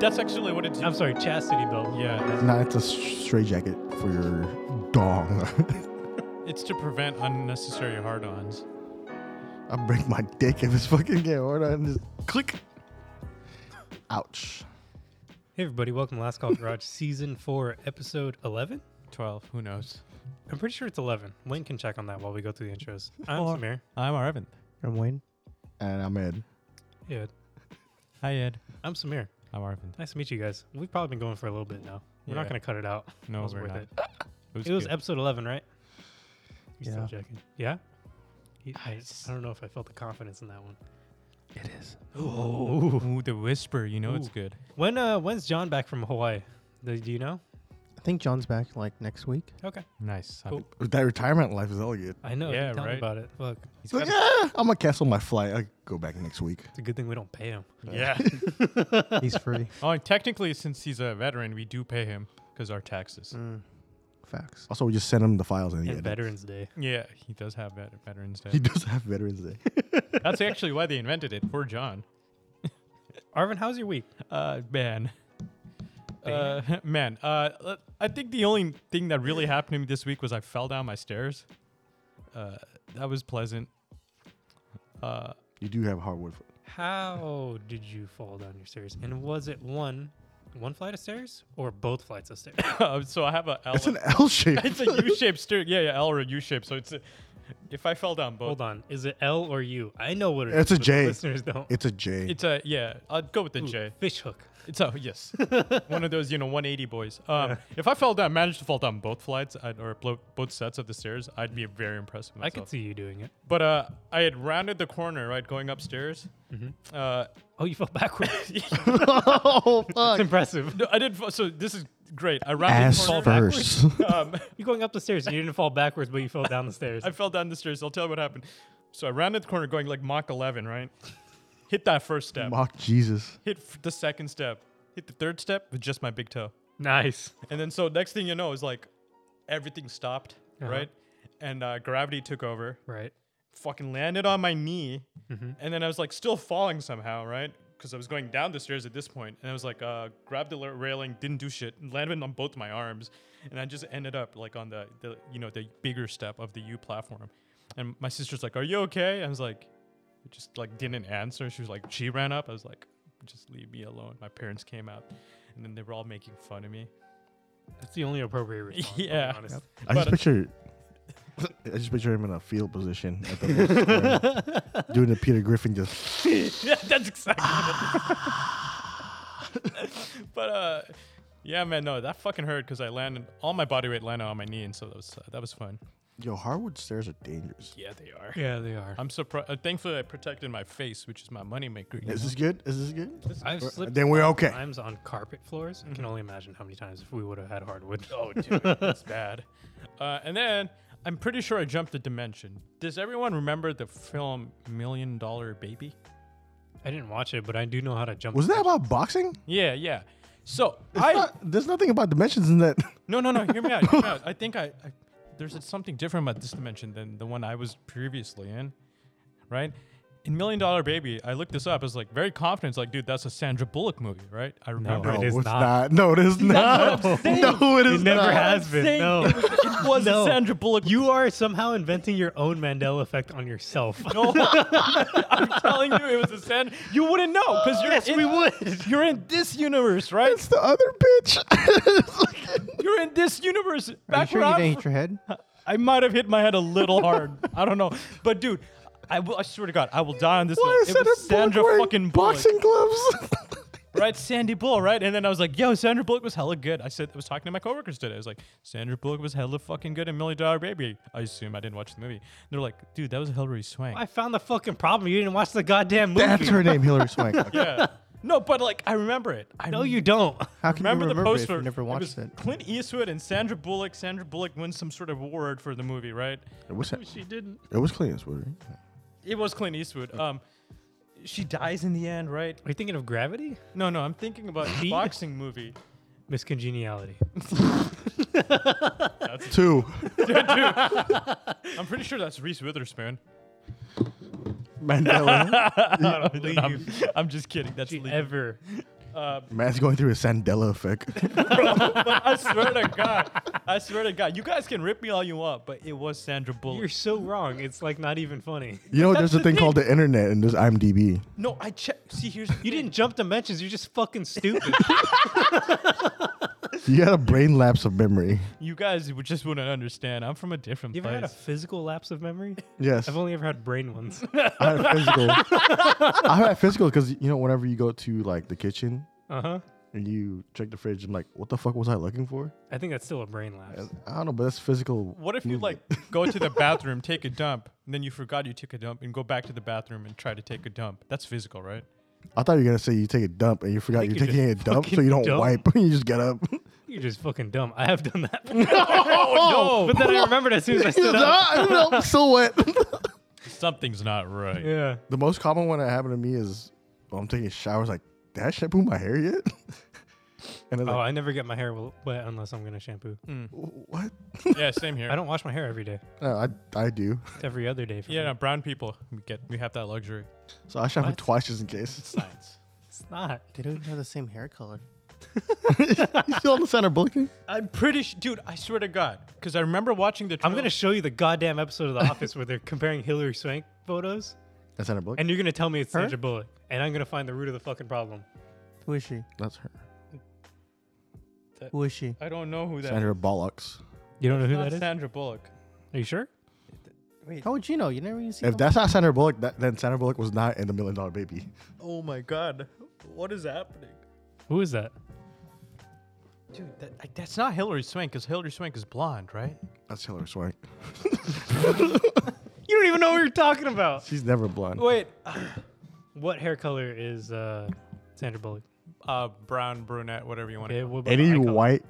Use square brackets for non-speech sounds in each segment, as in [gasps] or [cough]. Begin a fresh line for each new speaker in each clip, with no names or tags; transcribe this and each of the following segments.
that's actually what it's. I'm sorry, chastity belt. Yeah,
No, it's a stray jacket for your dong. [laughs]
It's to prevent unnecessary hard-ons.
I break my dick if it's fucking get hard on just click. Ouch.
Hey everybody, welcome to Last Call Garage [laughs] Season 4, Episode 11?
Twelve. Who knows?
I'm pretty sure it's 11. Lane can check on that while we go through the intros. I'm
Or-
Samir.
I'm Arvin.
I'm Wayne.
And I'm Ed.
Yeah.
Hi Ed.
I'm Samir.
I'm Arvin.
Nice to meet you guys. We've probably been going for a little bit now. We're not
Yeah.
going to cut it out.
No,
That was
we're
worth
not.
It, It was
good.
Episode 11, right? You're
Yeah.
still checking. Yeah? He- I-
Nice.
I, don't know if I felt the confidence in that one.
It is. Oh, the whisper. You know it's
Ooh.
good.
When uh, When's John back from Hawaii? Do, do you know?
I think John's back like next week.
Okay.
Nice.
Cool.
That retirement life is all good.
I know.
Yeah,
Yeah, tell me
right.
about it. Look,
He's
So,
got-
yeah, I'm gonna cancel my flight. I go back next week.
[laughs] it's a good thing we don't pay him.
yeah.
[laughs]
He's free. [laughs]
oh, and technically, since he's a veteran, we do pay him because our taxes.
Mm, Facts.
Also, we just send him the files and, he
And
edits.
Veterans Day.
Yeah, he does have vet- Veterans
He
Day.
does have Veterans Day.
That's actually why they invented it. Poor John.
Arvin, how's your week?
Uh, man. Uh, [laughs] man. Uh, l- I think the only thing that really happened to me this week was I fell down my stairs. Uh, that was pleasant. Uh, [laughs]
you do have hardwood. Foot.
How did you fall down your stairs? And was it one one flight of stairs or both flights of stairs?
so I have a L.
It's an L
[laughs]
shape.
it's
[laughs]
a U-shaped stair. Yeah, yeah, L or a U-shape. So it's a, if I fell down both,
Hold on. Is it L or U? I know what it is.
It's a
but the
J.
Listeners don't.
It's a J.
it's a yeah. I'd go with the
Ooh,
J.
Fish hook.
It's a
[laughs]
yes. One of those you know 180 boys. Um, if I fell down, managed to fall down both flights I'd, or blo- both sets of the stairs, I'd be very impressed with
I
myself.
could see you doing it.
But uh, I had rounded the corner, right, going upstairs. Uh,
Oh, you fell [laughs] backwards.
[laughs]
oh
That's
fuck.
impressive.
no, I did. fa- So this is great. I rounded
Ass
the corner.
first.
[laughs] Um,
You're going up the stairs and you didn't fall backwards, but you fell
[laughs]
down the stairs.
I fell down the stairs. I'll tell you what happened. So I rounded the corner, going like Mach 11, right? Hit that first step.
[laughs] Mock Jesus.
Hit f- the second step. Hit the third step with just my big toe.
nice.
And then so next thing you know is like everything stopped,
Uh-huh.
right? And uh, gravity took over.
Right.
fucking landed on my knee and then i was like still falling somehow right because i was going down the stairs at this point and i was like uh grabbed the la- railing didn't do shit and landed on both my arms and i just ended up like on the, the you know the bigger step of the u platform and my sister's like are you okay i was like I just like didn't answer she was like she ran up i was like just leave me alone my parents came out and then they were all making fun of me
That's the only appropriate response. I'll be
Yeah.
honest.
I
But- uh,
just picture. I just picture him in a field position at the little
[laughs]
square, doing the Peter Griffin just.
yeah, [laughs] that's exactly. what it- but uh, yeah, man, no, that fucking hurt because I landed all my body weight landed on my knee, and so that was uh, that was fun.
Yo, hardwood stairs are dangerous.
Yeah, they are.
[laughs] Yeah, they are.
I'm surprised. Uh, thankfully, I protected my face, which is my moneymaker. you
Is
know?
this good? Is this good?
I've
Or-
slipped
Uh, then we're okay.
times on carpet floors. I can only imagine how many times if we would have had hardwood.
Mm-hmm. oh, dude,
[laughs]
that's bad. Uh, and then I'm pretty sure I jumped a dimension. Does everyone remember the film Million Dollar Baby?
I didn't watch it, but I do know how to jump.
Was that about boxing?
Yeah, yeah. So
It's
I
not- there's nothing about dimensions in that.
[laughs] No, no, no. Hear me out. Hear me out.
[laughs]
I think I, I there's something different about this dimension than the one I was previously in, right? In Million Dollar Baby, I looked this up. I was like very confident. It's like, dude, that's a Sandra Bullock movie, right? I remember.
it is
it's
not.
No, it is not.
what I'm saying.
No, it
It
is
never
not.
has been.
saying
No.
It was a
[laughs] No.
Sandra Bullock.
You are somehow inventing your own Mandela effect on [laughs] yourself.
No, [laughs] I'm telling you, it was a Sandra. You wouldn't know because you're in,
would.
you're in this universe, right?
It's the other
[laughs]
bitch.
You're in this universe.
Are you
Back
sure
where
you
I'm
didn't hit
fr-
your head? [laughs]
I might have hit my head a little hard. I don't know. But dude, I, will, I swear to God, I will die on this hill.
Why is
It was
that a
Sandra fucking Bullock,
boxing gloves?
right? Sandy Bull, right? And then I was like, yo, Sandra Bullock was hella good. I said, I was talking to my coworkers today. I was like, Sandra Bullock was hella fucking good in Million Dollar Baby. I assume I didn't watch the movie. And they're like, dude, that was Hillary Swank.
I found the fucking problem. You didn't watch the goddamn movie.
[laughs] That's her name, Hillary [laughs] Swank.
yeah. No, but like, I remember it. I
no, you don't.
How can
Remember,
you remember
the poster?
it if you never
was
watched it?
Clint Eastwood and Sandra Bullock. Sandra Bullock wins some sort of award for the movie, right?
It was, it
She didn't.
was Clint Eastwood. right?
It was Clint Eastwood. Um, she dies in the end, right?
Are you thinking of gravity?
No, no, I'm thinking
[laughs]
about the boxing movie.
Miscongeniality.
[laughs]
Two.
I'm pretty sure that's Reese Witherspoon.
Mandela. [laughs]
I don't know. [laughs] I'm, I'm just kidding. That's
She
legal.
ever
uh,
Matt's going through a Sandela effect.
but I swear to God, I swear to God, you guys can rip me all you want, but it was Sandra Bullock.
You're so wrong. It's like not even [laughs] funny.
You know,
That's
there's a
the
thing
thing.
called the internet, and there's IMDb.
no, I checked. See, here's the
You
thing.
didn't jump dimensions. You're just fucking [laughs] stupid.
You got a brain lapse of memory.
You guys would just wouldn't understand. I'm from a different
you ever
place.
had a physical lapse of memory? [laughs]
Yes,
I've only ever had brain [laughs] ones.
I had physical. I had physical because you know, whenever you go to like the kitchen
Uh huh.
and you check the fridge, I'm like, what the fuck was I looking for?
I think that's still a brain lapse.
And I don't know, but that's physical.
what if you like
movement.
go to the bathroom, take a dump, and then you forgot you took a dump, and go back to the bathroom and try to take a dump? That's physical, right?
I thought you were gonna say you take a dump and you forgot
think
you're
you're
taking a
just
dump, so
fucking
you don't
dumb.
wipe. [laughs] you just get up.
You're just fucking dumb. I have done [laughs] that. oh no! But then I remembered as
[laughs]
soon as I stood up.
Ah, no, so what?
Something's not right.
Yeah.
[laughs] the most common one that happened to me is well, I'm taking showers. Like, did I shampoo my hair yet? [laughs] and then
Oh,
like,
I never get my hair w- wet unless I'm gonna shampoo.
"Wh- what?
Yeah, same here.
I don't wash my hair every day.
No, I I do. [laughs]
It's every other day. For
yeah,
me.
no, brown people we get we have that luxury.
So I shampoo
What?
twice just in case. [laughs]
Science.
it's not.
They don't even have the same hair color.
you still on the center booking?
I'm pretty sh- dude. I swear to God, because I remember watching the.
I'm gonna
trail-
show you the goddamn episode of [laughs] The Office where they're comparing Hillary Swank photos,
That's center booking.
and you're gonna tell me it's
Her?
Sandra Bullock, and I'm gonna find the root of the fucking problem.
Who is she?
That's her.
Who is she?
I don't know who that.
Sandra Bollocks.
You don't know who
Not
that is?
Sandra Bullock.
Are you sure?
Wait.
How would you know? You never even seen
If that's not Sandra Bullock, that, then Sandra Bullock was not in the Million Dollar Baby.
Oh my God, what is happening?
Who is that?
Dude, that, like, that's not Hillary Swank because Hillary Swank is blonde, right?
That's Hillary Swank.
You don't even know what you're talking about.
She's never blonde.
Wait.
What hair color is uh, Sandra Bullock?
Uh, brown brunette, whatever you want.
Okay,
to
what about eye
Any
color?
white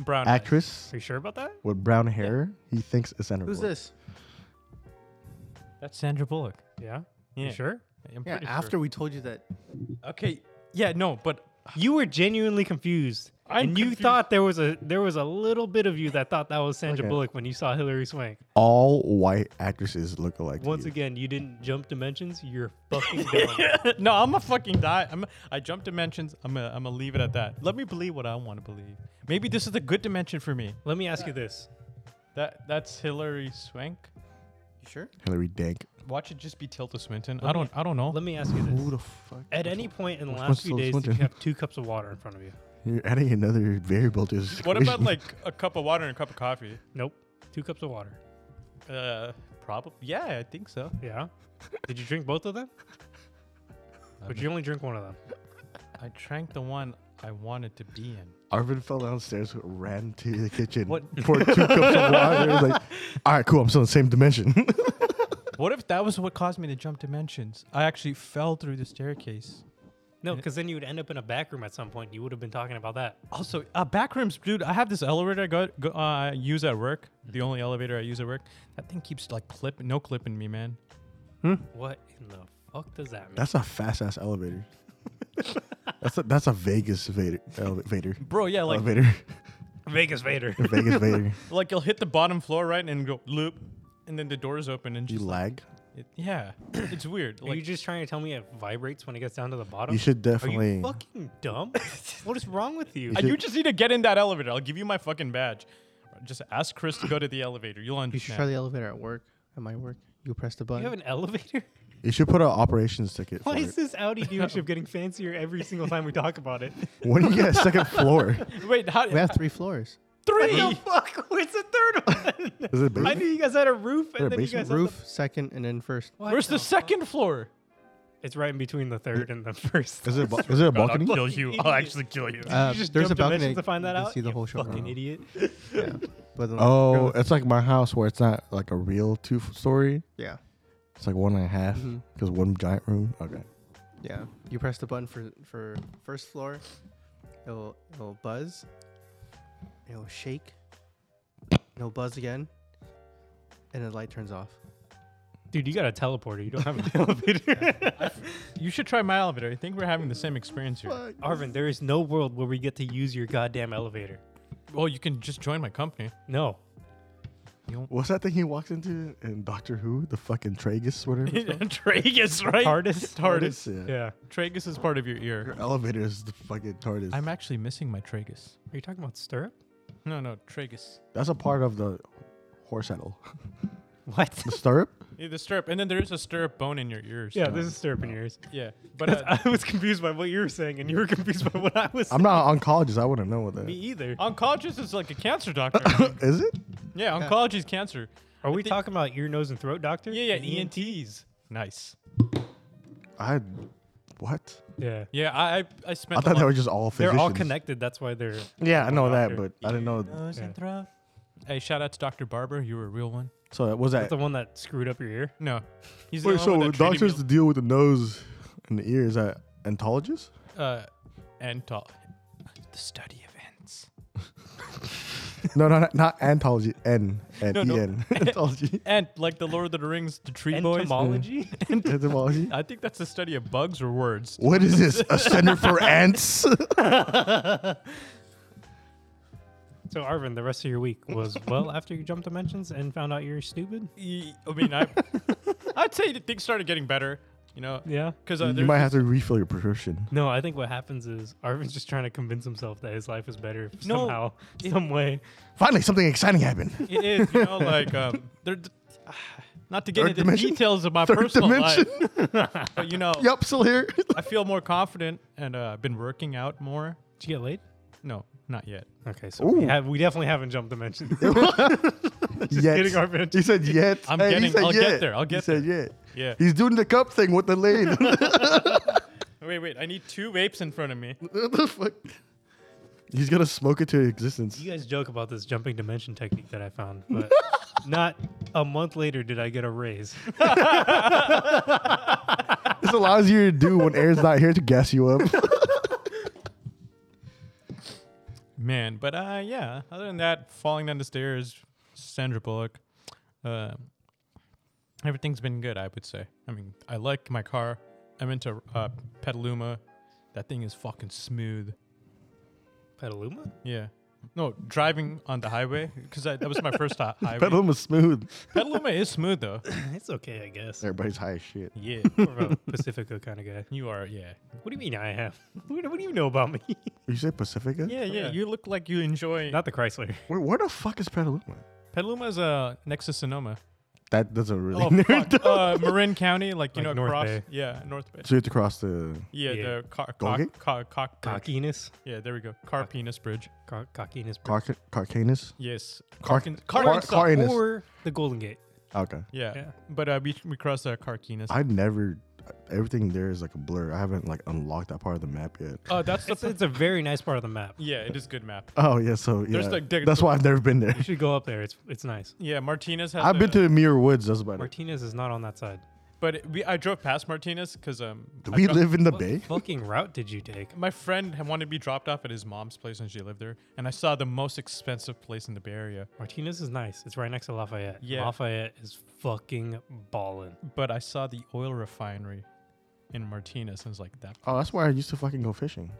Brown eyes.
actress
Are you sure about that?
with brown hair, he thinks is Sandra
Who's
Bullock.
this?
That's Sandra Bullock.
Yeah.
Yeah.
You sure?
I'm
Yeah,
pretty sure.
after we told you that.
Okay. Yeah. No, but [laughs]
You were genuinely confused.
I'm
and you
confused.
thought there was a there was a little bit of you that thought that was Sandra
Okay.
Bullock when you saw Hillary Swank.
All white actresses look alike. to
Once
you.
again, you didn't jump dimensions. You're
[laughs]
fucking dumb.
no, I'm a fucking die. I'm. I jump dimensions. I'm. A, I'm gonna leave it at that. Let me believe what I want to believe. Maybe this is the good dimension for me.
Let me ask you this.
That that's Hillary Swank.
You sure?
Hillary Dank.
Watch it just be Tilda Swinton.
Let
I
me-
don't. I don't know.
Let me ask you this.
the fuck?
At any point in the
which
last
one's
few
still
days, did you
squinting? [laughs]
have two cups of water in front of you?
You're adding another variable to this.
What about [laughs]
equation.
like a cup of water and a cup of coffee?
Nope. Two cups of water.
Uh, probably. Yeah, I think so.
Yeah. did you drink both of
[laughs]
them? But you only drink one of them.
I drank the one I wanted to be in.
Arvin fell downstairs, ran to the kitchen,
What-
poured two
[laughs]
cups of water. was like, all right, cool. I'm still in the same dimension. [laughs]
What if that was what caused me to jump dimensions? I actually fell through the staircase.
No, because then you would end up in a back room at some point. You would have been talking about that.
Also, uh, back rooms, dude. I have this elevator I go, go uh, I use at work. The only elevator I use at work. That thing keeps like clipping, no clipping me, man.
What in the fuck does that mean?
that's a fast ass elevator. that's a that's a Vegas Vader elevator.
Bro, yeah, like
elevator.
[laughs]
[laughs]
Vegas Vader.
Vegas Vader.
like you'll hit the bottom floor right and go loop, and then the doors open and
You
just
lag.
it- yeah, it's weird. [coughs]
Are you
Like
just trying to tell me it vibrates when it gets down to the bottom?
You should
Are you
definitely.
fucking
[laughs]
dumb? what is wrong with you?
uh, you just need to get in that elevator. I'll give you my fucking badge. Just ask Chris to go to the elevator. You'll
You should try
understand.
the elevator at work. At my work, you press the
You
button.
have an elevator?
You should put an operations ticket. For
Why is
it.
this [laughs] Audi dealership getting fancier every single time we talk about [laughs] it?
When you get a second floor,
Wait, how?
we have [laughs] three floors.
Three. [laughs] What the fuck? Where's the third [laughs] one?
is it a basement?
I knew you guys had a roof,
there a
and then you
basement
guys
Roof, second, and then [laughs] first.
Had the,
Where's the
second?
second floor?
It's right in between the third and the first.
Is it a ba- is it a balcony?
I'll kill [laughs] you. I'll
Idiot.
actually kill you.
Did
Uh,
[laughs] you just
there's
jump
a balcony
dimensions to find that
you can
out.
see the
You
whole shop.
fucking
[laughs] Oh.
idiot.
Yeah. But then-
Oh, it's like my house where it's not like a real two story.
yeah,
It's like one and a half
Mm-hmm.
Mhm.
because one giant room. Okay.
yeah. You press the button for for first floor. It'll it'll buzz. It'll shake. It'll buzz again, and the light turns off.
Dude, you got a teleporter. You don't have an
[laughs]
elevator.
You should try my elevator. I think we're having the same experience here.
Arvin, there is no world where we get to use your goddamn elevator.
[laughs] Well, you can just join my company.
No.
What's that thing he walks into in Doctor Who? The fucking tragus, whatever.
[laughs]
it's called?
Tragus, right?
Hardest.
TARDIS.
Yeah.
Yeah. Are
Tragus is part of your ear.
Your elevator is the fucking TARDIS.
I'm actually missing my tragus.
you talking about
[laughs]
stirrup?
No, no, tragus.
That's a part of the horse saddle.
What? [laughs]
The stirrup?
Yeah, the stirrup, and then there is a stirrup bone in your ears.
yeah, this is stirrup in yours.
yeah.
[laughs]
But
But
uh,
I was confused by what you were saying, and you were confused by what I was.
I'm not an oncologist. I wouldn't know what that
saying. me
is.
either.
oncologist is like a cancer doctor. I think.
Is it?
yeah, oncology is cancer.
Are we
thi-
talking about ear, nose, and throat doctor?
Yeah, E
And
yeah, ENTs. Nice.
I. What?
Yeah.
Yeah, I I, I
I
spent.
thought they were just all
They're
physicians.
all connected. That's why they're.
Yeah, I know that,
doctor.
but I didn't know.
and
Hey, shout out to Dr. Barber. You were a real one.
So that was
That's
that.
the one that screwed up your ear.
No, he's the
Wait,
only one
so
that treated
doctors to deal with the nose and the ears at entologists?
me- uh, antol, Oh, the study of ants.
[laughs] No, no, not, not antology. N N
No,
E
no. [laughs]
N entology.
Ant, like the Lord of the Rings, the tree boys.
Entomology.
Entomology.
I think that's the study of bugs or words.
What is this? A center
[laughs]
for ants?
[laughs] so Arvin, the rest of your week was well after you jumped dimensions and found out you're stupid.
E- I mean, I, [laughs] I'd say that things started getting better. You know,
Yeah.
because uh,
you
there's
might
this-
have to refill your prescription.
No, I think what happens is Arvin's just trying to convince himself that his life is better
No,
somehow,
it-
some way.
Finally, something exciting happened.
It is, you know, like
[laughs]
um, there. [sighs] Not to get
Third
into
dimension?
details of my
Third
personal
dimension.
life, [laughs] but you know,
Yep, still here.
I feel more confident, and uh, I've been working out more.
Did you get laid?
No, not yet.
Okay, so we,
Ooh.
have, we definitely haven't jumped dimensions.
yet.
kidding, Arvin.
He said yet.
I'm
Hey,
getting-
He said
I'll get
yet.
there, I'll get
he said yet.
Yeah.
He's doing the cup thing with the lane.
[laughs]
[laughs] what
Wait, wait. I need two vapes in front of me.
the fuck? He's gonna smoke it to existence.
You guys joke about this jumping dimension technique that I found, but
[laughs]
not a month later did I get a raise.
This allows you to do when Aaron's not here to gas
[laughs]
you up. [laughs]
Man, but uh, yeah. Other than that, falling down the stairs, Sandra Bullock. Uh, everything's been good, I would say. I mean, I like my car. I'm into uh, Petaluma. That thing is fucking smooth.
Petaluma? [clears throat]
Yeah. No, driving on the highway because that was my first
[laughs]
hi- highway. Petaluma.
Petaluma smooth.
is smooth though.
It's okay, I guess.
Everybody's high as shit.
Yeah,
More of a Pacifico kind of guy.
you are.
[laughs]
Yeah.
What do you mean I am? What, what do you know about me? [laughs]
You say Pacifica?
Yeah, yeah.
Yeah.
You look like you enjoy.
Not the Chrysler.
Wait, where the fuck is Petaluma?
Petaluma is uh, next to
[laughs]
Sonoma.
That doesn't really. [laughs]
Oh, fuck. uh, Marin County, like you
Like
know,
North
across.
Bay.
Yeah, North Bay.
so you have to cross the.
Yeah,
Yeah.
the car, cock,
Colgate?
cock, cock bridge.
Cockiness.
Yeah, there we go. Car penis bridge.
Cock- Cockiness.
Car- Carcanus?
Yes.
Car-
Carkin-
car-
Carkin-
car- Carcanus.
Or the Golden Gate.
Okay.
yeah.
Yeah.
But uh, we we crossed uh, car penis.
I never. Everything there is like a blur. I haven't like unlocked that part of the map yet.
Oh, that's the.
It's, it's a very nice part of the map. You
yeah, it is good map.
Oh yeah, so yeah.
There's like dig-
that's why I've never
[laughs]
been there.
should go up there. It's it's
[laughs]
nice.
Yeah, Martinez has.
I've been
a-
to the Mirror Woods. That's about it.
Martinez is not on that side.
But it- we, I drove past Martinez because um.
Do
I
we
dro-
live in the
What
Bay?
fucking route did you take?
My friend had wanted to be dropped off at his mom's place when she lived there, and I saw the most expensive place in the Bay Area.
Martinez is nice. It's right next to Lafayette.
Yeah.
Lafayette is fucking ballin'.
But I saw the oil refinery in Martinez, and I was like, "That,
Oh, that's where I used to fucking go fishing.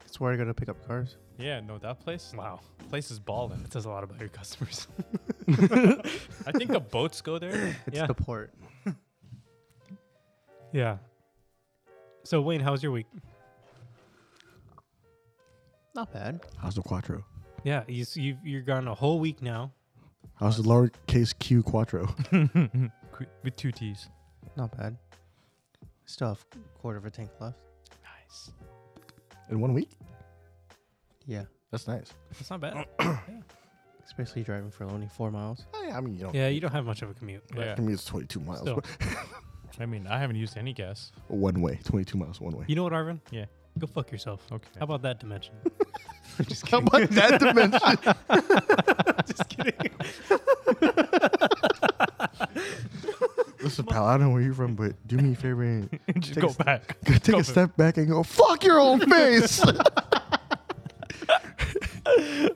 That's where I gotta pick up cars.
yeah, no, that place,
Wow.
place is balling."
That says a lot about your customers. [laughs]
I think the boats go
[coughs]
there.
It's
Yeah.
the port.
yeah. So Wayne, how was your week?
Not bad.
How's the Quattro?
Yeah, you s- you've you're gone a whole week now.
How's the lowercase Q Quattro? [laughs]
Qu- with two T's.
Not bad. Still have quarter of a tank left.
Nice.
In one week?
Yeah.
That's nice.
That's not bad.
Especially driving for only four miles.
Oh, yeah, I mean, you know,
yeah, you don't have much of a commute. but
Yeah.
I mean, it's 22 miles.
Still.
I mean, I haven't used any gas.
One way. 22 miles one way. [laughs]
You know what, Arvin?
Yeah.
Go fuck yourself.
Okay.
How about that dimension? Just [laughs]
How
kidding.
about that [laughs] dimension?
[laughs] Just [laughs] kidding.
Listen, pal, I don't know where you're from, but do me a
[laughs]
favor and
Just
Take
go
a st-
back.
go take
Go
a step back and go, fuck your
[laughs]
own face. [laughs]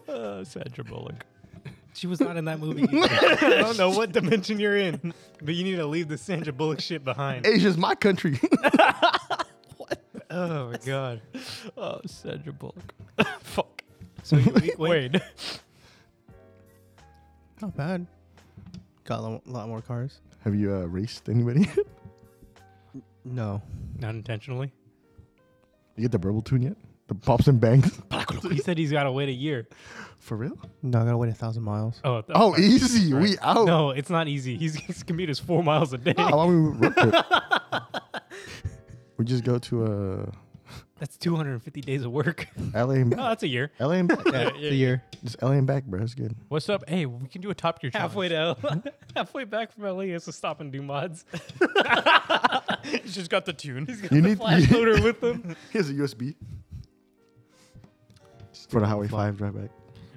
Uh, Sandra Bullock.
She was not in that [laughs] movie. either. I don't know [laughs] what dimension you're in, but you need to leave the Sandra Bullock shit behind.
Asia's my country. [laughs]
Oh my god.
Oh, Sandra
[laughs]
Bullock. Fuck.
So your week, Wayne?
Wait.
Not bad. Got a lo- lot more cars.
Have you uh, raced anybody? [laughs]
No.
Not intentionally.
you get the verbal tune yet? The pops and [laughs] bangs
he said he's got to wait a year.
for real?
No, I gotta wait a
[laughs]
thousand miles.
Oh, th-
Oh, easy. We out.
no, it's not easy. He's, his commute is four miles a day.
[laughs] How long we road trip?
[laughs]
we just go to
That's 250 days of work.
uh, LA
[laughs]
and
Oh, [laughs] that's a year.
LA and back.
Yeah,
yeah,
the year.
Just LA and back, bro. That's good.
What's up? Hey, we can do a top gear challenge.
Halfway to L- [laughs] halfway back from LA, he has to stop and do mods.
He's [laughs] just got the tune.
He's got
You
the
need-
flash loader with him.
Here's a USB for the Highway 5 drive back.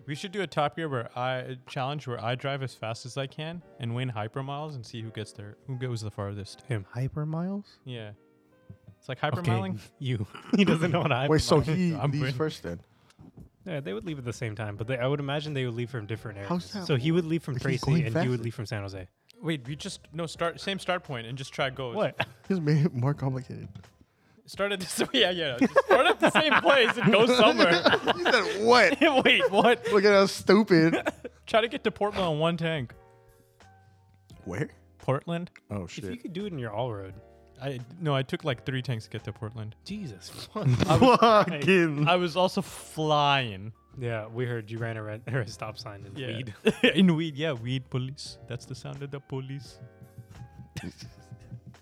We should do a top gear where I a challenge where I drive as fast as I can and win hyper miles and see who gets there, who goes the farthest.
Hyper miles?
Yeah, it's like hyper miling.
you. He doesn't know what I.
Wait, so
[laughs]
he
I'm
leaves
winning.
first then?
Yeah, they would leave at the same time, but they, I would imagine they would leave from different areas.
How's that-
So he would leave from
He's
Tracy,
going
and
faster.
you would leave from San Jose.
Wait, we just no start same start point and just try go.
What?
He's made it more complicated.
Start at the same. [laughs] Yeah, yeah. Just start at the same place and
[laughs]
go somewhere.
He said, what?
Wait, what?
Look at how stupid.
[laughs] Try to get to Portland on one tank.
Where?
Portland?
Oh,
If you
shit.
could do it in your all road,
I no, I took like three tanks to get to Portland.
Jesus. fuck.
[laughs]
[laughs]
Fucking.
I was also flying.
yeah, we heard you ran a, red, [laughs] or a stop sign in
Yeah.
weed.
[laughs] In weed, yeah, weed police. That's the sound of the police.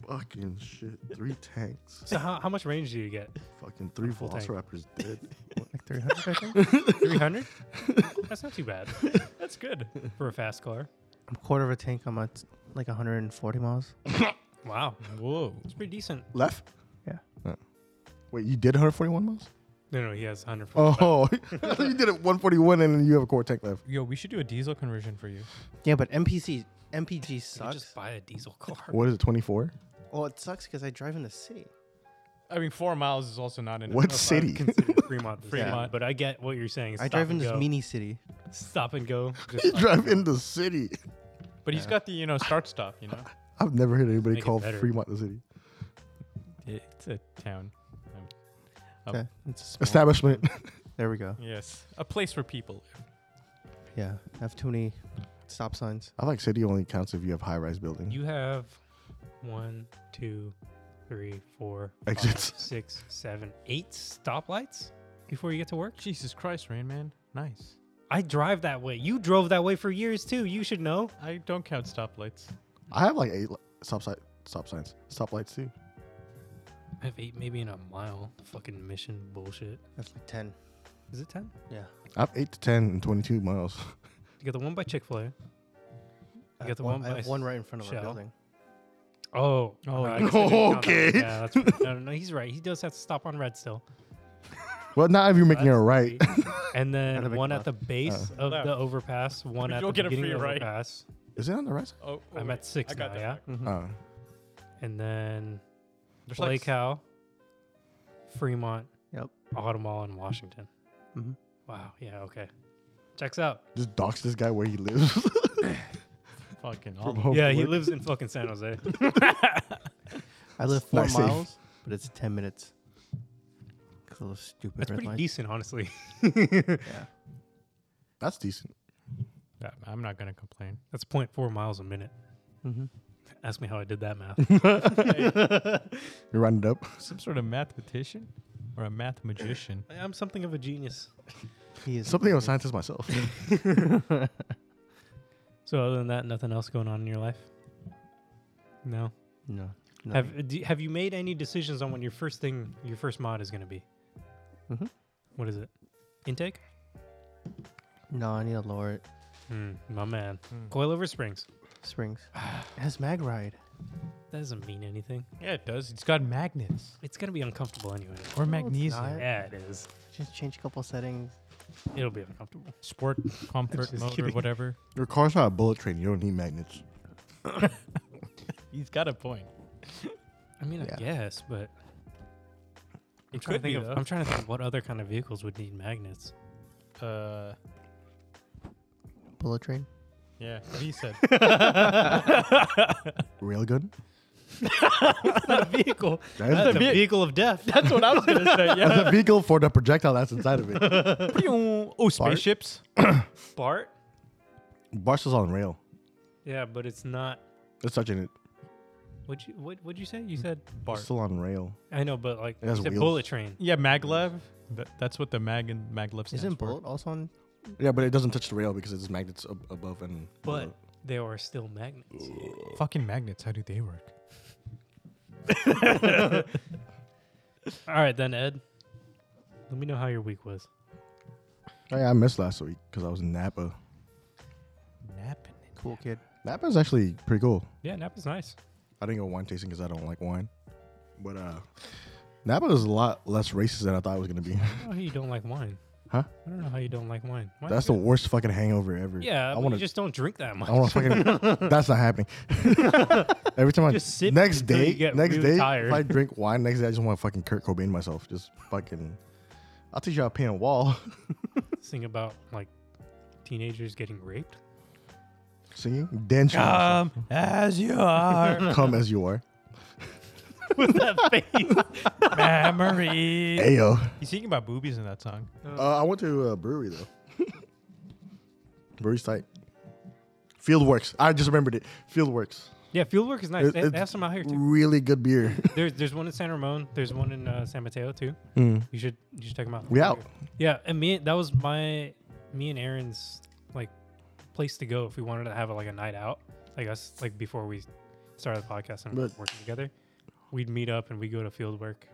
Fucking shit. Three tanks.
So how, how much range do you
[laughs]
get?
Fucking three
Full tank.
Velociraptors dead.
Like 300, I think?
300? That's not too
[laughs]
bad
That's good.
for a fast car.
I'm quarter of [laughs] a tank. I'm at like 140 miles.
Wow.
Whoa.
It's pretty decent.
Left?
Yeah.
Oh. Wait, you did 141 miles?
No, no, he has 140.
Oh, [laughs] I thought you did it 141 and then you have a core tank left.
Yo, we should do a diesel conversion for you.
Yeah, but MPC, MPG
You could
sucks.
just buy a [laughs] diesel car.
What is it, 24?
well, it sucks because I drive in the city.
I mean, four miles is also not enough.
What
I would
city?
consider
[laughs]
Fremont, the city,
Fremont.
but I get what you're saying. Stop
I drive in
and
this
go.
mini city.
Stop and [laughs] go. Just
[laughs] You drive in the city.
But he's got the you know start stop. You [laughs] know,
I've never heard anybody
Make it
call
better.
Fremont the city.
it's a town. Um, Oh.
Okay, it's a small-
Establishment.
There we go.
yes, a place for people.
Yeah, I have too many stop signs.
I like city only counts if you have high rise building.
You have one, two, three, four, five,
Exits.
six, seven, eight stoplights before you get to work.
Jesus Christ, Rain Man. Nice.
I drive that way. You drove that way for years too. You should know.
I don't count stoplights.
I have like eight li- stop, si- stop signs, stop lights too.
I have eight, maybe in a mile. Fucking mission bullshit.
That's like 10.
Is it ten?
Yeah.
I have 8 to 10 and 22 miles.
You got the one by Chick Fil A.
I
got
have
the one
I
by
have one right in front of our
Shell.
building.
Oh,
Oh,
I guess I didn't count that.
okay.
Yeah, that's right. no, no, no, he's right. He does have to stop on red still.
Well, not if you're making it
That's
right.
three. And
Not a
then
big Oh.
one at
left.
the base of
Left.
the overpass, one at
You'll
the
get a
beginning
free
of the
right.
overpass.
[laughs] Is it on the right side?
Oh, oh,
I'm
wait.
at six
I got
now,
that
yeah?
back.
Oh.
And then
There's like
Lake
s-
Howe, Fremont,
Yep.
Audemars, and Washington.
Mm-hmm.
Wow. Yeah. Okay. Checks out.
Just dox this guy where he lives. [laughs]
fucking
from
all.
home
Oh, yeah,
to
he
work.
lives in fucking San
[laughs]
Jose.
I live four
Nice save.
miles, but it's 10 minutes. Because those stupid
That's
red
pretty
lights.
decent, honestly. [laughs]
Yeah.
That's decent.
Yeah, I'm not gonna complain.
That's 0.4 miles a minute.
Mm-hmm.
Ask me how I did that
[laughs]
math.
You round it up.
Some sort of mathematician or a math magician.
I- I'm something of a genius.
He is
Something of a scientist myself.
[laughs]
[laughs]
So other than that, nothing else going on in your life. No.
No. no.
Have do, Have you made any decisions on what your first thing, your first mod is going to be? Mm-hmm.
Mhm.
What is it? Intake.
no, I need to lower it.
Hmm, my man.
[clears throat] Hmm.
Coilover springs. [sighs]
Springs. it has mag ride.
That doesn't mean anything.
Yeah, it does. It's got magnets
It's gonna be uncomfortable anyway.
or magnesium.
not.
Yeah, it is.
Just change a couple settings.
It'll be uncomfortable.
[laughs] Sport comfort
Just
mode or
kidding.
whatever.
Your car's not a bullet train. You don't need magnets.
He's got a point.
I mean,
Yeah.
I guess, but I'm
It
trying,
could
to think
be
of,
though.
I'm trying to think of what other kind of vehicles would need magnets.
uh,
Bullet train.
yeah, what he [laughs] said. [laughs]
Railgun?
Not a [laughs] vehicle.
That is
[laughs] That's a
ve-
vehicle of death.
That's what I was gonna say. Yeah.
[laughs] That's a vehicle for the projectile that's inside of
[laughs]
it.
[laughs] oh, spaceships.
Bart.
Barcel's on rail.
Yeah, but it's not.
It's touching it.
What you what would you say? You said
It's still on rail.
I know, but like
It has
you said
wheels.
bullet train.
Yeah, maglev. That, that's what the mag and maglev stands
Isn't
for.
bullet also on?
Yeah, but it doesn't touch the rail because it's magnets ab- above and.
But there are still magnets.
Fucking magnets. How do they work?
[laughs] All right, then Ed. Let me know how your week was.
Oh, yeah, I missed last week because I was in Napa.
Napping.
Cool kid.
Napa is actually pretty cool.
Yeah, Napa's nice.
I didn't go wine tasting because I don't like wine. But uh, Napa is a lot less racist than I thought it was gonna be.
I don't know how you don't like wine.
Huh?
I don't know how you don't like wine. Wine's
That's the
good.
worst fucking hangover ever.
Yeah,
I
but
want
you
to.
just don't drink that much.
I want to
[laughs]
fucking. that's not happening. Every time I
Just sip
next
until you
day,
get
next
really
day,
tired.
if I
[laughs]
drink wine, next day I just want to fucking Kurt Cobain myself. Just fucking. I'll teach you how to paint a wall. [laughs]
Sing about like teenagers getting raped.
Singing, dance.
Come as you [laughs] are,
come as you are.
[laughs]
[laughs]
With that face.
memories.
Ayo.
He's thinking about boobies in that song.
Uh, I went to a brewery though. [laughs] Brewery's tight. Fieldworks. I just remembered it. Fieldworks.
Yeah, Fieldwork is nice.
It-
they, they
it's
have some out here [laughs] too.
Really good beer.
There's there's one in San Ramon. There's one in uh, San Mateo too. You should you should check them out.
We out.
Yeah, and me that was my me and Aaron's like place to go if we wanted to have like a night out, like us like before we started the podcast and
But-
working together, we'd meet up and we would go to field work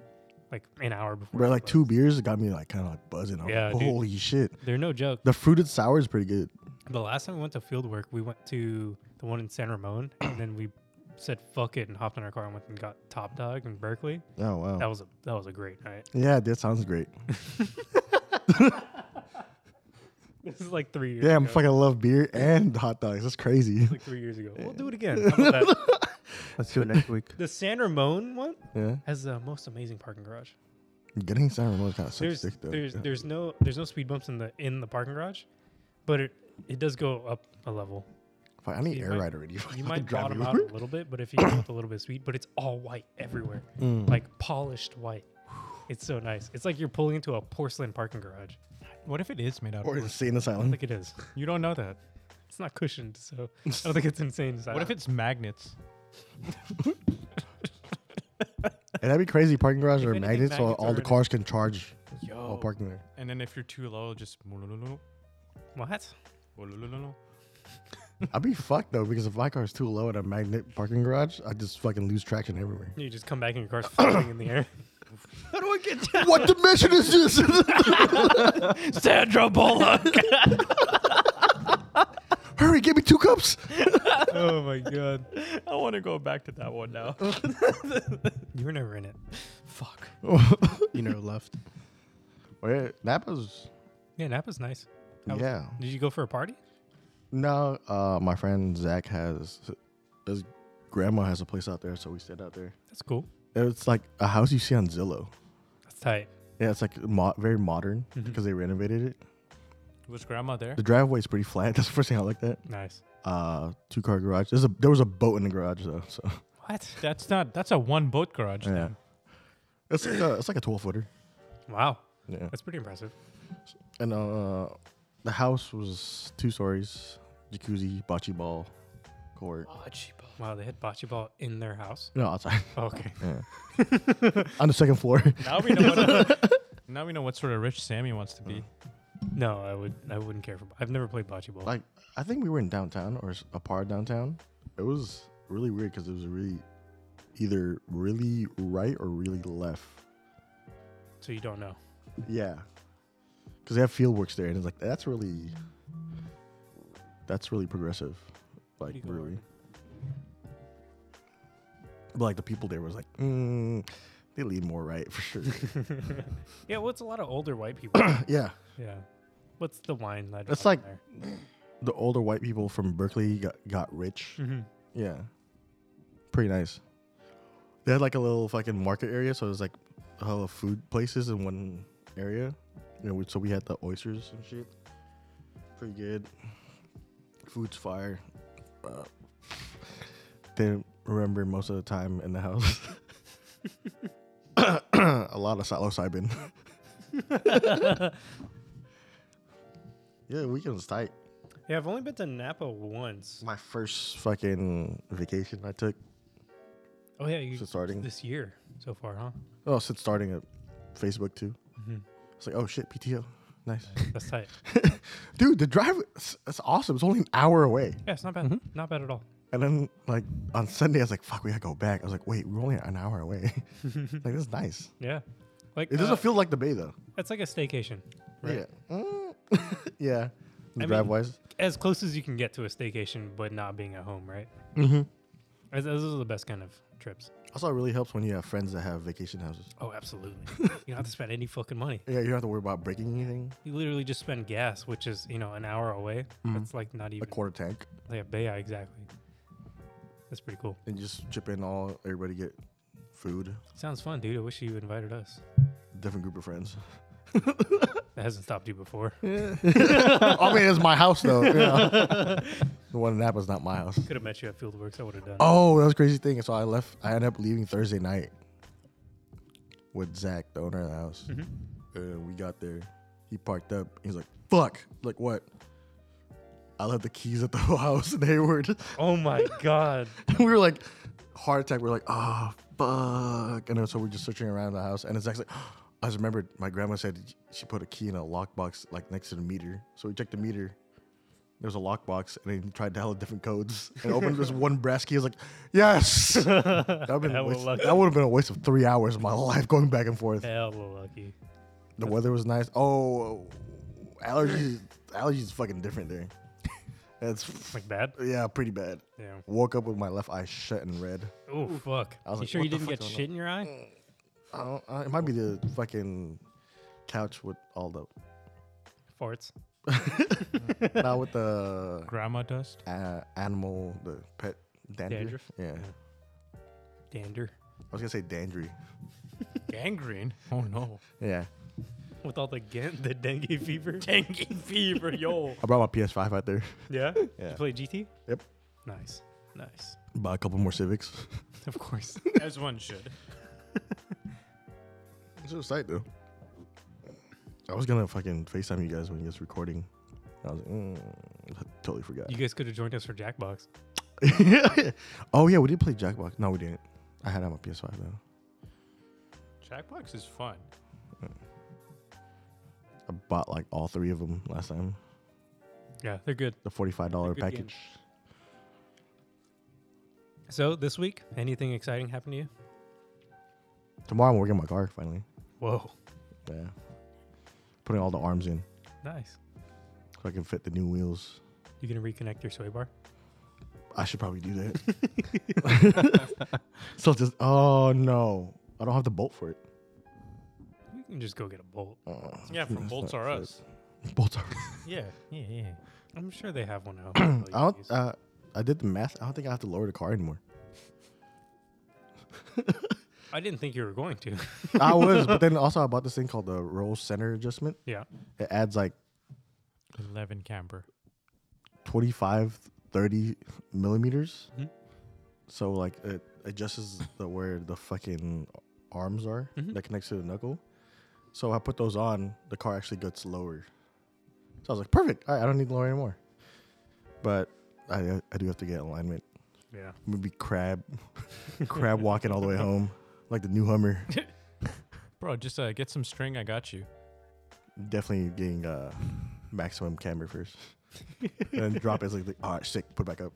like an hour before.
Bro,
it
like two
closed.
beers got me like kind of like buzzing. I'm
Yeah,
like,
dude.
holy shit.
They're no joke.
The fruited sour is pretty good.
The last time we went to field work, we went to the one in San Ramon, and then we said fuck it and hopped in our car and went and got Top Dog in Berkeley.
Oh wow.
That was a that was a great night. [laughs]
yeah, that sounds great.
This is like three years.
Damn,
ago.
fucking love beer and hot dogs. That's crazy. [laughs]
[laughs] like three years ago. We'll do it again. How about that?
[laughs] Let's do it next week.
[laughs] The San Ramon one
yeah.
has the most amazing parking garage.
Getting sour remote kind of sucks
there's
dick though.
there's
Yeah.
there's no there's no speed bumps in the in the parking garage, but it it does go up a
[laughs]
level.
Fuck, I need
you
air
might-
ride already. [laughs] Fuck,
You
I'm
might
driving
bottom out
over.
a little bit, but if you go up a little bit of speed, but it's all white everywhere, like polished white.
[sighs]
It's so nice. It's like you're pulling into a porcelain parking garage.
What if it is made out of
[laughs] Or
wood?
insane
I
Hmm.
asylum.
think it is. [laughs]
You don't know that.
It's not cushioned,
[laughs]
so I don't think it's insane.
What if it's magnets?
And that'd be crazy. Parking garage
If
or
anything,
magnets, so
magnets
all
are
the
in it.
cars can charge while
Yo.
parking there.
And then if you're too low, just.
what?
I'd be fucked though because if my car's too low at a magnet parking garage, I just fucking lose
[laughs]
traction everywhere.
You just come back and your car's floating
[coughs]
in the air. [laughs]
How do I get down?
what dimension is this?
[laughs]
[laughs]
Sandra Bullock. [laughs]
Hurry, give me two cups.
oh my god!
[laughs] I want to go back to that one now.
You were never in it.
Fuck.
You never left.
[laughs] Where Napa's?
Yeah, Napa's nice. How was it?
Yeah.
Did you go for a party?
No, uh, my friend Zach has his grandma has a place out there, so we stayed out there.
That's cool.
It's like a house you see on Zillow.
That's tight.
Yeah, it's like mo- very modern because they renovated it.
Was grandma there?
The driveway is pretty [laughs] flat. That's the first thing I looked at.
Nice.
Uh, two car garage. There's a there was a boat in the garage though, so [laughs]
What?
[laughs] That's not. That's a one boat garage.
yeah. It's like a, it's like a twelve footer.
Wow,
Yeah.
that's pretty impressive.
And uh, the house was two stories, jacuzzi, bocce ball, court.
Wow, they had bocce ball in their house.
No, outside.
Okay.
[laughs] Yeah. On the second floor.
Now we know. [laughs] What, now we know what sort of rich Sammy wants to be.
No, I would. I wouldn't care for. I've never played bocce ball.
Like I think we were in downtown or s- a part of downtown. It was really weird because it was really either really right or really left.
so you don't know.
Yeah. Because they have field works there, and it's like that's really that's really progressive,
do you
like
go
brewery. But like the people there was like, mm, they lean more right for [laughs] sure.
Yeah, well, it's a lot of older white [coughs] people.
yeah.
yeah. What's the wine? That
It's like- the older white people from Berkeley got, got rich.
hmm
Yeah. Pretty nice. They had like a little fucking market area, so it was like a hell of food places in one area. You know, we- so we had the oysters and shit. Pretty good. Food's fire. Uh, [laughs] didn't remember most of the time in the house. [laughs] a lot of psilocybin. [laughs] yeah, weekend was tight.
Yeah, I've only been to Napa once.
My first fucking vacation I took.
Oh yeah, you
Since starting?
this year so far, huh?
Oh, since starting at Facebook too.
Mhm.
It's like, oh shit, PTO. Nice.
That's tight.
[laughs] Dude, the drive, it's, it's awesome. It's only an hour away.
Yeah, it's not bad. Not bad at all.
And then, like, on Sunday, I was like, fuck, we gotta go back. I was like, wait, we're only an hour away. [laughs] like, this is nice.
Yeah, like
It
uh,
doesn't feel like the bay, though.
it's like a staycation, right?
Yeah. Mm. [laughs] yeah. The
I
drive
mean-
wise.
As close as you can get to a staycation, but not being at home, right?
Mm-hmm.
As- Those are the best kind of trips.
Also, it really helps when you have friends that have vacation houses.
Oh,
[laughs]
absolutely. you don't have to spend any fucking money.
Yeah, you don't have to worry about breaking anything.
You literally just spend gas, which is you know an hour away. That's like not
Mm-hmm. A
even.
quarter tank,
Yeah, but yeah, exactly. That's pretty cool.
and you just chip in all. Everybody get food.
Sounds fun, dude. I wish you invited us.
Different group of friends.
That hasn't stopped you before.
[laughs] I mean, it's my house though. you know. the one in Napa's not my house.
Could have met you at Fieldworks. I would have done. it.
Oh, that was a crazy thing. So I left. I ended up leaving Thursday night with Zach, the owner of the house. Uh, we got there. He parked up. He's like, "Fuck!" Like what? I left the keys at the [laughs] house in Hayward.
Oh my god.
[laughs] we were like, heart attack. We are like, oh fuck. And then so we're just searching around the house, and it's actually. [gasps] I just remembered my grandma said she put a key in a lockbox like next to the meter. So we checked the meter. There was a lockbox, and then he tried to dial different codes and opened this one brass key. I was like, yes. That would
Hella lucky.
have been a waste of three hours of my [laughs] life going back and forth.
Hell lucky.
The weather was nice. Oh, allergies! Allergies is fucking different there. [laughs] That's
Like bad.
yeah, pretty bad.
Yeah.
Woke up with my left eye shut and red.
Oh fuck. you
was like,
sure
what
you
the
didn't
fuck
get
going
shit in your eye?
I don't, uh, it might be the fucking couch with all the
Farts.
now
[laughs]
with the
Grandma dust.
uh, animal, the pet dandruff.
Dandruff?
Yeah,
Yeah.
I
Dander.
was gonna say dandry.
Gangrene. Oh no.
Yeah,
With all the gan- the [laughs] dengue fever.
Gangrene fever, yo.
I brought my PS5 out there.
[laughs] Yeah.
Yeah.
You play GT?
Yep.
Nice. Nice.
Bought a couple more Civics. [laughs]
Of course.
As one should.
It's a sight though. I was gonna fucking Facetime you guys when you was recording. I was like, mm, I totally forgot.
you guys could have joined us for Jackbox.
[laughs] oh yeah, we did play Jackbox. No, we didn't. I had it on my PS5 though.
Jackbox is fun.
I bought like all three of them last time.
Yeah, they're good.
The forty-five
They're
dollar
good
package.
games. So this week, anything exciting happened to you?
Tomorrow I'm working my car finally.
Whoa.
Yeah. Putting all the arms in
Nice.
so I can fit the new wheels.
You gonna reconnect your sway bar?
I should probably do that. so just oh no. I don't have the bolt for it.
We can just go get a bolt.
Uh,
Yeah, from
[laughs] that's
Bolts
not
R
fit.
Us.
Bolts are
Yeah, yeah, yeah.
I'm sure they have one
[clears throat]
Oh,
out. probably
I don't
used.
uh, I did the math. I don't think I have to lower the car anymore.
I didn't think you were going to. [laughs]
I was, but then also I bought this thing called the roll center adjustment.
yeah.
It adds like
11 camber.
25 30 millimeters
Mhm.
so like it adjusts the where the fucking arms are
Mhm.
that connects to the knuckle so i put those on the car actually gets lower so i was like perfect all right i don't need to lower anymore but i i do have to get alignment
Yeah.
i'm gonna be crab [laughs] crab walking all the way home like the new hummer
Bro, just uh, get some string. I got you.
definitely getting uh maximum camber first and then drop it it's like, like all right sick put it back up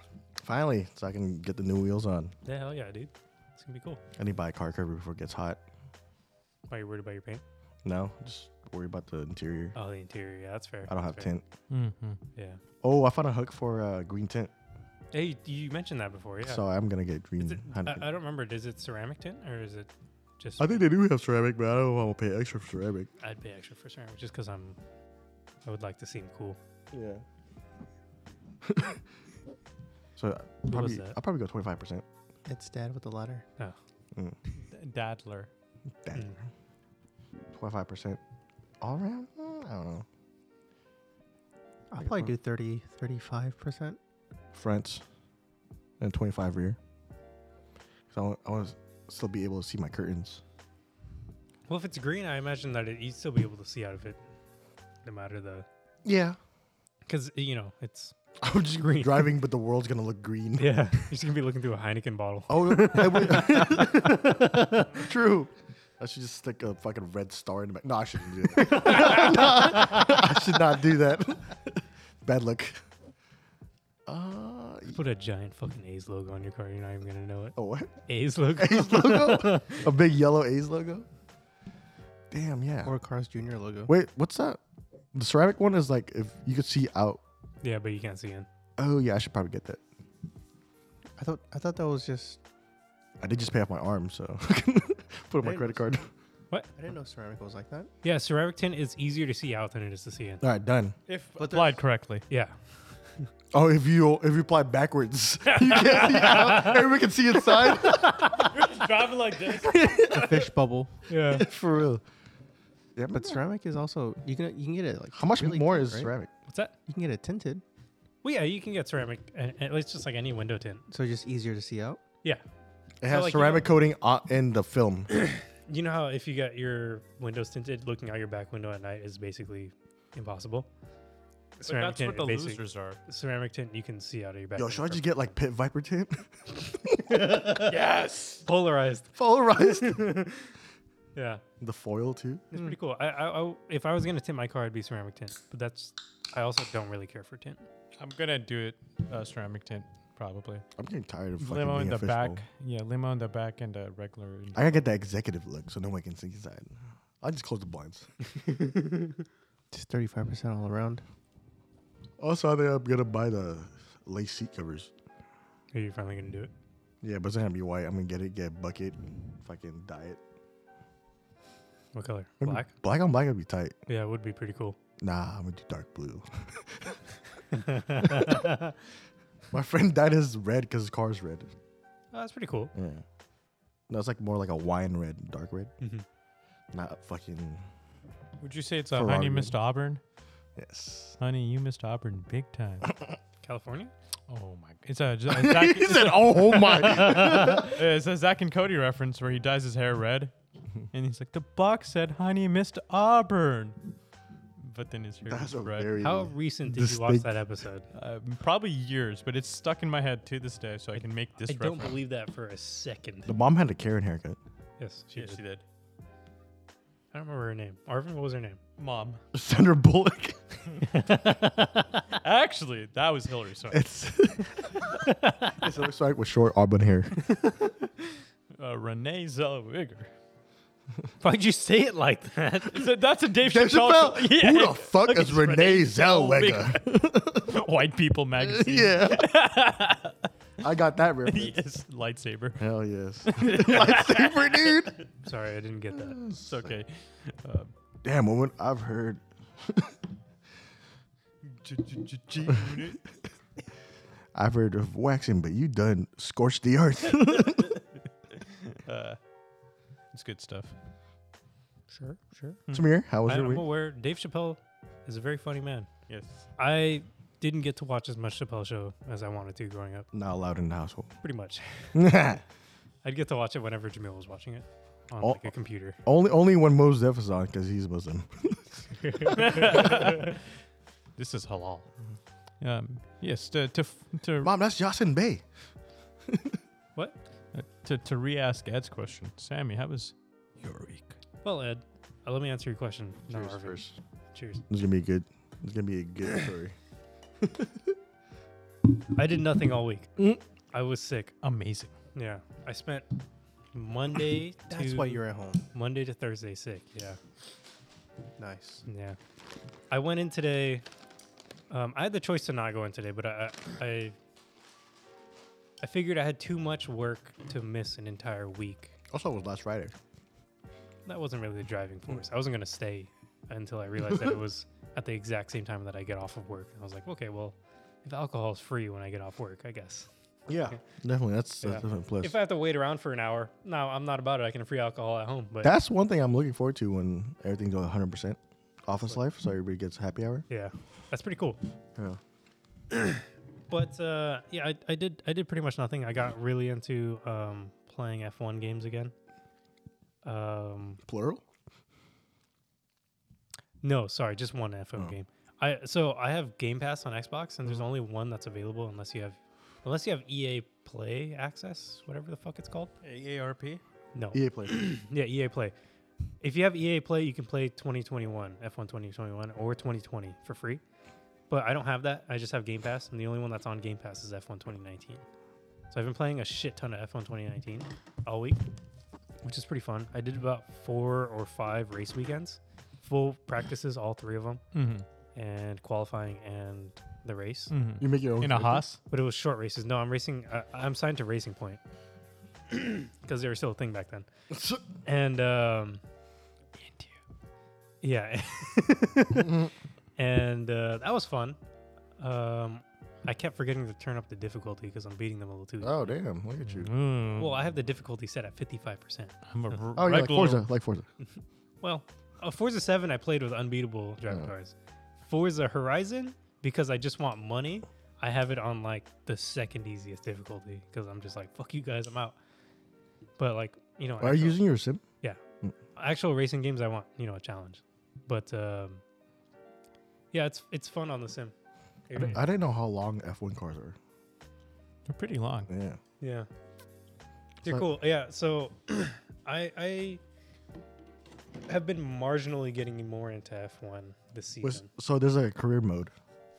[coughs] finally so i can get the new wheels on
Yeah, hell yeah, dude. It's gonna be cool.
i need to buy a car cover before it gets hot
Why you worried about your paint?
no just worry about the interior
Oh, the interior. Yeah, that's fair.
i don't have
That's fair.
tint
Mm-hmm.
Yeah.
oh i found a hook for uh green tint
Hey, you- you mentioned that before. Oh, Yeah.
so i'm gonna get green
Is it, uh, I, I
hundred-
don't remember. Is it ceramic tint or is it just?
I think they do have ceramic but i don't want to pay extra for ceramic
I'd pay extra for ceramic just because I'm. I would like to seem cool.
[laughs] yeah so
was
probably,
that?
i'll probably go 25 percent
It's dad with the ladder.
Dadler.
Mm.
25 percent all around Mm, i don't know
I'll
Like a
probably
phone.
do 30, 35%.
fronts and 25 rear. So I want to still be able to see my curtains.
Well, if it's green, I imagine that it, you'd still be able to see out of it, no matter the
Yeah.
because you know it's
[laughs] I'm just
Green.
driving, but the world's gonna look green.
yeah. [laughs] You're just gonna be looking through a Heineken bottle.
[laughs] Oh, I would- [laughs] true. I should just stick a fucking red star in the back. No, I shouldn't do [laughs] that. I should not do that. Bad luck. Uh,
Put a giant fucking A's logo on your car. You're not even gonna know it.
oh, what? [laughs]
A's logo.
A's [laughs] logo? a big yellow A's logo? Damn, yeah.
Or Cars Junior logo.
Wait, what's that? The ceramic one is like if you could see out.
yeah, but you can't see in.
Oh, yeah, I should probably get that.
I thought I thought that was just.
I did just pay off my arm, so [laughs] put up my
Hey,
credit card.
I didn't know ceramic was like that.
Yeah, ceramic tin is easier to see out than it is to see in.
All right, done.
If
But there's-
applied correctly.
Yeah,
Oh, if you if you apply backwards, [laughs] you can't see out. [laughs] Everyone can see
[laughs]
inside.
Driving like this.
A fish bubble.
[laughs] yeah.
[laughs] [laughs] For real. Yeah, but
[laughs] But ceramic is also you can you can get it like
how much
really
more
tint,
is
right?
ceramic?
What's that?
You can get it tinted,
Well, yeah, you can get ceramic. a- At least just like any window tint.
so just easier to see out.
Yeah,
It has
like, you
ceramic coating on, in the film.
you know how if you got your windows tinted, looking out your back window at night is basically impossible.
But that's what the
basic-
losers are.
ceramic tint you can see out of your back.
Yo,
window
should I
from-
just get like pit viper tint?
Yes.
polarized?
[laughs] Polarized.
Yeah,
the foil too.
it's pretty cool. I, I, I, if I was gonna tint my car, it'd be ceramic tint. But that's, I also don't really care for tint.
I'm gonna do it uh, ceramic tint probably.
I'm getting tired of fucking
Limo
being
in
a
the back.
fishbowl.
Yeah, limo in the back and uh, regular. in-
I gotta get that executive look so no one can see inside. I just close the blinds.
Just thirty five percent all around.
Also, I think I'm gonna buy the lace seat covers.
Are you finally gonna do it?
Yeah, but it's not gonna be white. I'm gonna get it, get a bucket, and fucking dye it.
What color?
Maybe
Black.
Black on black would be tight.
Yeah, it would be pretty cool.
Nah, I'm gonna do dark blue. My friend dyed his red because his car's red.
Oh, that's pretty cool.
Yeah. No, it's like more like a wine red, dark red,
Mm-hmm.
Mhm.
not fucking.
Would you say it's a
Ferrari
honey,
red.
missed Auburn?
Yes.
Honey, you missed Auburn big
[laughs]
time.
California.
oh my! It's a, it's a Zach,
he said, "Oh
[laughs]
my!"
it's a Zach and Cody reference where he dyes his hair
[laughs]
red, and he's like, "The buck said, honey, missed Auburn," but then his hair
That's
was
a
red.
very.
How recent did you watch
distinct-
that episode?
Uh, probably years, but it's stuck in my head to this day, so I can make this
I don't
reference.
believe that for a second.
the mom had a Karen haircut. [laughs]
Yes, she
Yes,
did.
she did.
I don't remember her name. Arvin, what was her name?
Mom. [laughs]
Sandra Bullock.
Actually, that was Hillary. Sorry.
It's. [laughs] it looks like with short auburn hair.
Uh, Renee Zellweger.
[laughs] Why'd you say it like that?
Is that- that's a Dave
Dave
Chappelle. [laughs]
Chappelle? Who the fuck
Look,
is
it's
Renee, Zellweger?
White People
[laughs]
magazine.
yeah. [laughs] I got that reference.
[laughs] yes, lightsaber. [laughs]
Hell yes. [laughs] Lightsaber, dude.
Sorry, I didn't get that.
It's okay. Uh,
Damn, woman, I've heard.
G- G- G- G
[laughs]
unit.
I've heard of waxing, but you done scorched the earth. [laughs]
Uh, it's good stuff.
Sure, sure.
Samir, how was
I,
your
am
week?
aware. Dave Chappelle is a very funny man.
Yes.
I didn't get to watch as much Chappelle show as I wanted to growing up.
Not allowed in the [laughs] household.
Pretty much, [laughs] I'd get to watch it whenever Jamil was watching it on
Oh.
like a
[laughs]
computer.
only, only when Mos Def is on, because he's Muslim.
This is halal. Um, yes, to to f- to
Mom, that's Yasin Bey.
What?
uh, to, to re-ask Ed's question. Sammy, how was your week?
Well, Ed, uh, let me answer your question. not Arvin. Cheers.
It's gonna be good. It's gonna be a good story.
I did nothing all week.
Mm.
I was sick.
Amazing.
Yeah, I spent Monday.
That's
to
why you're at home.
Monday to Thursday sick. Yeah.
Nice.
Yeah. I went in today. Um, I had the choice to not go in today, but I, I- I, I figured I had too much work to miss an entire week.
also, it was last Friday.
That wasn't really the driving force. I wasn't gonna stay until I realized that it was at the exact same time that I get off of work. And I was like, okay, well, if alcohol's free when I get off work, I guess.
Yeah, definitely. That's
Yeah.
that's definitely a plus.
If I have to wait around for an hour, no, I'm not about it. I can have free alcohol at home. But
that's one thing I'm looking forward to when everything goes 100 percent office life, so everybody gets happy hour.
yeah, that's pretty cool.
Yeah.
But uh, yeah, I, I did I did pretty much nothing. I got really into um, playing F1 games again. Um,
Plural.
no, sorry, just one F1
Oh.
game. I so I have Game Pass on Xbox, and there's only one that's available unless you have, unless you have EA Play access, whatever the fuck it's called.
AARP.
No,
EA Play. [clears throat]
yeah, EA Play. If you have EA Play, you can play 2021, F1 2021, or 2020 for free. But I don't have that. I just have Game Pass, and the only one that's on Game Pass is F1 2019. So I've been playing a shit ton of F1 2019 all week, which is pretty fun. I did about four or five race weekends, full practices, all three of them,
Mm-hmm.
and qualifying and the race.
You make your own.
In a
character?
Haas.
But it was short races. No, I'm racing. Uh, I'm signed to Racing Point [clears throat] because they were still a thing back then. And um, yeah, [laughs] and uh, that was fun. Um, I kept forgetting to turn up the difficulty because I'm beating them a little too.
Oh damn! Look
Mm-hmm.
at you.
Well, I have the difficulty set at 55. percent
[laughs] I'm a r-
Mm. Oh, yeah, like
regular-
Forza, like Forza.
Well, uh, Forza 7, I played with unbeatable driving
Yeah.
cars. Forza Horizon, because I just want money, I have it on like the second easiest difficulty because I'm just like, fuck you guys, I'm out. But like, you know,
Are
actual,
you using your sim?
actual racing games, I want, you know, a challenge. But um, yeah, it's it's fun on the sim.
I di- I didn't know how long F1 cars are.
They're pretty long.
Yeah.
Yeah. They're
So-
cool. Yeah. So [clears throat] I I have been marginally getting more into F1 this season.
Was- so there's like a career mode.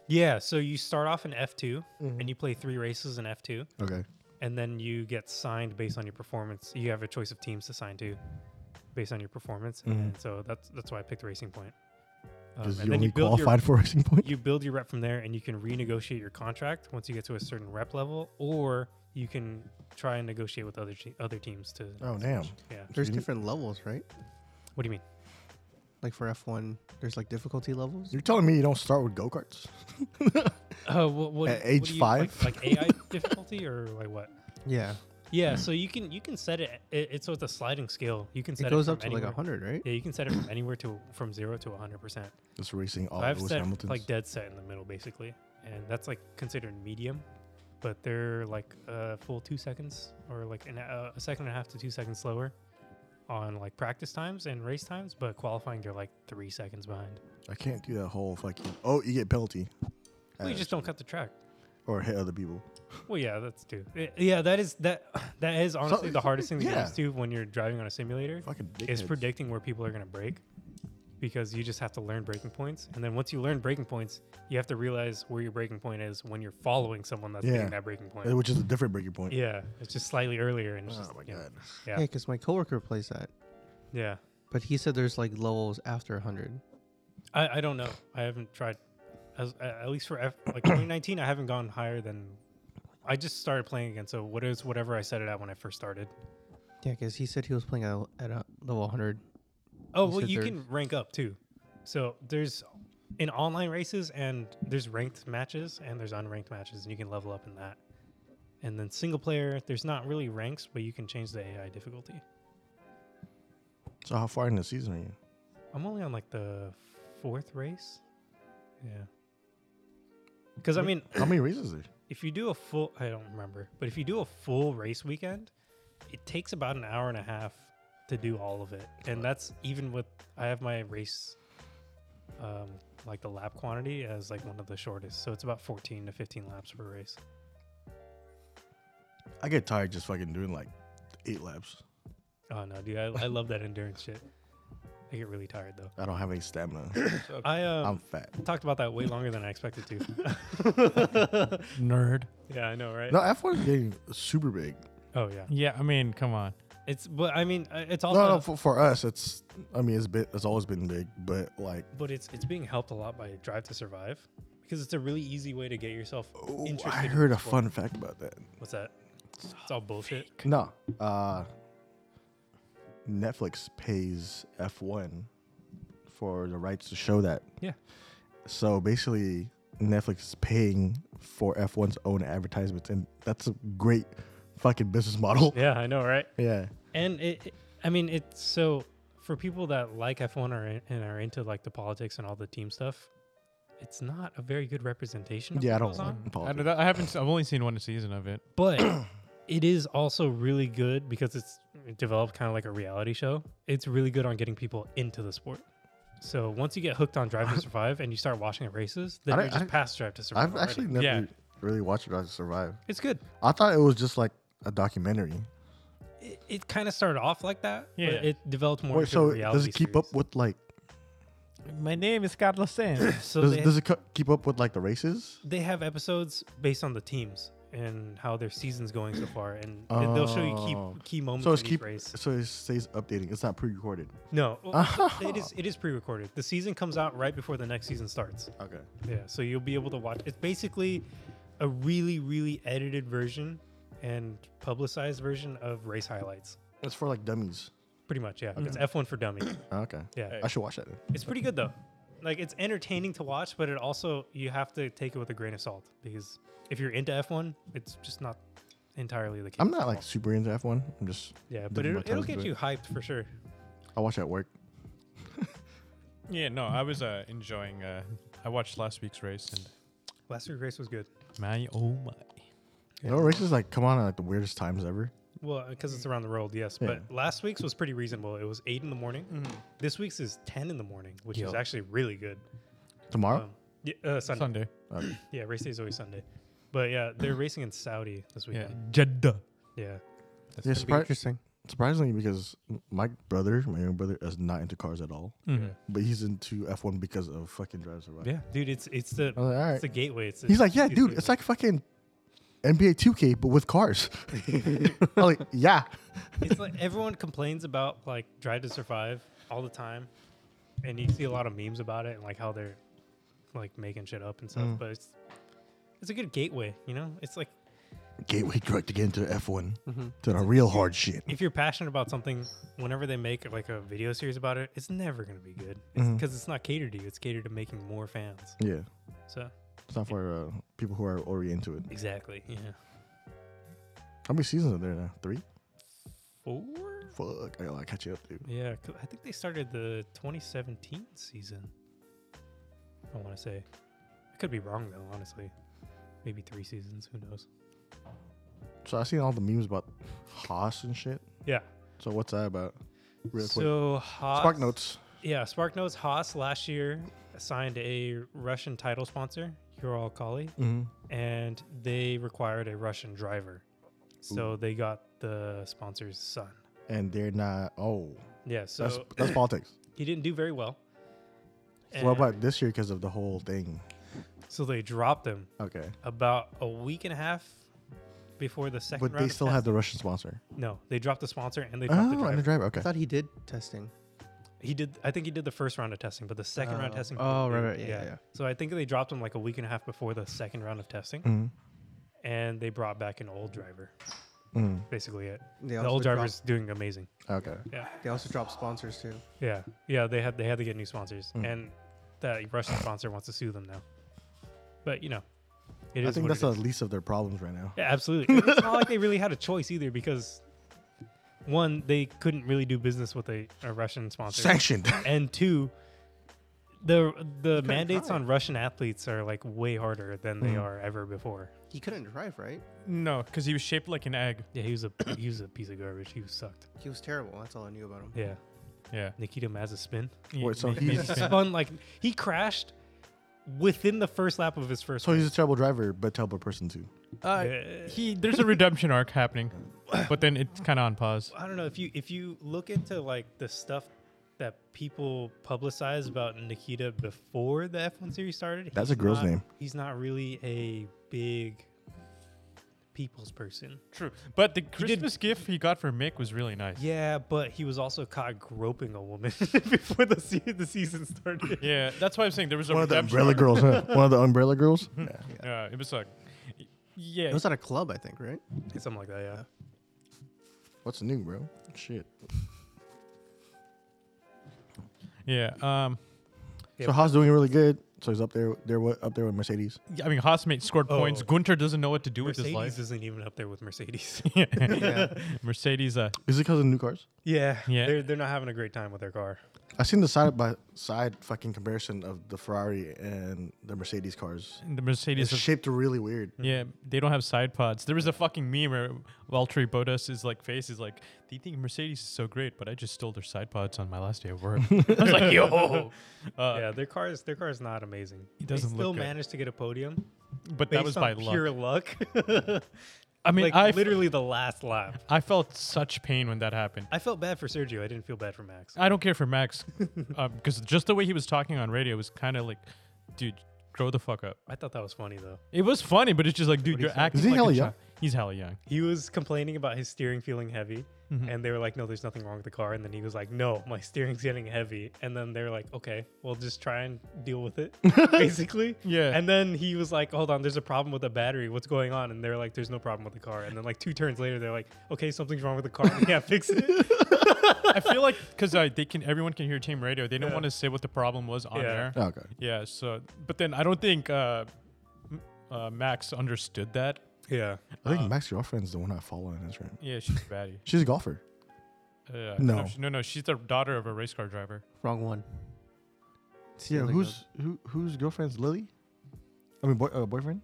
Yeah, so you start off in F2
Mm-hmm.
and you play three races in F2,
Okay.
and then you get signed based on your performance. You have a choice of teams to sign to based on your performance,
Mm-hmm.
and so that's that's why I picked Racing Point. Um,
Because
and
you
then
only
you build your
[laughs]
qualified [laughs] for Racing Point.
you build your rep from there, and you can renegotiate your contract once you get to a certain rep level, or you can try and negotiate with other che- other teams to.
Oh damn!
Yeah.
There's
you-
different levels, right?
What do you mean?
Like for F1, there's like difficulty levels.
You're telling me you don't start with go karts?
Uh, what, what,
At
what
age
do you- like-
five?
like
[laughs]
AI difficulty, or like what?
Yeah,
Yeah, so you can you can set it. it it's so it's a sliding scale. You can set
Mm. it
it,
goes
from
up to
anywhere.
like hundred, right?
Yeah, you can set it from anywhere to from zero to 100. percent
Just racing all
So I've
Lewis
set
Hamiltons.
like dead set in the middle basically, and that's like considered medium, but they're like a full two seconds or like an, uh, a second and a half to two seconds slower on like practice times and race times, but qualifying they're like three seconds behind.
I can't do that whole fucking. Oh, you get penalty.
Well, you
Uh,
just don't cut the track.
or hit other people.
Well, yeah, that's too. eh, Yeah, that is that. [sighs] That is honestly the hardest thing to get
yeah.
used to when you're driving on a simulator.
Fucking
is
dickheads.
predicting where people are going to break because you just have to learn breaking points. And then once you learn breaking points, you have to realize where your breaking point is when you're following someone that's
Yeah.
hitting that breaking point.
Uh, Which is a different breaking point.
yeah, it's just slightly earlier. And it's
Oh
just,
my
you know,
god.
Yeah.
Yeah, because my coworker plays that,
yeah.
but he said there's like levels after hundred.
I, I don't know. I haven't tried, as, a- at least for F, like [clears throat] 2019, I haven't gone higher than. I just started playing again, so what is whatever I set it at when I first started.
Yeah, because he said he was playing at, a- at a level hundred.
Oh
You
well,
said
you
there-
can rank up too. So there's in online races and there's ranked matches and there's unranked matches and you can level up in that. And then single player, there's not really ranks, but you can change the AI difficulty.
So how far in the season are you?
I'm only on like the fourth race. Yeah. Because I mean,
How many races is there?
if you do a full, I don't remember, but if you do a full race weekend, it takes about an hour and a half to do all of it, and that's even with I have my race, um, like the lap quantity as like one of the shortest, so it's about fourteen to fifteen laps per race.
I get tired just fucking doing like eight laps.
Oh no, dude, I, [laughs] I love that endurance shit. I get really tired though.
I don't have any [coughs] stamina.
I um,
I'm fat.
talked about that way longer than I expected to.
Nerd.
[laughs] yeah, I know, right?
No, F1 is getting super big.
Oh yeah,
Yeah, I mean, come on.
it's but I mean, uh, it's also
No, no, for, for us, it's. I mean, it's been, it's always been big, but like,
but it's it's being helped a lot by Drive to Survive because it's a really easy way to get yourself
ooh,
interested.
I
in
heard
the
a
sport.
fun fact about that.
What's that? It's all bullshit.
No, uh, Netflix pays F1 for the rights to show that.
Yeah.
So basically, Netflix is paying for F1's own advertisements, and that's a great fucking business model.
Yeah, I know, right?
[laughs] Yeah.
And it, it- I mean, it's so for people that like F1 or in- and are into like the politics and all the team stuff, it's not a very good representation. Of
Yeah, I
what
don't
goes on,
want
I,
politics.
don't- I haven't. s- I've only seen one season of it.
[clears throat]
but it is also really good because it's developed kind of like a reality show. It's really good on getting people into the sport. So once you get hooked on Drive to Survive and you start watching it races,
I
then you're
don't- I
just
don't-
past Drive to Survive.
I've
already.
actually never
Yeah.
really watched Drive to Survive.
it's good.
I thought it was just like a documentary.
It, it kind of started off like that.
Yeah.
But it developed more.
Wait,
into a
so it-
reality
does it keep up
series.
with like
My name is Carlos Sanz.
So
does,
they,
does it co- keep up with like the races?
they have episodes based on the teams and how their season's going so far, and it- they'll show you
Oh.
key key moments.
So
in
it's
each
keep [laughs]
race.
so it stays updating. It's not pre-recorded. [laughs]
No, it is it is pre-recorded. The season comes out right before the next season starts.
Okay.
Yeah, so you'll be able to watch. It's basically a really, really edited version and publicized version of race highlights.
It's for like dummies.
Pretty much, yeah.
Mm.
It's F1 for dummies.
Oh, Okay.
Yeah,
Hey.
I should watch that. Then.
it's pretty good though. Like it's entertaining to watch, but it also you have to take it with a grain of salt because if you're into F1, it's just not entirely the case.
I'm not like super into F1. I'm just
yeah, but
dipping
it,
my
it'll
toes into
get
it.
you hyped for sure.
I watch at work.
[laughs] yeah, no, I was uh, enjoying. Uh, I watched last week's race and
Last week's race was good.
my oh my.
You know, races like come on at like the weirdest times ever.
Well, because it's around the world, yes. But last week's was pretty reasonable. It was eight in the morning.
Mm-hmm.
This week's is ten in the morning, which is
Yup.
actually really good.
Tomorrow.
Um, yeah, uh, Sunday.
Sunday.
Okay.
Yeah, race day is always Sunday. But yeah, they're racing in Saudi this
Yeah,
weekend.
Jeddah.
Yeah.
Yeah,
It'd be
surpri-
interesting.
surprisingly, because my brother, my younger brother, is not into cars at all,
Mm-hmm.
but he's into F1 because of fucking Drive to Survive.
Yeah.
dude, it's it's the
I was like, all
it's
right.
the gateway. It's the-
He's like, yeah,
these
dude,
people."
it's like fucking NBA 2K, but with cars. [laughs] I'm like, yeah.
[laughs] it's like everyone complains about like Drive to Survive all the time, and you see a lot of memes about it and like how they're like making shit up and stuff.
Mm.
But it's it's a good gateway, you know. It's like
Gateway drug to get into F1 to the real hard shit.
if you're passionate about something, whenever they make like a video series about it, it's never gonna be good because
Mm-hmm.
it's not catered to you. It's catered to making more fans.
Yeah,
So
it's not for uh, people who are already into it.
exactly, yeah.
How many seasons are there now? Three.
Four.
Fuck, I gotta catch you up, dude.
Yeah, 'cause I think they started the 2017 season. I want to say. I could be wrong though, honestly. Maybe three seasons. Who knows?
So I seen all the memes about Haas and shit.
Yeah.
So what's that about? Real quick.
so Haas,
Spark notes.
Yeah, Spark Notes Haas last year signed a Russian title sponsor, Ural Kali,
Mm-hmm.
and they required a Russian driver. So they got the sponsor's son.
And they're not. Oh,
Yeah. So
that's
[clears throat]
that's politics.
he didn't do very well.
What
And
about this year because of the whole thing?
So they dropped him
Okay,
about a week and a half before the second
but
round.
they
of
still have
testing.
the Russian sponsor.
No, they dropped the sponsor and they dropped the
Oh, and
driver.
the driver. Okay.
I thought he did testing.
he did. I think he did the first round of testing, but the second round of
Oh.
testing.
Oh,
they-
right, right, yeah, yeah.
So I think they dropped him like a week and a half before the second round of testing,
Mhm.
and they brought back an old driver.
Mm.
Basically, it.
They
the
also
old
dropped-
driver's doing amazing.
Okay.
Yeah,
They also drop sponsors too.
yeah, yeah. They had they had to get new sponsors, and that Russian sponsor wants to sue them now. But you know, it is.
I think
what
that's
it
the
is.
least of their problems right now.
Yeah, absolutely. And it's not like they really had a choice either because one, they couldn't really do business with a, a Russian sponsor. [laughs]
Sanctioned.
And two, the the mandates
try.
on Russian athletes are like way harder than they
Mhm.
are ever before.
He couldn't drive, right?
No, because he was shaped like an egg.
Yeah, he was a he was a piece of garbage. He was sucked.
He was terrible. That's all I knew about him.
Yeah.
Yeah.
Nikita Mazepin
Wait, so
Yeah,
he's-
he's-
spun like he crashed within the first lap of his first.
So he's a terrible driver, but terrible person too.
Uh,
Yeah.
he there's a redemption arc happening, but then it's kind of on pause.
I don't know if you if you look into like the stuff that people publicize about Nikita before the F1 series started.
That's
he's
a girl's
not-
name.
He's not really a big people's person.
True, but the
did-
Christmas gift he got for Mick was really nice.
Yeah, but he was also caught groping a woman [laughs] before the se- the season
[laughs]
started.
Yeah, that's why I'm saying there was a
One of the
redemption
umbrella
arc.
girls,
[laughs]
huh? One of the umbrella girls.
Mm-hmm.
Yeah.
Yeah, it was like, yeah,
It was at a club, I
[laughs]
think, right?
Something like that. Yeah.
What's new, bro? Shit.
yeah. Um,
Yeah.
So Haas doing really good. So he's up there. They're what up there with Mercedes.
I mean, Haasmate scored points.
Oh.
Gunter doesn't know what to do
Mercedes
with his
isn't even up there
[laughs]
with Mercedes.
life.
Yeah.
Mercedes, uh,
Is it because of new cars?
yeah.
Yeah.
They're they're not having a great time with their car.
I seen the side by side fucking comparison of the Ferrari and the Mercedes cars.
And the
It's
Mercedes. is-
shaped really weird.
yeah, they don't have side pods. There was a fucking meme where Valtteri Bottas' like face is like, "They think Mercedes is so great, but I just stole their side pods on my last day of work." [laughs] I was like, "Yo." [laughs] Uh,
[laughs] yeah, their car is their car is not amazing.
It doesn't
they
look
still
good.
managed to get a podium.
But
Based
that was
on
by
pure
luck.
luck.
I mean,
like
I f-
literally the last lap.
I felt such pain when that happened.
I felt bad for Sergio. I didn't feel bad for Max.
I don't care for
[laughs]
Max because just the way he was talking on radio was kind of like, dude, grow the fuck up.
I thought that was funny though.
It was funny, but it's just like, dude, you're acting.
Is he
like
hella
a
young?
chi- He's hella
[laughs]
young.
He was complaining about his steering feeling heavy, and they were like, "No, there's nothing wrong with the car." And then he was like, "No, my [laughs] steering's getting heavy." And then they're like, "Okay, well, just try and deal with it, basically."
Yeah.
And then he was like, "Hold on, there's a problem with the battery. What's going on?" And they're like, "There's no problem with the car." And then like two turns later, they're like, "Okay, something's wrong with the car. We can't fix it."
I feel like because uh, they can, everyone can hear team radio. They don't
Yeah.
want to say what the problem was on
Yeah.
there.
Oh, okay.
Yeah. So, but then I don't think uh, m- uh, Max understood that.
yeah.
I think Max girlfriend's the one I follow on Instagram.
Yeah, she's a baddie.
She's a golfer.
Uh,
No.
she- no, no. She's the daughter of a race car driver.
Wrong one. It's the
Yeah,
other
who's who? Whose girlfriend's Lily? I mean, boy, uh, boyfriend.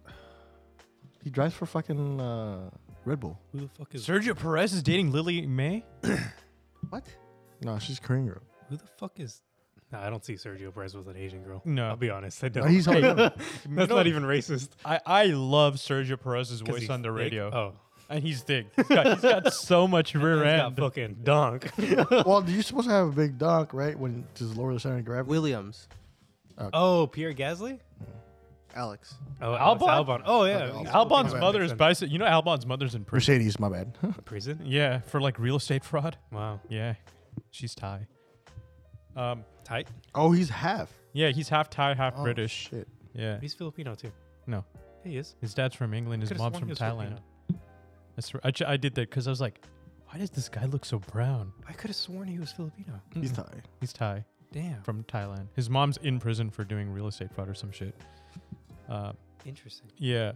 He drives for fucking uh, Red Bull.
Who the fuck is
Sergio Perez is dating Lily May.
What? No, she's Korean girl.
who the fuck is? Nah, I don't see Sergio Perez with an Asian girl.
No.
I'll be honest, I
No,
don't.
he's
[laughs]
hella young.
You
That's
know,
not even racist.
I, I love Sergio Perez's
'Cause
voice
he's
on the
thick.
radio.
Oh,
And he's thick. He's got, he's
[laughs]
got so much rear
He's got
end.
fucking dunk.
[laughs] well, you're supposed to have a big dunk, right? When just lower the center and grab.
Williams.
[laughs] oh, Pierre Gasly?
Alex.
Oh,
Albon?
Albon. Oh, yeah.
Okay,
he's-
Albon's
okay, that
mother
makes
is
sense.
bicep. You know Albon's mother's in prison.
Mercedes, my bad. [laughs]
Prison?
Yeah, for like real estate fraud.
Wow.
Yeah, she's Thai. Um,
Tight.
oh, he's half
yeah, he's half Thai, half
Oh,
British.
Shit.
Yeah,
He's Filipino, too.
No.
He is.
his dad's from England. His
Could've
mom's
sworn
from
he was
Thailand.
Filipino.
I, swear, I, ch- I did that because I was like, why does this guy look so brown?
I could have sworn he was Filipino.
He's
Mm-mm.
Thai.
He's Thai
Damn.
from Thailand. His mom's in prison for doing real estate fraud or some shit. Uh,
[laughs] Interesting.
yeah.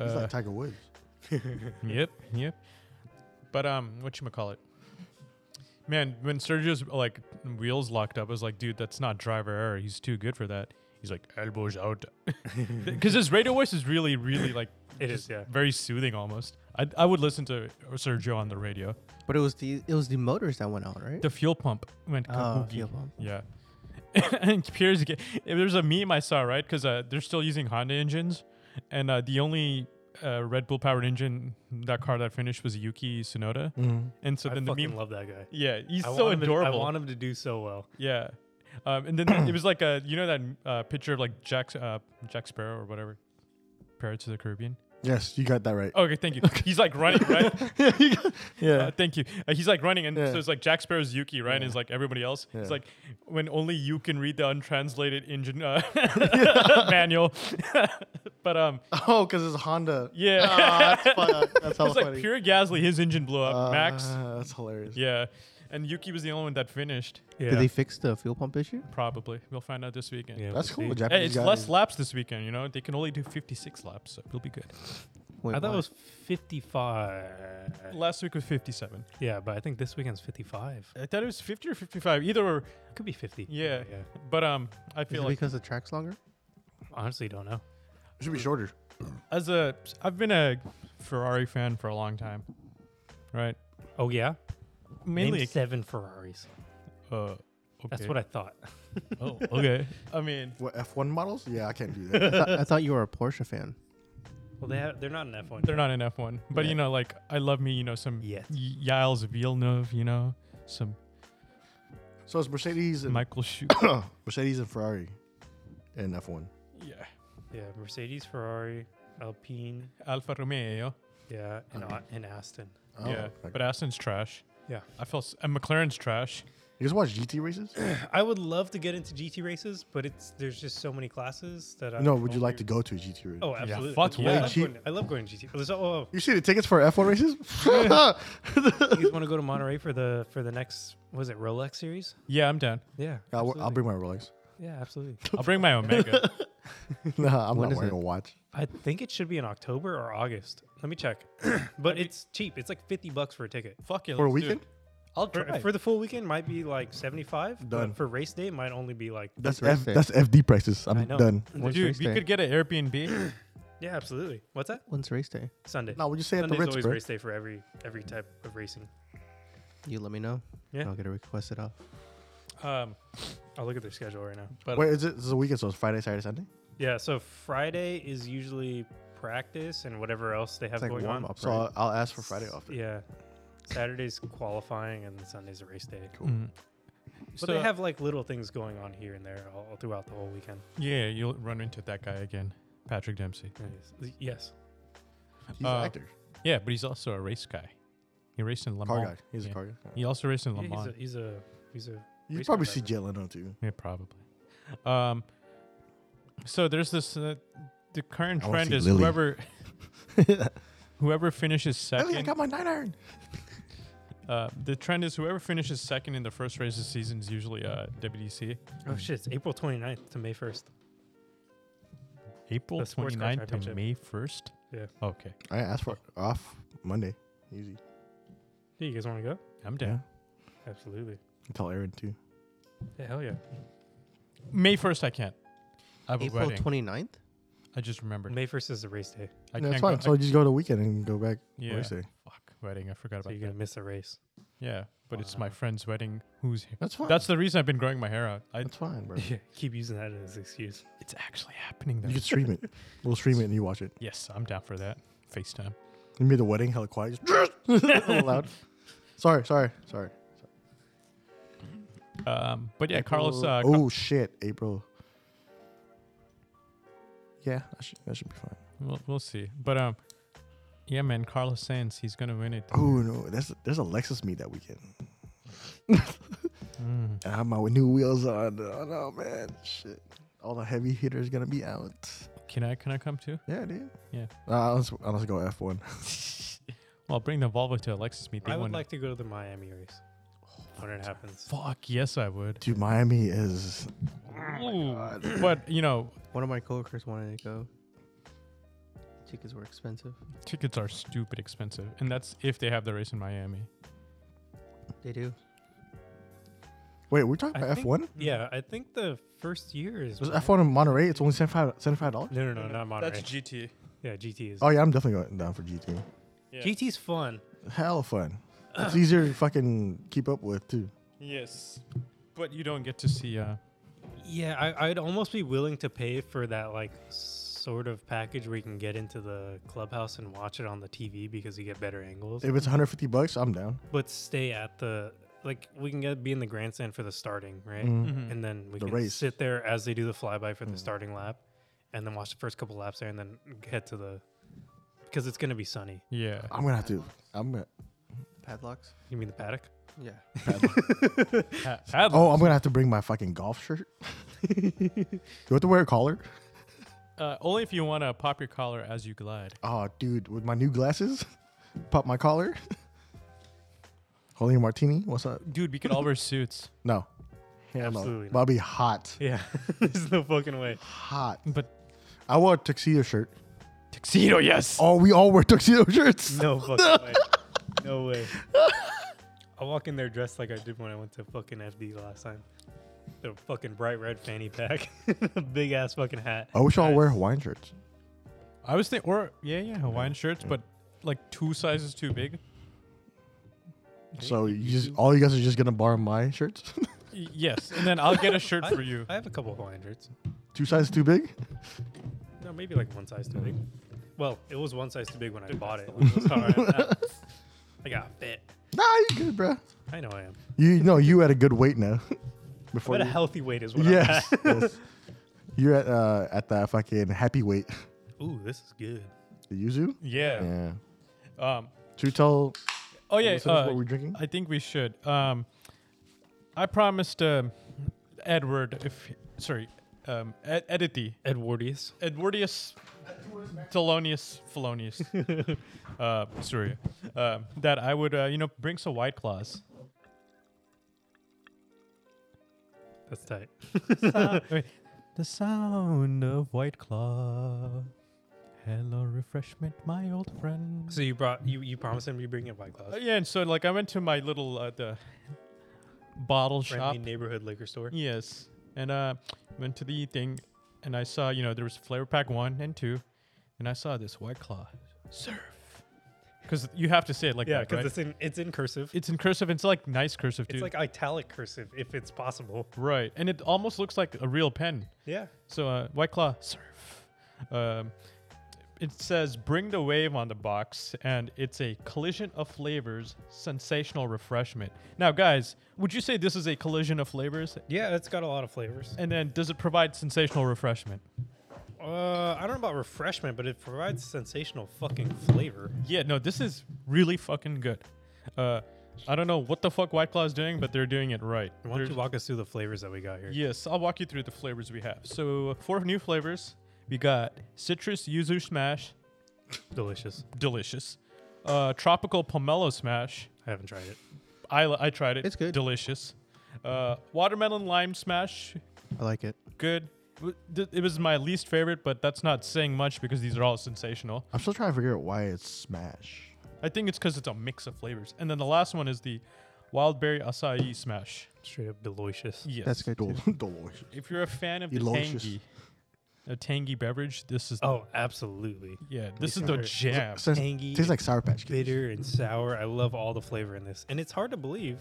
He's
Uh,
like Tiger Woods.
Mm-hmm.
yep, yep. But um, what you call it? Man, when Sergio's like wheels locked up, I was like, dude, that's not driver error. He's too good for that. He's like elbows out, [laughs] because his radio voice is really, really like
It is, yeah.
very soothing almost. I, I would listen to Sergio on the radio.
But it was the it was the motors that went out, right?
The fuel pump went.
oh,
kabuki.
fuel pump.
Yeah. [laughs] and Pierre's get, there's a meme I saw right because uh, they're still using Honda engines, and uh, the only uh, Red Bull powered engine that car that finished was Yuki Tsunoda,
Mm-hmm.
and so
I
then the
fucking
meme.
love that guy.
Yeah, he's
I
so
want him to-
adorable.
I want him to do so well.
yeah. Um,
[clears throat]
and then it was like a you know that uh, picture of like Jack uh, Jack Sparrow or whatever, Pirates of the Caribbean.
Yes, you got that right.
Okay, thank you. He's like running,
[laughs]
right?
yeah.
Uh, thank you. Uh, he's like running, and
Yeah.
so it's like Jack Sparrow's Yuki, right? And it's like everybody else.
Yeah.
It's like when only you can read the untranslated engine
[laughs]
uh, [laughs] manual. [laughs] but um,
Oh, because it's Honda.
yeah,
Ah,
[laughs]
that's fun. That's hella
it's like
funny.
pure Gasly. His engine blew up. Max,
Uh.
Ah, That's hilarious.
yeah, and Yuki was the only one that finished.
Yeah.
Did they fix the fuel pump issue?
Probably, we'll find out this weekend.
Yeah,
That's
we'll
cool.
see.
The
Hey,
Japanese
it's
guy
less
is-
laps this weekend, you know. They can only do 56 laps, so it'll be good.
Wait,
I thought
what?
it was 55.
Last week was 57.
Yeah, but I think this weekend's 55.
I thought it was 50 or 55, either or.
Could be 50.
Yeah. But um, I
Is
feel
it
like
because the
[laughs]
track's longer.
Honestly, don't know.
should be shorter.
as a I've been a Ferrari fan for a long time, right?
Oh, yeah?
Mainly,
Name seven Ferraris.
uh, okay.
That's what I thought.
[laughs] Oh, okay. I mean,
What F1 models? Yeah, I can't
[laughs]
do that.
I thought- I thought you were a Porsche fan.
Well, they have, they're not an F1.
they're not an F1, but
Yeah.
you know, like I love me, you know, some
Yet.
Y- Giles Villeneuve, you know, some
so it's Mercedes and
Michael Schu.
[coughs] Mercedes and Ferrari, and F1.
yeah,
Yeah, Mercedes, Ferrari, Alpine,
Alfa Romeo.
yeah, and, A- and Aston. [clears throat]
Oh,
yeah,
fuck.
but Aston's trash.
Yeah.
I felt s- and McLaren's trash.
you guys watch GT races?
I would love to get into GT races, but it's there's just so many classes that I
no. Would you like to go to a GT race?
Oh, absolutely.
fuck
Like, I
yeah.
love
Cheap.
going- I love going to GT. There's- Oh,
You see the tickets for F1
[laughs]
races? [laughs]
oh, you guys want to go to Monterey for the for the next was it Rolex series?
Yeah, I'm down.
Yeah,
I'll, I'll
absolutely.
bring my Rolex. [laughs]
Yeah, absolutely.
I'll bring my Omega.
nah, I'm
When
not
is
wearing
it?
a watch.
I think it should be in October [clears throat] or August. Let me check. but it's cheap. It's like fifty bucks for a ticket.
[laughs] Fuck it.
For a
let's do it.
weekend?
I'll
For,
try.
for the full weekend might be like 75
Done.
but for race day it might only be like
That's
What's
F,
the
that's FD prices.
I
I'm
know.
done.
When's
Dude,
race
you
day?
could get an
[clears throat]
Airbnb.
yeah absolutely what's that
When's race day?
sunday
No, would you say at the
sunday's
Ritz,
always
bro?
race day for every every type of racing
You let me know.
Yeah.
I'll get a request it off.
um,
i'll look at their schedule right now
but
Wait, is it? It's a weekend, so it's Friday, Saturday, Sunday.
yeah so friday is usually practice and whatever else they have
It's like
going
warm
on
up.
So I'll, I'll ask for Friday off. then.
yeah saturday's qualifying and sunday's a race day
Cool.
mm.
but they have like little things going on here and there all, all throughout the whole weekend
yeah, you'll run into that guy again, Patrick Dempsey.
Anyways, yes
He's
Uh,
an actor.
Yeah, but he's also a race guy. He raced in Le
Car
Mans.
guy. He's
yeah.
a car guy.
He also raced in Le
Yeah,
Mans.
he's a he's a he's a
You
race
probably
car
see
driver.
Jay Leno too.
[laughs] yeah, probably. Um, so there's this. Uh, the current
I wanna
trend
see
is
Lily.
whoever whoever finishes
Ellie, I
second.
got my nine iron.
Uh, the trend is whoever finishes second in the first race of the season is usually uh, WDC.
Oh shit! It's April 29th to May 1st.
April
The sports car
29th to
championship.
May 1st.
Yeah.
Okay.
I asked for off Monday. Easy.
Hey, you guys want to go?
I'm down.
Absolutely.
Yeah. Tell Aaron too.
Yeah, hell yeah.
May 1st, I can't. I have a
April
wedding.
29th?
I just remembered.
May 1st is the race day,
I can't
that's fine.
go.
so
I-
you just go to the weekend and go back
yeah.
Wednesday.
Fuck, wedding. I forgot about
so you're
that.
gonna miss a race.
Yeah, but it's my
Wow.
friend's wedding. Who's here?
That's fine.
That's the reason I've been growing my hair out. I,
that's
[laughs]
fine, [laughs] bro.
Yeah, [laughs] keep using that as an excuse.
it's actually happening. Though.
You can stream it. We'll stream it and you watch it.
Yes, I'm down for that. FaceTime.
You made the wedding hella quiet.
[laughs]
Just [laughs] hella loud. Sorry, sorry, sorry.
Um, but yeah, Carlos. Uh,
oh
Car-
shit, April. Yeah, that should, that should be fine.
we'll, we'll see. But um, yeah, man, Carlos Sainz. He's gonna win it.
Oh no, that's there's a Lexus meet that weekend.
Mm.
And I have my new wheels on. Oh no, man, shit. All the heavy hitters gonna be out.
Can I? Can I come too?
Yeah, dude.
Yeah.
Uh, let's, let's go F one.
Well, I'll bring the Volvo to Alexis meet. They
I would
won it.
like to go to the Miami race when it happens.
Fuck yes, I would.
Dude, Miami is. uh,
Ooh, but you know,
One of my coworkers wanted to go. Tickets were expensive.
tickets are stupid expensive, and that's if they have the race in Miami.
They do.
Wait, we're talking
I
about F
think-
one.
Yeah, I think the first year is.
Was
Miami.
F one in Monterey? It's only 75 dollars.
No, no, no, not Monterey.
GT.
yeah, GT is.
Oh yeah, I'm definitely going down for GT.
yeah.
GT's fun.
Hell fun. It's easier to fucking keep up with too.
Yes, but you don't get to see. Uh,
Yeah, I, I'd almost be willing to pay for that like sort of package where you can get into the clubhouse and watch it on the TV because you get better angles.
If it's 150 bucks, I'm down.
but stay at the like we can get be in the grandstand for the starting right and then we
Mm-hmm. The
can
race. Mm-hmm.
sit there as they do the flyby for the starting lap and then watch the first couple laps there and then head to the because it's going to be sunny
yeah. [laughs]
I'm gonna have to. I'm gonna.
Padlocks?
you mean the paddock
Yeah.
Pa- paddle.
Oh, I'm gonna have to bring my fucking golf shirt. [laughs] Do I have to wear a collar?
Uh, only if you want to pop your collar as you glide.
Oh, dude, with my new glasses, [laughs] pop my collar. [laughs] Holding a martini. What's up?
Dude, we could [laughs] all wear suits.
No. Hell
Absolutely
no. But I'll be hot.
[laughs] yeah [laughs] there's no fucking way
Hot.
But
I wore a tuxedo shirt.
tuxedo, yes.
Oh, we all wear [laughs] tuxedo shirts.
[laughs] no fucking way no way i walk in there dressed like i did when i went to fucking fd last time the fucking bright red fanny pack [laughs] big ass fucking hat
I wish I'll wear Hawaiian shirts.
I was thinking, or yeah, yeah, Hawaiian shirts, but like two sizes too big.
So you just all you guys are just gonna borrow my shirts? [laughs]
Y- yes, and then I'll get a [laughs] shirt for you.
i have a couple of hawaiian shirts
Two sizes too big?
No, maybe like one size too big. Well, it was one size too big when I bought it. It's
[laughs]
all right now. I got fit.
Nah, you good, bro.
I know I am.
You know you at a good weight now. [laughs]
I'm
Before
at a
you-
healthy weight is what
yes,
I'm
yes. You're at uh at that fucking happy weight.
at. [laughs] Ooh, this is good.
The yuzu.
Yeah.
Yeah.
Um.
To tell
Oh yeah.
listeners
uh,
what we're drinking.
I think we should. Um, I promised um, Edward, if sorry, um, Ed- Edity,
Edwardius.
Edwardius, Thelonious, Felonious, [laughs] uh, sorry, um, that I would, uh, you know, bring some white claws.
That's tight.
[laughs] Wait. The sound of white claw. Hello, fresh mint, my old friend.
So you brought you you promised him you bring a white claw.
Uh, yeah, and so like I went to my little uh, the bottle shop.
Friendly neighborhood liquor store.
Yes, and uh, went to the thing, and I saw you know there was flavor pack one and two, and I saw this white claw serve, because you have to say it like
yeah,
that,
because
right?
it's in it's in cursive.
It's in cursive. It's like nice cursive too.
It's like italic cursive if it's possible.
right, and it almost looks like a real pen.
Yeah.
So uh, White Claw Surf. Um, it says bring the wave on the box, and it's a collision of flavors, sensational refreshment. Now, guys, would you say this is a collision of flavors?
Yeah, it's got a lot of flavors.
And then, does it provide sensational refreshment?
Uh, I don't know about refreshment, but it provides sensational fucking flavor.
Yeah, no, this is really fucking good. Uh, I don't know what the fuck White Claw is doing, but they're doing it right.
Why
There's-
don't you walk us through the flavors that we got here?
Yes, I'll walk you through the flavors we have. So, four new flavors. We got citrus yuzu smash,
Delicious.
delicious. Uh, tropical pomelo smash.
I haven't tried it.
I, I tried it.
It's good.
Delicious. Uh, watermelon lime smash.
I like it.
Good. W- th- It was my least favorite, but that's not saying much because these are all sensational.
I'm still trying to figure out why it's smash.
I think it's because it's a mix of flavors. And then the last one is the wild berry acai smash.
Straight up delicious.
Yes.
That's good.
Del-
[laughs]
Too.
delicious.
If you're a fan of the
Delicious.
tangy, a tangy beverage, this is
Oh, absolutely.
yeah, this is
it's
the
not very-
jam.
Says-
Tangy,
Tastes like sour patch kids.
bitter and sour. I love all the flavor in this, and it's hard to believe.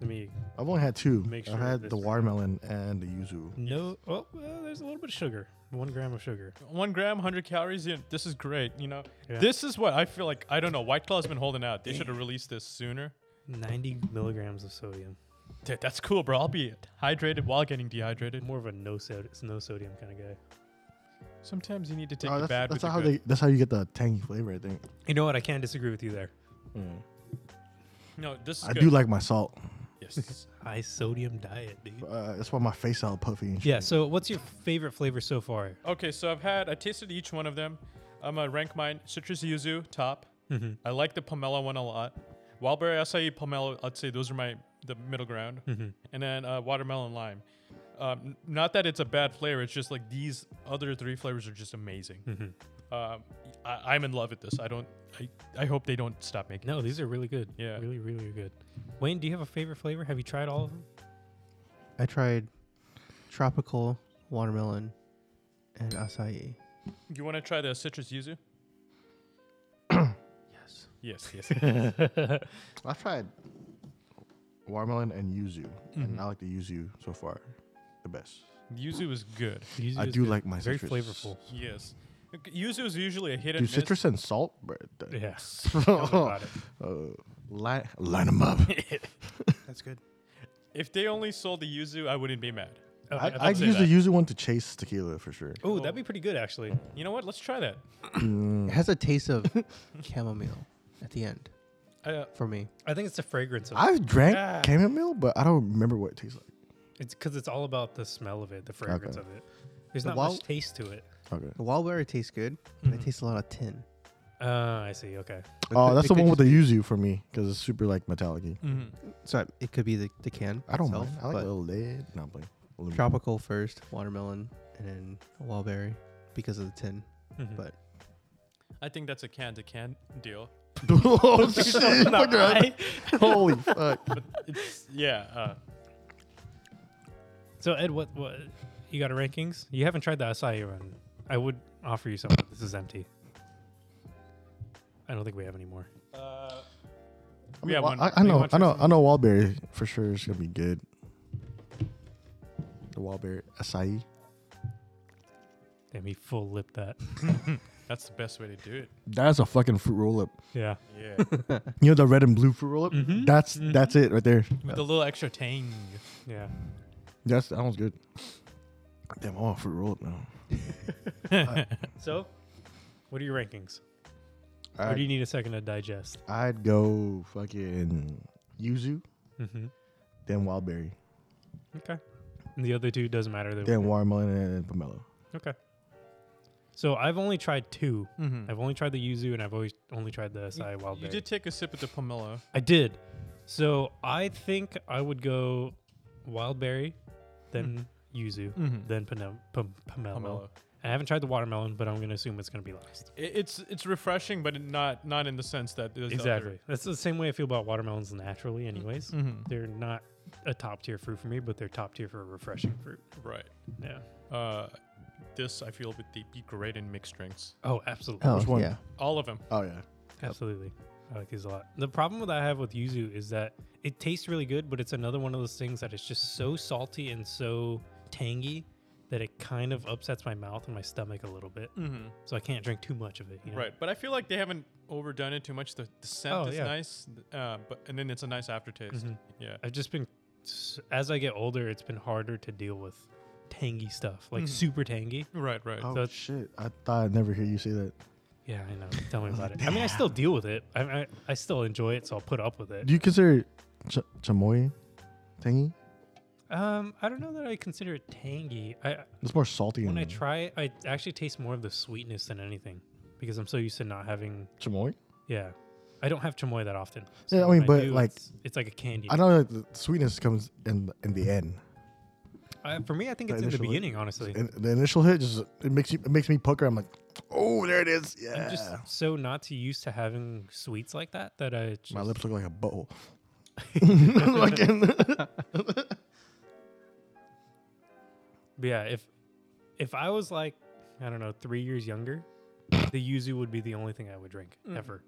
Let me
I've only had two.
Make sure
I've had
this-
the watermelon and the yuzu.
no. Oh, well, there's a little bit of sugar. One gram of sugar.
One gram, 100 calories. Yeah, this is great. You know,
Yeah.
this is what I feel like. I don't know. White Claw's been holding out. They should have released this sooner.
Ninety milligrams of sodium.
Dude, that's cool, bro. I'll be hydrated while getting dehydrated.
More of a no sod, no sodium kind of guy.
Sometimes you need to take
Oh,
the
that's
bad with
that's
the
not how
good.
they. That's how you get the tangy flavor. I think.
You know what? I can't disagree with you there.
No, this is
I
good.
do like my salt.
Yes.
High sodium diet, dude.
Uh, that's why my face all puffy. And shit.
Yeah. So, what's your favorite flavor so far?
okay, so I've had I tasted each one of them. I'm gonna rank mine. Citrus yuzu top.
Mhm.
I like the pomelo one a lot. Wildberry acai pomelo. I'd say those are my the middle ground.
Mhm.
And then uh, watermelon lime. Um, n- not that it's a bad flavor. It's just like these other three flavors are just amazing.
Mhm.
Um, I, I'm in love with this. I don't. I, I hope they don't stop making.
No, these are really good.
Yeah.
Really, really good. Wayne, do you have a favorite flavor? Have you tried all of them?
I tried tropical watermelon and acai.
You want to try the citrus yuzu?
Yes.
Yes, yes.
I've tried watermelon and yuzu,
Mm-hmm.
and I like the yuzu so far, the best.
Yuzu is good.
Yuzu
I
is
do
good.
like my
Very
citrus.
flavorful.
Yes. Yuzu is usually a hit and
Dude,
miss.
citrus and salt, bro. [laughs] th-
Yeah. Tell me
uh,
about it.
line, line
[laughs]
'em up.
That's good.
If they only sold the yuzu, I wouldn't be mad.
Oh,
I,
I'd
I'd
say
use
that.
the yuzu one to chase tequila for sure.
Ooh, that'd be pretty good actually.
You know what? Let's try that.
Mm.
It has a taste
[laughs]
of chamomile at the end
Uh,
for me.
I think it's the fragrance of
I've drank
Yeah.
chamomile, but I don't remember what it tastes like.
it's because it's all about the smell of it, the fragrance
Okay.
of it. There's
The
not
wild-
much taste to it.
Okay.
The wildberry tastes good. But it tastes a lot of tin.
Uh, I see. [laughs] Okay.
Oh,
could-
that's
it
the
could
one with the yuzu for me because it's super like metallic.
mhm.
Sorry, it could be the, the can.
I don't
itself,
mind. I like
but
a little lead. No, I'm playing.
[laughs]
Aluminum. [laughs]
tropical first, watermelon, and then wildberry because of the tin.
Mhm.
But
I think that's a can to can deal.
oh, shit.
[laughs]
[laughs] Holy
[laughs]
fuck.
It's yeah. Uh,
So Ed, what what you got a rankings? You haven't tried the acai one. I would offer you some, but this is empty. I don't think we have any more.
uh,
I,
We
mean,
have
wa-
one.
I, I
We
know,
want
I know,
yours?
I know. Wildberry for sure is gonna be good. The wildberry acai.
Damn, he full lipped that.
that's the best way to do it.
That's a fucking fruit roll up.
Yeah.
[laughs] Yeah. With
You know the red and blue fruit roll up.
Mm-hmm,
That's that's it right there.
a little extra tang.
Yeah.
That's that one's good. Damn, I want fruit roll up now.
So, what are your rankings? or do you
I'd,
need a second to digest?
I'd go fucking yuzu,
Mm-hmm.
then wildberry,
Okay. And the other two doesn't matter. They
then watermelon, and then pomelo.
Okay. So I've only tried 2 i
Mhm.
I've only tried the yuzu, and I've always only tried the acai wild
You
berry.
did take a sip of the pomelo.
I did. So I think I would go wild berry, then yuzu,
Mhm.
then pom- pom- pomelo,
Pomelo.
I haven't tried the watermelon, but I'm gonna assume it's gonna be last.
It, it's it's refreshing, but not not in the sense that there's
Exactly. That's the same way I feel about watermelons naturally.
Mm.
Anyways,
Other,
they're not a top tier fruit for me, but they're top tier for a refreshing fruit.
Right.
Yeah.
Uh, this I feel would be great in mixed drinks.
Oh, absolutely.
Oh,
Which one?
[laughs] yeah.
All of them.
Oh yeah.
Absolutely. I like these a lot. The problem that I have with yuzu is that it tastes really good, but it's another one of those things that it's just so salty and so tangy that it kind of upsets my mouth and my stomach a little bit.
Mm-hmm.
So I can't drink too much of it. You know?
Right, but I feel like they haven't overdone it too much. The, the scent
Oh,
is
yeah.
nice, th- uh, but and then it's a nice aftertaste.
Mhm.
Yeah,
I've just been, s- as I get older, it's been harder to deal with tangy stuff, like
Mhm.
super tangy.
right, right.
Oh
that's-
shit! I thought I'd never hear you say that.
Yeah, I know. Tell me about it. I mean, I still deal with it. I, I, I still enjoy it, so I'll put up with it.
Do you consider it ch- chamoy tangy?
Um, I don't know that I consider it tangy. I
It's more salty.
when I
than
try it, I actually taste more of the sweetness than anything because I'm so used to not having.
chamoy,
Yeah, I don't have chamoy that often.
Yeah, I
when
mean, but, like,
it's, it's like a candy.
I know that the sweetness comes in in the end.
I, for me, I think
The
it's in the
initial-
beginning, honestly.
And the initial hit just it makes you it makes me pucker. I'm like, oh, there it is. Yeah.
I'm just so not too used to having sweets like that that I just,
My lips look like a butthole. [laughs]
But yeah, if if I was like, I don't know, three years younger, the yuzu would be the only thing I would drink ever.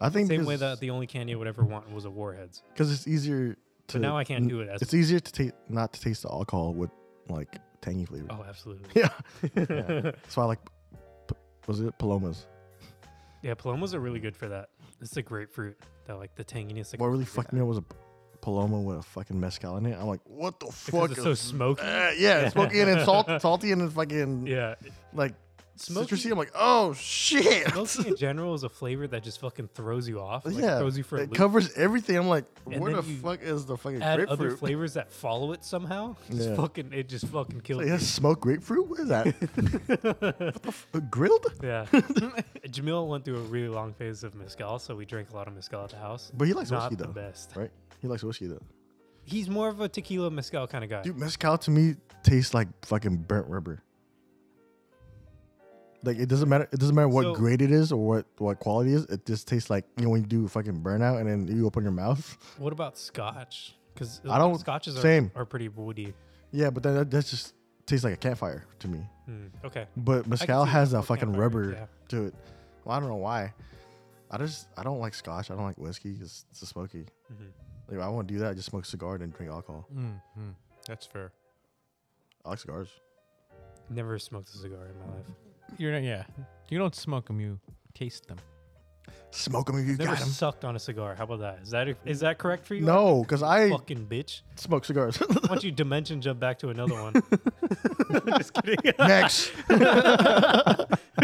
I think
Same way that the only candy I would ever want was a Warheads.
because it's easier. To,
But now I can't
n-
do it as
It's easier to taste not to taste the alcohol with like tangy flavor.
Oh, absolutely.
[laughs] Yeah. yeah. So I like. p- Was it palomas?
Yeah, palomas are really good for that. It's a grapefruit that like the tanginess. Like,
What really fucked me up was a paloma with a fucking mezcal in it. I'm like, what the
because
fuck? uh,
it's
is
so smoky.
that? Eh, yeah, smoky and
[laughs]
then salt, salty and then fucking
Yeah,
like
Smoky-
citrusy. I'm like, oh shit. [laughs]
smoky in general is a flavor that just fucking throws you off. Like,
yeah,
throws you for a
it
loop.
covers everything. I'm like,
And
where
then
the
you
fuck is the fucking
Add
grapefruit?
other flavors that follow it somehow. [laughs] Just
Yeah.
fucking, it just fucking kills.
It has smoked grapefruit. What
[laughs]
is that? what the f- uh, grilled? [laughs]
Yeah. Jamil went through a really long phase of mezcal, so we drank a lot of mezcal at the house.
But he likes
Not
whiskey
the
though,
best.
right? He likes whiskey though.
He's more of a tequila mezcal kind of guy.
Dude, mezcal to me tastes like fucking burnt rubber. Like it doesn't matter. It doesn't matter what
So-
grade it is or what what quality it is. It just tastes like you know when you do fucking burnout and then you open your mouth. [laughs]
What about scotch? Because
I don't-
Scotches
same.
Are, are pretty woody.
Yeah, but that, that just tastes like a campfire to me.
Hmm, Okay.
But mezcal
see
has
that
that
for
fucking
campfire,
rubber
yeah.
to it. Well, I don't know why. I just I don't like scotch. I don't like whiskey. It's, it's smoky.
Mhm.
Like, if I want to do that. I just smoke a cigar and then drink alcohol.
Mm-hmm. That's fair.
I like cigars.
Never smoked a cigar in my life.
You're not. Yeah, you don't smoke them. You taste them.
Smoke them if you
Never
got 'em.
sucked on a cigar. How about that? Is that is that correct for you?
No, because I
Fucking bitch. [laughs]
smoke cigars.
Why don't you dimension jump back to another [laughs] one? Just kidding. [laughs]
Next.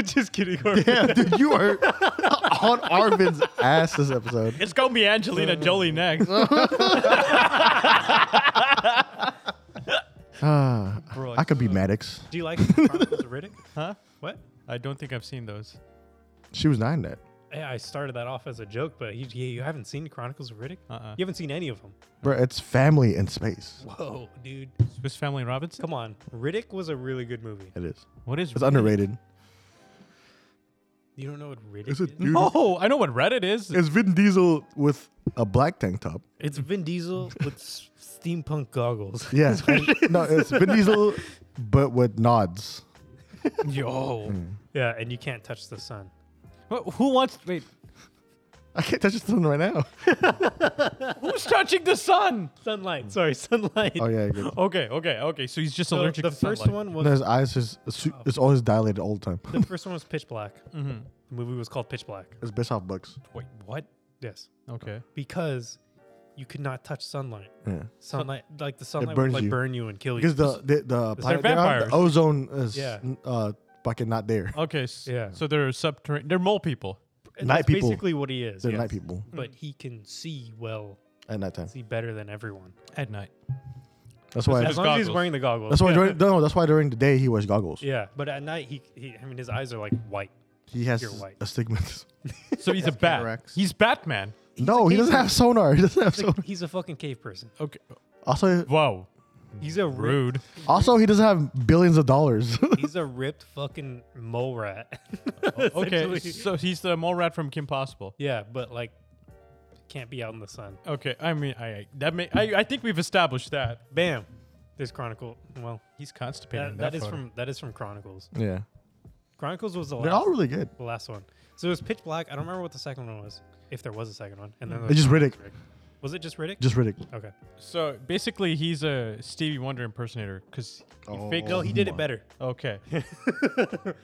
Just [laughs] kidding.
Yeah, dude, you are on Arvin's ass this episode.
It's gonna be
Uh,
Angelina Jolie next.
Ah,
Bro,
I could be Maddox.
Do you like the Chronicles of [laughs] Riddick?
huh?
What?
I don't think I've seen those.
She was nine that.
Yeah, I started that off as a joke, but you, you you haven't seen Chronicles of Riddick?
Uh-uh.
You haven't seen any of them.
Bro, it's family in space.
Whoa, dude.
Swiss Family Robinson.
Come on. Riddick was a really good movie.
It is.
What is?
It's
Reddit?
underrated.
You don't know what Riddick
It's
is?
a dude.
Oh, I know what Reddit
[laughs]
is.
It's Vin Diesel with a black tank top.
It's Vin Diesel with s- steampunk goggles.
Yeah. no, it's Vin Diesel, but with nods.
Yo,
Mm. Yeah, and you can't touch the sun.
Wha- who wants? Wait,
I can't touch this one right now.
who's touching the sun?
Sunlight. Sorry, sunlight.
Oh yeah, good.
Okay, okay, okay. So he's just
So
allergic.
the
to
first
sunlight.
one
No,
was
his eyes is it's always dilated all the time. [laughs]
the first one was Pitch Black.
Mm-hmm.
The movie was called Pitch Black.
It's based off books.
Wait, what?
Yes,
Okay.
because you could not touch sunlight.
Yeah.
Sunlight, like the sunlight, would
burns
like
you.
burn you and kill you.
Because the the, the planet they're on,
vampires. Oh,
the ozone is
Yeah.
uh fucking not there.
Okay. s-
Yeah.
So they're subterranean. They're mole people.
That's
night people.
Basically, what he is.
They're
yes.
night people
But he can see well,
at night time.
see better than everyone.
At night.
That's why.
As
his
long as he's
goggles.
wearing the goggles.
That's why
Oh, yeah.
during no. That's why during the day he wears goggles.
Yeah, but at night he, he I mean his eyes are like
[laughs]
white.
He has
You're white. [laughs]
astigmatism.
So he's a bat.
Rex.
He's Batman.
no, he doesn't have sonar. He doesn't have
He's, like-
sonar.
he's a fucking cave person.
Okay.
Also,
Wow.
He's a ripped, [laughs]
Rude.
Also, he doesn't have billions of dollars. [laughs]
he's a ripped fucking mole rat. [laughs]
Okay,
Essentially.
so he's the mole rat from Kim Possible.
yeah, but like can't be out in the sun.
Okay, I mean, I that may, I, I think we've established that
Bam. There's Chronicle. Well,
he's constipated.
that,
in
that is
photo.
from that is from Chronicles.
yeah,
Chronicles was the
they're all
last,
really good.
the last one. So it was Pitch Black. I don't remember what the second one was, if there was a second one. And then there
It's
was
just Riddick.
was it just Riddick?
Just Riddick.
okay.
So basically, he's a Stevie Wonder impersonator because he
Oh.
faked.
No, he did it better. [laughs]
Okay.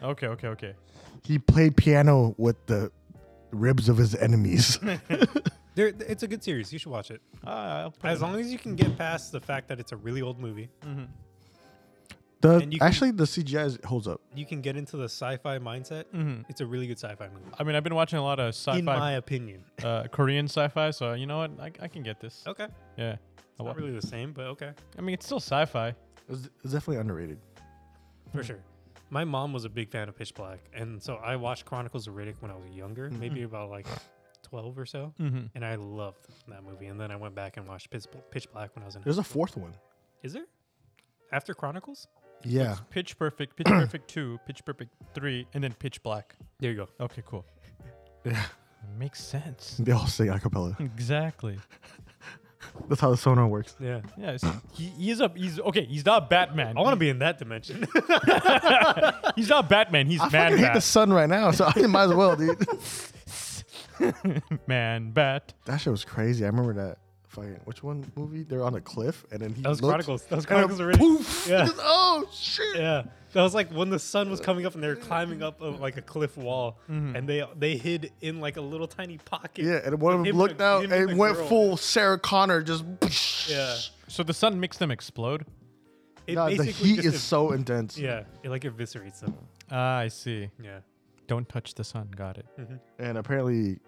okay. Okay. Okay.
He played piano with the ribs of his
[laughs]
enemies.
There, it's a good series. You should watch it.
Uh, I'll put
As
it-
long as you can get past the fact that it's a really old movie,
The
And you can-
actually the CGI is- holds up.
you can get into the sci-fi mindset. It's a really good sci-fi movie,
Mm-hmm. I mean, I've been watching a lot of
in
sci-fi,
my opinion.
uh, Korean sci-fi, so you know what? I, I can get this.
Okay,
Yeah. I wa-
not really the same, but okay,
I mean, it's still sci-fi.
It's, it's definitely underrated.
for sure. My mom was a big fan of Pitch Black, and so I watched Chronicles of Riddick when I was younger,
Mm-hmm.
maybe about like twelve or so,
Mhm.
and I loved that movie. And then I went back and watched Pitch, Pitch Black when I was in.
There's a fourth one.
Is there after Chronicles?
Yeah,
Pitch Perfect,
[coughs]
Pitch Perfect Two, Pitch Perfect Three, and then Pitch Black.
There you go.
Okay. Cool.
[laughs]
Yeah.
Makes sense.
they all sing a cappella.
Mm.
Exactly.
That's how the sonar works.
Yeah,
Yeah. it's- He, he's a he's okay. He's not Batman.
I want to be in that
[laughs]
dimension.
He's not Batman. He's
I
Man
fucking hate the
Bat.
sun right now, so I might as well, dude.
[laughs]
Man Bat.
that shit was crazy. I remember that fucking which one movie? They're on a cliff, and then he
that was
looked,
Chronicles. That was
[laughs] and then
Chronicles of Riddick.
Poof!
[laughs] Yeah.
Just- [laughs] oh shit!
Yeah, that was like when the sun was coming up and they were climbing up a, like a cliff wall, and they they hid in like a little tiny pocket.
Mm-hmm. Yeah, and one of
With
them
him
looked
and the-
out
him
and,
and the
went
girl.
full Sarah Connor. Just [laughs]
Yeah,
So the sun makes them explode.
it
Nah, the
basically
heat
just
is
ev-
so intense.
yeah, it like eviscerates them.
Ah, I see.
Yeah,
Don't touch the sun. Got it.
And apparently,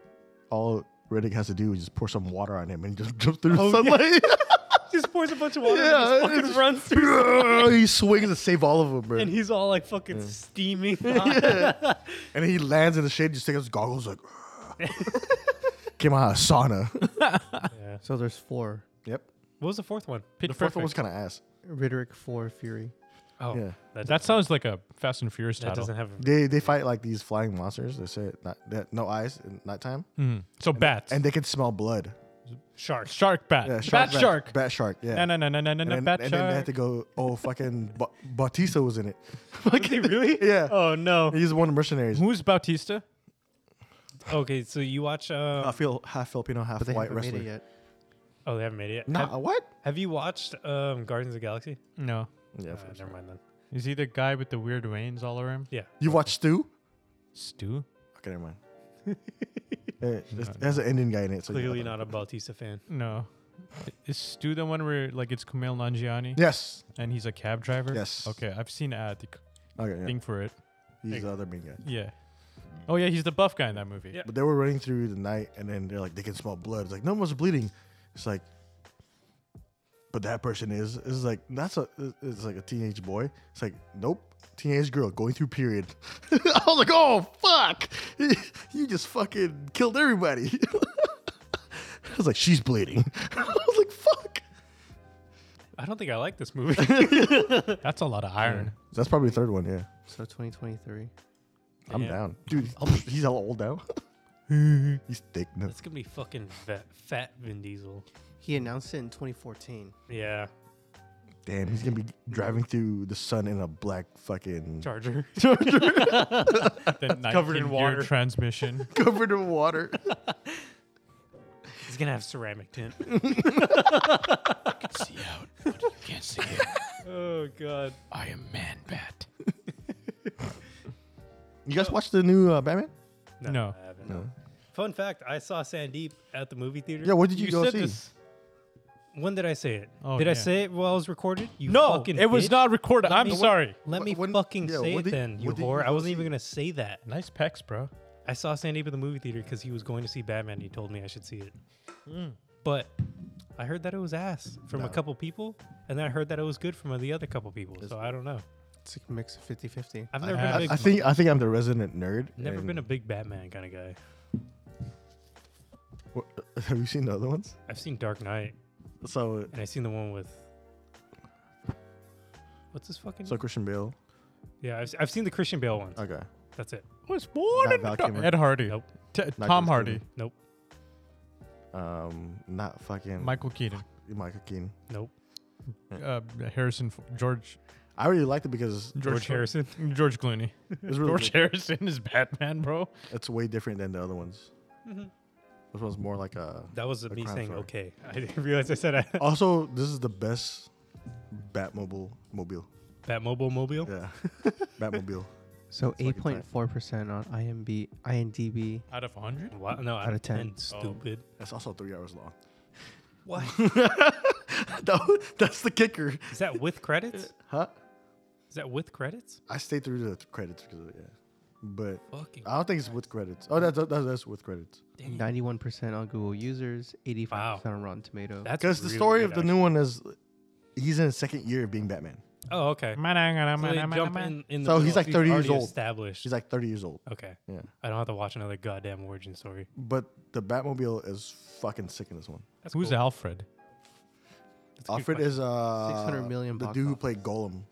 all Riddick has to do is just pour some water on him and he just [laughs] jump through
Oh,
the sunlight.
just pours a bunch of water and just [laughs]
Yeah,
fucking
it's-
runs through, [laughs]
[laughs] he swings to save all of them, bro.
and
And he,
he's all like fucking [laughs] steaming.
lands in the shade, just takes his
[laughs]
goggles, like, [laughs] came out of a sauna.
Yeah.
[laughs] So there's four.
yep.
What was the fourth one?
Pitch
The fourth one was
Perfect.
kind of ass.
Riddick four Fury.
Oh,
Yeah.
that,
That sounds like a Fast and Furious
that
title.
doesn't have. A,
They they fight like these flying monsters. They say it, not, that no eyes at nighttime,
Mhm. So bats
and they can smell blood.
shark.
shark bat.
Yeah,
bat, shark.
Bat shark. Yeah.
No no no no no
and
no
then,
bat
and then they had
shark.
to go. Oh fucking, ba- Bautista was in it. [laughs]
okay, [laughs] [laughs] really?
Yeah.
Oh no.
He's one of the mercenaries.
Who's Bautista?
Okay, so you watch? Uh,
I feel half Filipino, half
But they
white
haven't made
wrestler.
it yet.
oh, they haven't made it yet.
Nah,
Have,
what?
have you watched um, Guardians of the Galaxy?
No.
Yeah,
Uh, never mind then.
Is he the guy with the weird veins all over him?
Yeah.
You watch Stu?
Stu.
Okay, [laughs] never mind. it, it's- it has an Indian guy in it. So you
Clearly
know that.
not a Bautista fan.
No. Is Stu the one where like it's Kumail Nanjiani
Yes.
and he's a cab driver?
Yes.
Okay, I've seen uh, the c-
Okay. Yeah.
thing for it.
He's the other main guy.
Yeah. Oh yeah, he's the buff guy in that movie.
Yeah.
But they were running through the night, and then they're like, they can smell blood. It's like no one's bleeding. It's like, but that person is. It's like that's a. It's like a teenage boy. It's like nope, teenage girl going through period. [laughs] I was like, oh fuck, [laughs] you just fucking killed everybody. [laughs] I was like, she's bleeding. [laughs] I was like, fuck.
I don't think I like [laughs] this movie.
That's a lot of iron.
That's probably the third one. Yeah,
So 2023.
I'm
Yeah.
down, dude. He's all old now. [laughs] he's thick now.
That's gonna be fucking fat, fat Vin Diesel.
He announced it in 2014.
Yeah,
Damn, he's gonna be driving through the sun in a black fucking
Charger.
Then
covered in
19-gear
water.
Transmission.
covered in water.
[laughs] He's gonna have ceramic tint.
see out, but you can't see [laughs] in.
oh god.
I am Man Bat.
You guys watch the new uh, Batman?
No.
I haven't. Fun fact: I saw Sandeep at the movie theater.
Yeah, what did you, go see?
When did I say it?
Oh,
did I
yeah.
say it while I was recorded? You
No,
fucking
it was
bitch.
Uh, not recorded.
Let
I'm
me-
sorry.
Let
Wh-
me
when-
fucking
yeah,
say
what
it
did-
then, you
what did you
whore. I
go
wasn't
see?
even gonna say that.
Nice pecs, bro.
I saw Sandeep at the movie theater because he was going to see Batman. and He told me I should see it.
Hmm.
But I heard that it was ass from a
No.
couple people, and then I heard that it was good from the other couple people. So I don't know.
It's like a mix of 50 50.
I've never
I-
been a big,
I, I think I think I'm the resident nerd.
never
and-
been a big Batman kind of guy.
Wh- [laughs] Have you seen the other ones?
I've seen Dark Knight,
So
and I've seen the one with What's his fucking?
So Christian Bale.
yeah, I've, s- I've seen the Christian Bale ones.
Okay.
That's it.
Was born
Not
in
Val
Dar-
Kilmer.
Ed Hardy.
Nope.
T-
Not
Tom
Val
Hardy.
Nope.
Um, not fucking
Michael
[laughs]
Keaton.
Michael Keaton.
Nope.
Uh, Harrison. F- George. [laughs]
I really liked it because
George,
George.
Harrison.
George Clooney.
it's really
George Harrison is Batman, bro.
it's way different than the other ones. This one's more
[laughs]
like a.
That was
The
me
crime
saying
story.
okay. [laughs] I didn't realize I said I,
Also, this is the best Batmobile mobile.
[laughs] Batmobile Mobile.
Yeah,
[laughs]
Batmobile.
So
It's
eight
fucking tight.
point four percent on IMB, INDB.
Out of 100?
What? No, out of ten.
Oh.
Stupid.
That's also three hours long.
What?
[laughs] That- that's the kicker,
Is that with credits?
huh?
Is that with credits?
I stayed through the credits because of it, yeah, but
Fucking
I don't think it's with credits. Oh, that's that's, that's with credits.
dang.
Ninety-one percent on Google users, eighty-five percent on Rotten Tomato.
That's
Because the
really
story
good,
of the new one is he's in his second year of being Batman.
actually. Oh, okay.
Mm-hmm.
So they jump in, in the
So he's
middle.
like 30 years
already
old.
Established.
She's like 30 years old.
okay.
Yeah,
I don't have to watch another goddamn origin story.
but the Batmobile is fucking sick in this one.
That's
Who's
cool.
Alfred?
That's a good
Alfred
question.
is uh
600 million
The
box
dude who
office.
played Golem.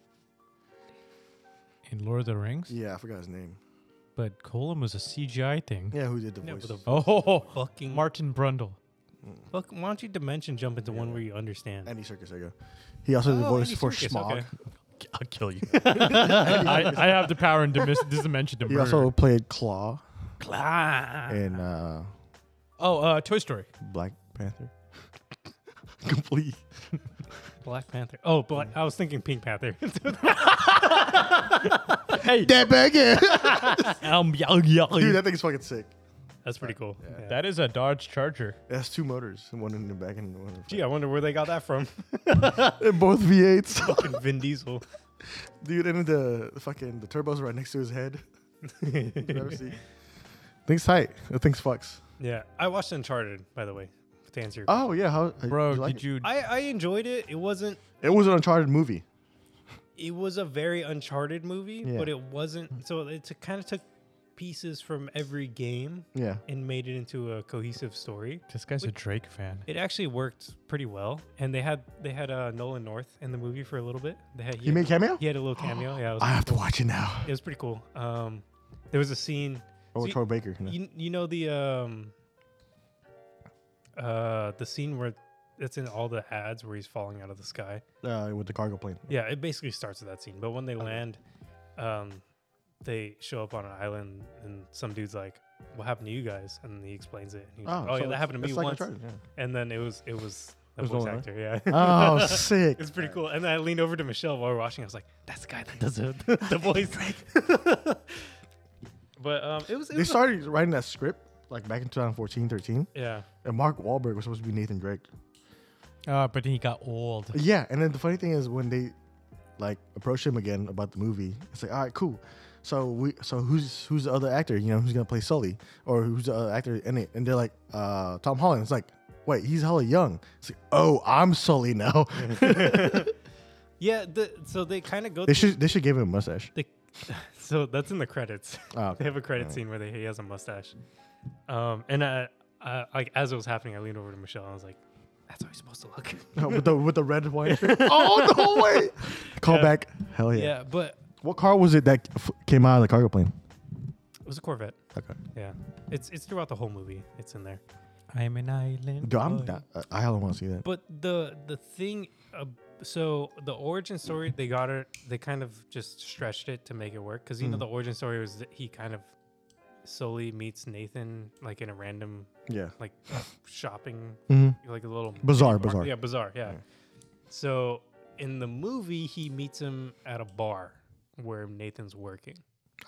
In Lord of the Rings?
Yeah, I forgot his name.
But Colum was a CGI thing.
Yeah, who did the
Yeah,
voice?
but the
Oh,
fucking
Martin Brundle.
Fuck, why don't you dimension jump into one where you understand?
Andy Circus. There you go. He also did the
Oh,
voice
Andy
for
Serkis,
Smog.
okay.
I'll kill you. [laughs] I, I have the power and dimis- this dimension to
[laughs] He
murder.
also played Claw
Cla-
in uh,
oh, uh, Toy Story.
Black Panther. [laughs] Complete.
[laughs] Black Panther. Oh, Black, I was thinking Pink Panther.
Hey,
That back in.
um, yell, yell,
Dude,
yell.
that thing's fucking sick.
That's pretty cool. Yeah.
that is a Dodge Charger.
That's two motors, one in the back and one in the front.
Gee, I wonder where they got that from. [laughs]
They're both V8s.
Fucking Vin Diesel.
Dude, and the fucking the turbos right next to his head. [laughs] Thing's tight. The thing's fucks.
Yeah, I watched Uncharted, by the way, to answer your
Oh yeah, how
Bro,
like
did you?
I, I enjoyed it. It wasn't.
It? it was an Uncharted movie.
It was a very Uncharted movie,
Yeah.
but it wasn't. So it kind of took pieces from every game
Yeah,
and made it into a cohesive story.
This guy's a Drake fan.
It actually worked pretty well, and they had they had uh, Nolan North in the movie for a little bit. They had
he made cameo.
he had a little
[gasps]
cameo. Yeah, it was,
I have to watch it now.
it was pretty cool. Um, there was a scene.
Oh,
so you-
Troy Baker. no.
you, you know the um uh the scene where it's in all the ads where he's falling out of the sky
Uh, with the cargo plane.
yeah it basically starts with that scene but when they land um they show up on an island and some dude's like what happened to you guys and he explains it and he's like, oh
so
yeah that
it's-
happened to me
it's like
once
Uncharted, yeah.
and then it was it was the
was
voice
Nolan,
actor yeah [laughs]
Oh, sick.
It's pretty cool. And then I leaned over to Michelle while we are watching. I was like, "That's the guy that does the, [laughs] the voice." [laughs] but um, it was. It
They
was a-
started writing that script like back in 2014, 13,
yeah.
and Mark Wahlberg was supposed to be Nathan Drake.
Uh, but he got old.
Yeah, and then the funny thing is when they like approached him again about the movie, it's like, all right, cool. So we, so who's who's the other actor? You know, who's gonna play Sully or who's the other actor in it? And they're like, uh, Tom Holland. It's like, wait, he's hella young. It's like, oh, I'm
[laughs]
Sully now.
Yeah, the, so they kind of go.
they
through
should they should give him a mustache.
They, [laughs] so that's in the credits. [laughs]
Oh,
they
okay.
have a credit scene where they, he has a mustache. Um, and I, I, like as it was happening, I leaned over to Michelle and I was like, "That's how he's supposed to look."
No, with the with
[laughs]
the red wine. shirt. oh no way! Call back. Hell yeah.
[laughs] yeah, but
What car was it that f- came out of the cargo plane?
it was a Corvette.
Okay.
Yeah, it's it's throughout the whole movie. It's in there.
I'm an island.
Dude,
Oh,
I'm
boy.
not, I- I hella want to see that.
But the the thing, uh, so the origin story they got it. They kind of just stretched it to make it work because you know the origin story was that he kind of solely meets Nathan like in a random
Yeah.
like [laughs] shopping
hmm
like a little
Bizarre,
mar-
bizarre.
Yeah, bizarre. Yeah.
Yeah.
So in the movie, he meets him at a bar where Nathan's working,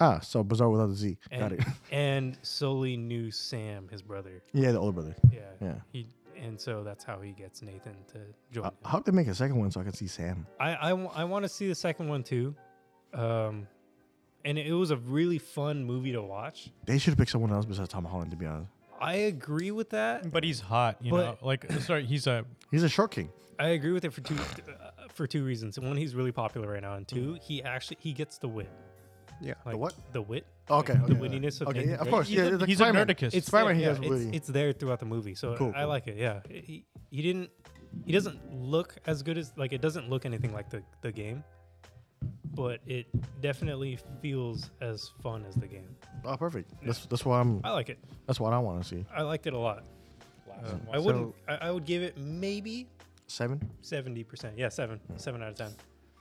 Ah, so bizarre without the Z. Got
and
it. [laughs]
and Sully knew Sam, his brother.
Yeah, the older brother.
Yeah.
Yeah. Uh,
He and so that's how he gets Nathan to join.
I
him.
I hope they make a second one so I can see Sam.
I I, w- I want to see the second one too, um, and it was a really fun movie to watch.
They should have picked someone else besides Tom Holland, to be honest.
I agree with that.
But he's hot, you
But-
know. Like, uh, sorry, he's a
He's a short king.
I agree with it for two uh, for two reasons. One, he's really popular right now, and two, he actually he gets the wit.
Yeah.
Like,
Mm. what?
the wit.
Okay.
Like,
okay,
the wittiness of
okay,
Nathan
[laughs] yeah, of
Drake.
course.
He's
Yeah,
a-
it's like
he's a
Spider-Man.
nerdicus.
It's there,
Spider-Man, he
yeah,
has
it's,
witty.
it's there throughout the movie, so
Cool,
I
cool.
like it. Yeah, he, he didn't he doesn't look as good as like it doesn't look anything like the the game, but it definitely feels as fun as the game.
Oh, perfect. That's that's why I'm.
I like it.
That's what I want to see.
I liked it a lot. Uh,
Last one.
I wouldn't. I, I would give it maybe
Seven.
seventy percent. Yeah, seven. Seven out of ten.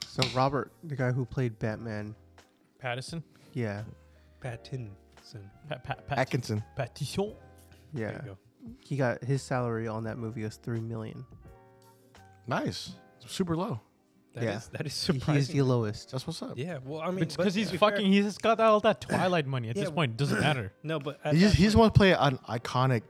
So Robert, the guy who played Batman,
Patterson.
yeah,
Pattinson.
Pat, pat, pat,
Atkinson.
Patterson.
yeah,
There you go.
he got his salary on that movie was three million.
Nice. Super low.
That
Yeah.
is- that is
He- He is
surprising. [laughs]
the lowest.
That's what's up.
yeah. Well, I mean,
It's
but
because he's
to be fair-
fucking. He's got all that Twilight money at
Yeah,
this point. It doesn't
[coughs]
matter.
No, but at
He just,
that
he just
point,
wants to play an iconic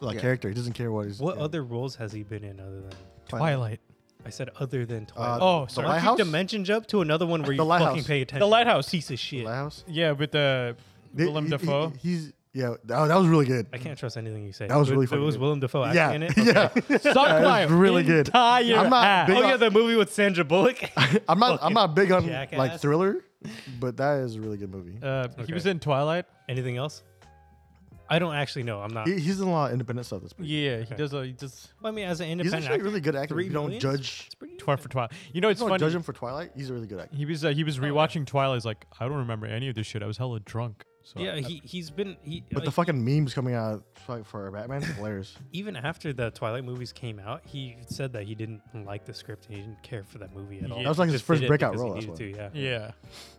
like
Yeah.
character. He doesn't care what he's.
what
yeah.
other roles has he been in other than?
Twilight.
I said other than Twilight.
oh,
the
sorry.
Don't
Lighthouse?
keep dimension jump to another one where
The
you fucking
Lighthouse.
pay attention.
The Lighthouse.
piece of shit.
Lighthouse.
Yeah, with the
They-
Willem
he- he-
Dafoe.
he's yeah. oh, That, that was really good.
I can't trust anything you say.
That was
But
really
It
fucking
was
good.
Willem Dafoe acting
Yeah, [laughs]
in it.
yeah.
[laughs] Suck
That
my
is really good.
entire
I'm not
ass.
big
Oh
on-
yeah, the movie with Sandra Bullock.
[laughs] I'm not.
Fucking
I'm not big on like
jackass.
thriller, but that is a really good movie.
Uh, He was
Okay.
in Twilight.
Anything else? I don't actually know. I'm not.
He, he's in a lot of independent stuff. That's pretty.
Yeah, he
Okay.
does. A, he does
I mean, as an
He's
independent
actually a
actor,
really good actor.
three
You don't
millions?
judge.
it's pretty
Twilight for Twilight. You know, it's
You don't judge
funny.
him for Twilight. He's a really good actor.
He was uh, he was
Oh,
rewatching Twilight. He's like, I don't remember any of this shit. I was hella drunk. So
Yeah,
I-
he he's been he.
But the
like,
fucking memes coming out like, for Batman is hilarious.
even after the Twilight movies came out, he said that he didn't like the script and he didn't care for that movie at all.
Yeah.
That was like
He
his
just
first
did it
breakout
because
role.
He
That's
needed
why.
to, yeah.
[laughs]
[laughs]
yeah.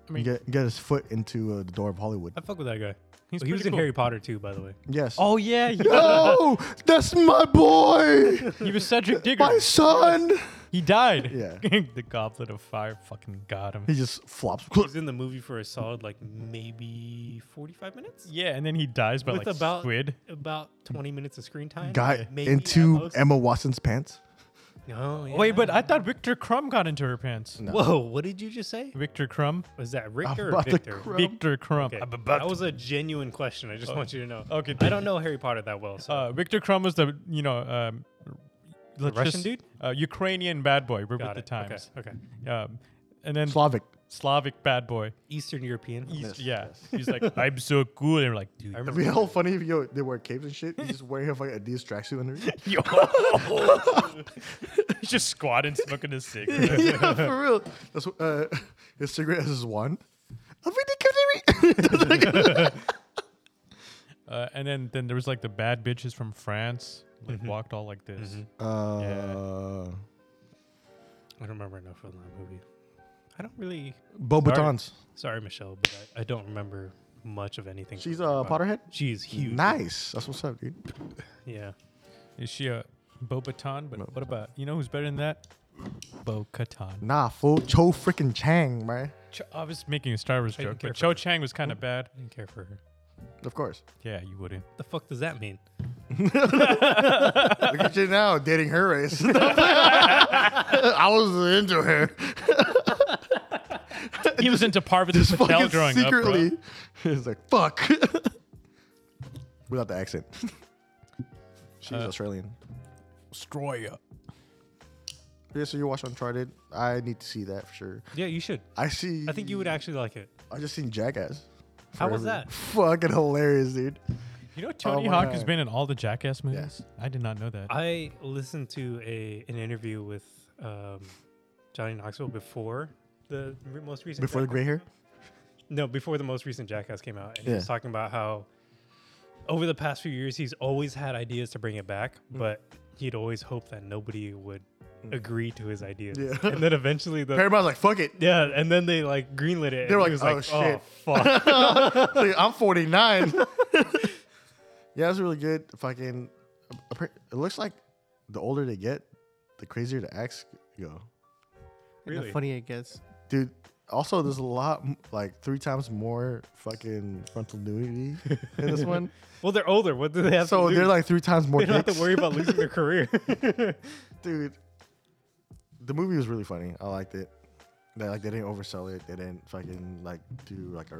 I mean,
get get his foot into uh, the door of Hollywood.
I fuck with that guy.
he's
Well, he was
pretty
in
cool.
Harry Potter too, by the way.
Yes.
Oh yeah, he,
no, that's my boy,
he was Cedric Diggory. [laughs]
my son.
He died.
[laughs] Yeah.
[laughs] the Goblet of Fire fucking got him.
[laughs]
He just flops.
He was in the movie for a solid like maybe forty-five minutes,
Yeah, and then he dies by
With
like
about-
squid.
about twenty minutes of screen time.
[laughs] Guy
maybe at
into
most.
Emma Watson's pants.
No, yeah.
Wait, but I thought Victor Crumb got into her pants.
No.
Whoa, what did you just say?
Victor Crumb.
Was that Richter or
About the
Victor?
crumb.
Victor Crumb.
Okay.
I'm about
That was a genuine question. I just
Oh.
want you to know.
Okay,
I don't know Harry Potter that well, so
Uh, Victor Crumb was the you know um, let's
Russian
just-
dude?
uh, Ukrainian bad boy. We're
got
with the
it.
times.
Okay, okay.
Um, and then
Slavic.
Slavic bad boy.
Eastern European.
He's,
Yes,
yeah, he's like
[laughs]
I'm so cool. And we're like, dude,
I
It'd
remember
be hell funny if yo they wear capes and shit. He's just wearing a fucking Adidas tracksuit under it.
yo, he's [laughs] just squatting, smoking his
[laughs]
cigarette.
yeah, for real. That's what, uh, [laughs] his cigarette has his wand. I'm really
[laughs] Uh, and then then there was like the bad bitches from France, like
Mm-hmm.
walked all like this.
Uh,
I don't remember enough of that movie. I don't really.
Bo
Sorry.
Batons.
Sorry, Michelle, but I, I don't remember much of anything. from
She's a
Harry
uh, Potterhead.
She's huge.
Nice. That's what's up, dude.
Yeah.
Is she a Bobaton? But what about you know who's better than that? Bo Katan.
Nah, fool. Cho freaking Chang, man.
Cho- I was making a Star Wars
I didn't
joke, but
care
Cho Chang was kind of bad.
I didn't care for her. Oh,
Of course.
Yeah, you wouldn't.
The fuck does that
[laughs]
mean?
Look at you now, dating her
[laughs]
race. I was into her.
He was into Parvati
Just
Patel
fucking
growing
secretly.
up.
It's like, fuck. [laughs] Without the accent. [laughs] She's
Uh,
Australian.
Destroyer.
Yeah, so you watch Uncharted. I need to see that for sure.
Yeah, you should.
I see.
I think you would actually like it.
I just seen Jackass.
How was
Forever.
that?
[laughs] Fucking hilarious, dude.
You know Tony
my
Hawk has
God.
been in all the Jackass movies.
Yes.
I did not know that.
I listened to a an interview with um, Johnny Knoxville before the re- most recent.
Before the
Jackass-
gray hair.
No, before the most recent Jackass came out, and he
Yeah.
was talking about how over the past few years he's always had ideas to bring it back, but he'd always hoped that nobody would agree to his ideas.
Yeah.
And then eventually the
Paramount's like,
[laughs]
fuck it. [laughs]
yeah, and then they like greenlit it.
They were
and he
like,
was
"Oh, shit."
fuck.
Like, I'm 49. [laughs] yeah, it was really good. Fucking. appar- It looks like the older they get, the crazier the acts go.
And
Really?
the funny
[laughs]
it gets.
Dude, also, there's a lot, m- like, three times more fucking frontal nudity in
[laughs]
this one.
well, they're older. What
[laughs]
do they have?
so
to
they're
lose?
like three times
[laughs]
more
they don't have
dicks.
to worry about losing
[laughs]
their career.
dude the movie was really funny i liked it they, like they didn't oversell it they didn't fucking like do like a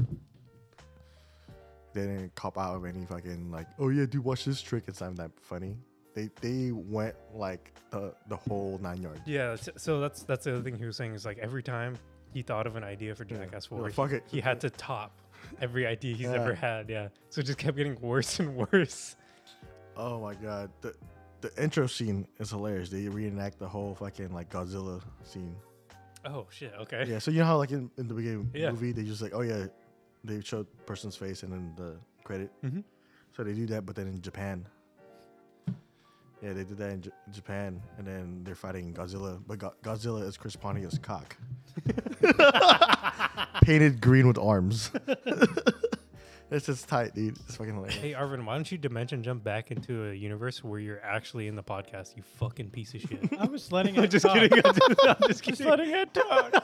they didn't cop out of any fucking like oh yeah dude watch this trick it's not that funny they they went like the the whole nine yards
Yeah, s- so that's that's the other thing he was saying is like every time he thought of an idea for Jackass
Well,
Four, he-
fuck it.
he had to top every idea he's
Yeah.
ever had. Yeah, so it just kept getting worse and worse.
oh my god the the intro scene is hilarious they reenact the whole fucking like godzilla scene
Oh shit. [laughs] Okay.
Yeah, so you know how like in, in the beginning
Yeah.
movie they just like oh yeah, they show person's face and then the credit.
Mhm.
So they do that, but then in Japan. Yeah, they did that in J- Japan, and then they're fighting Godzilla, but Go- Godzilla is Chris
[laughs]
Pontius' cock, painted green with arms. [laughs] That's just tight, dude. It's fucking hilarious.
Hey Arvin, why don't you dimension jump back into a universe where you're actually in the podcast? You fucking piece of shit.
I was
[laughs]
letting it.
just
talk.
kidding. I'm just, I'm just
[laughs]
Just
kidding.
letting it talk.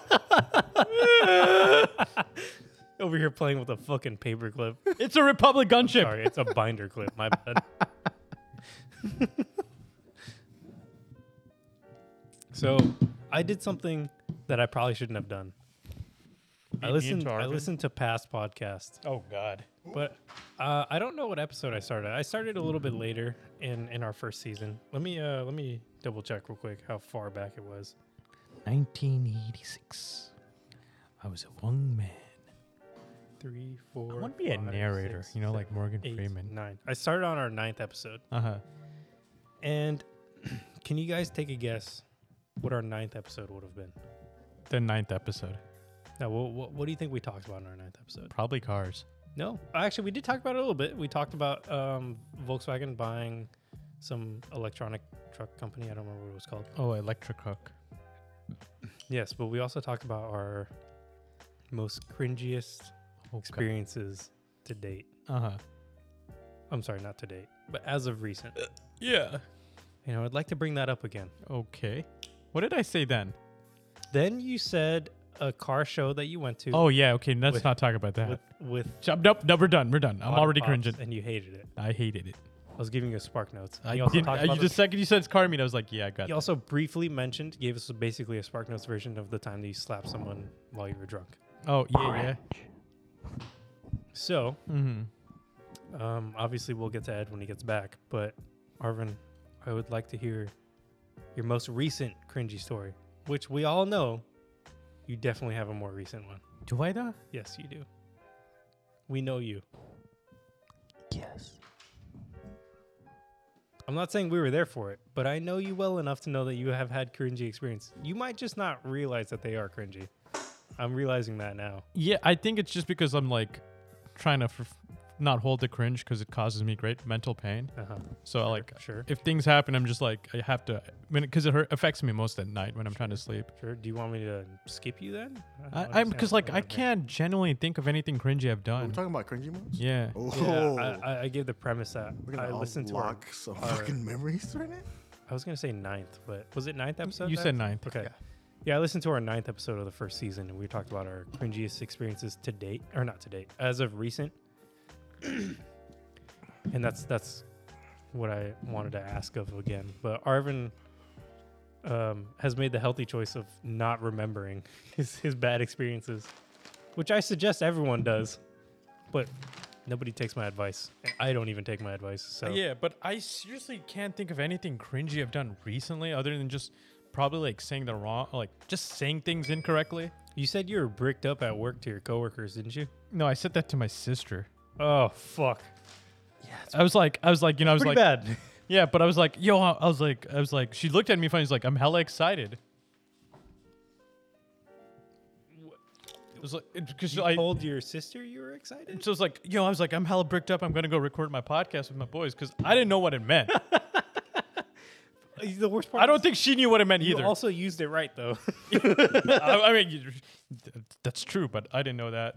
[laughs] Over here playing with a fucking paper clip.
It's a Republic gunship.
Sorry, it's a binder clip. My bad. [laughs] so, I did something that I probably shouldn't have done. I
me
listened.
into
I
Arvin?
listened to past podcasts,
Oh God.
but uh, I don't know what episode I started. I started a little bit later in in our first season. Let me uh, let me double check real quick how far back it was.
1986. I was a young man.
Three, four.
I want to be a
five,
narrator,
six,
you know,
seven,
like Morgan
eight,
Freeman.
Nine. I started on our ninth episode.
Uh huh.
And [clears throat] can you guys take a guess what our ninth episode would have been?
The ninth episode.
Now, what, what, what do you think we talked about in our ninth episode?
Probably cars.
No, actually, we did talk about it a little bit. We talked about um, Volkswagen buying some electronic truck company. I don't remember what it was called.
Oh, electric hook.
Yes, but we also talked about our most cringiest experiences to date.
Uh huh.
I'm sorry, not to date, but as of recent.
Yeah.
You know, I'd like to bring that up again.
Okay. What did I say then?
Then you said a car show that you went to.
Oh yeah. Okay. Let's
With-
not talk about that.
with with
Chop- nope. No, we're done. We're done. I'm
Otter
already
Pops,
cringing.
and you hated it.
I hated it.
I was giving you a spark notes.
I
you also
didn't.
talked
I,
about
you
the-
just second you said it's car meat. I was like, yeah, I got.
you also briefly mentioned, gave us basically a spark notes version of the time that you slapped someone while you were drunk.
that. Oh yeah,
So,
yeah. Mm-hmm.
um, obviously, we'll get to Ed when he gets back. But Arvin, I would like to hear your most recent cringy story, which we all know you definitely have a more recent one.
Do I though?
Yes, you do. We know you.
Yes.
I'm not saying we were there for it, but I know you well enough to know that you have had cringy experience. You might just not realize that they are cringy. I'm realizing that now.
Yeah, I think it's just because I'm like trying to f- not hold the cringe because it causes me great mental pain.
Uh-huh.
So like,
Sure.
if things happen, I'm just like I have to because it hurt, affects me most at night when I'm trying to sleep.
Sure. Do you want me to skip you then? don't
I, I'm
understand
because
what's
like
going
I
on here.
can't genuinely think of anything cringy I've
We're
done.
talking about cringy moments.
yeah.
Oh,
Yeah, I, I, I gave the premise that
we're gonna
I listened to. Our,
unlock some
our-
fucking memories
[laughs]
right now.
I was gonna say ninth, but was it ninth episode?
you
that-
said ninth.
Okay.
Yeah.
Yeah. I listened to our ninth episode of the first season, and we talked about our cringiest experiences to date, or not to date, as of recent. [clears throat] and that's that's what I wanted to ask of again. But Arvin um, has made the healthy choice of not remembering [laughs] his his bad experiences, which I suggest everyone does, but nobody takes my advice. I don't even take my advice. So
Uh, Yeah, but I seriously can't think of anything cringy I've done recently other than just probably like saying the wrong, like just saying things incorrectly.
you said you were bricked up at work to your coworkers, didn't you?
No, I said that to my sister.
Oh fuck.
I was like, I was like, you know, I was
Pretty
like,
bad.
yeah, but I was like, yo, I was like, I was like, she looked at me funny. She's like, I'm hella excited. It was like, because
You
I,
told your sister you were excited?
so I was like, yo, I was like, I'm hella bricked up. I'm gonna go record my podcast with my boys because I didn't know what it
[laughs]
meant.
Uh, The worst part
I don't think she knew what it meant
you
either.
also used it right though.
[laughs]
[laughs]
I, I mean, you- th- that's true, but I didn't know that.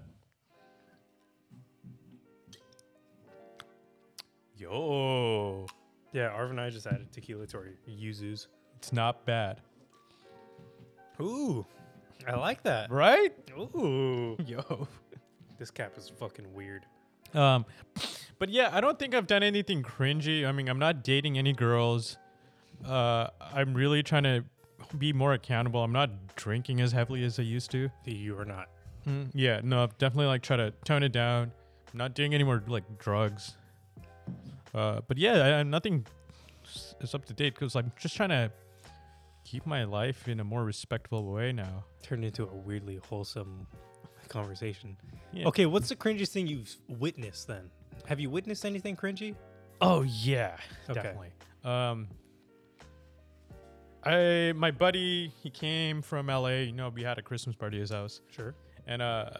Yo,
yeah, Arv and I just added tequila to our yuzus.
it's not bad,
Ooh. I like that.
right?
Ooh.
Yo.
This cap is fucking weird.
Um, but yeah, I don't think I've done anything cringy. I mean, I'm not dating any girls. Uh, I'm really trying to be more accountable. I'm not drinking as heavily as I used to.
You are not.
Mm, yeah, no, I've definitely like try to tone it down. I'm not doing any more like drugs. Uh, but yeah, I, I'm nothing s- is up to date because I'm just trying to keep my life in a more respectful way now.
Turned into a weirdly wholesome conversation.
Yeah.
Okay, what's the cringiest thing you've witnessed then? Have you witnessed anything cringy?
Oh yeah,
Okay.
definitely. Um, I my buddy he came from LA. You know, we had a Christmas party at his house,
Sure.
and uh,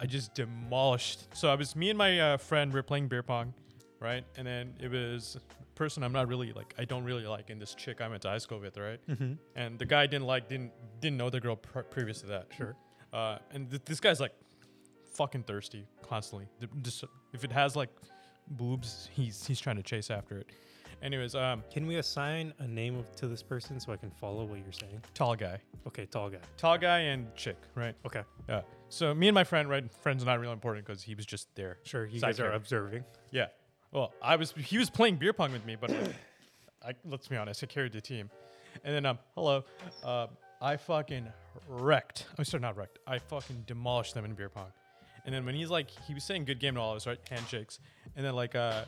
I just demolished. So I was me and my uh, friend we were playing beer pong, right? And then it was a person I'm not really like I don't really like, and this chick I went to high school with, right?
Mm-hmm.
And the guy I didn't like didn't didn't know the girl pr- previous to that.
Sure.
Uh, and th- this guy's like fucking thirsty constantly. Th- Just if it has like boobs, he's he's trying to chase after it. Anyways, um,
Can we assign a name of, to this person so I can follow what you're saying?
tall guy,
Okay, tall guy.
tall guy and chick, right?
Okay,
Yeah. So me and my friend, right? Friends are not really important because he was just there.
sure. You
Side
guys are
character.
observing.
Yeah. Well, I was he was playing beer pong with me, but I, let's be honest, I carried the team. And then um, hello, uh, I fucking wrecked. I'm sorry, not wrecked. I fucking demolished them in beer pong. And then when he's like, he was saying good game to all of us, right? Handshakes. And then like, uh,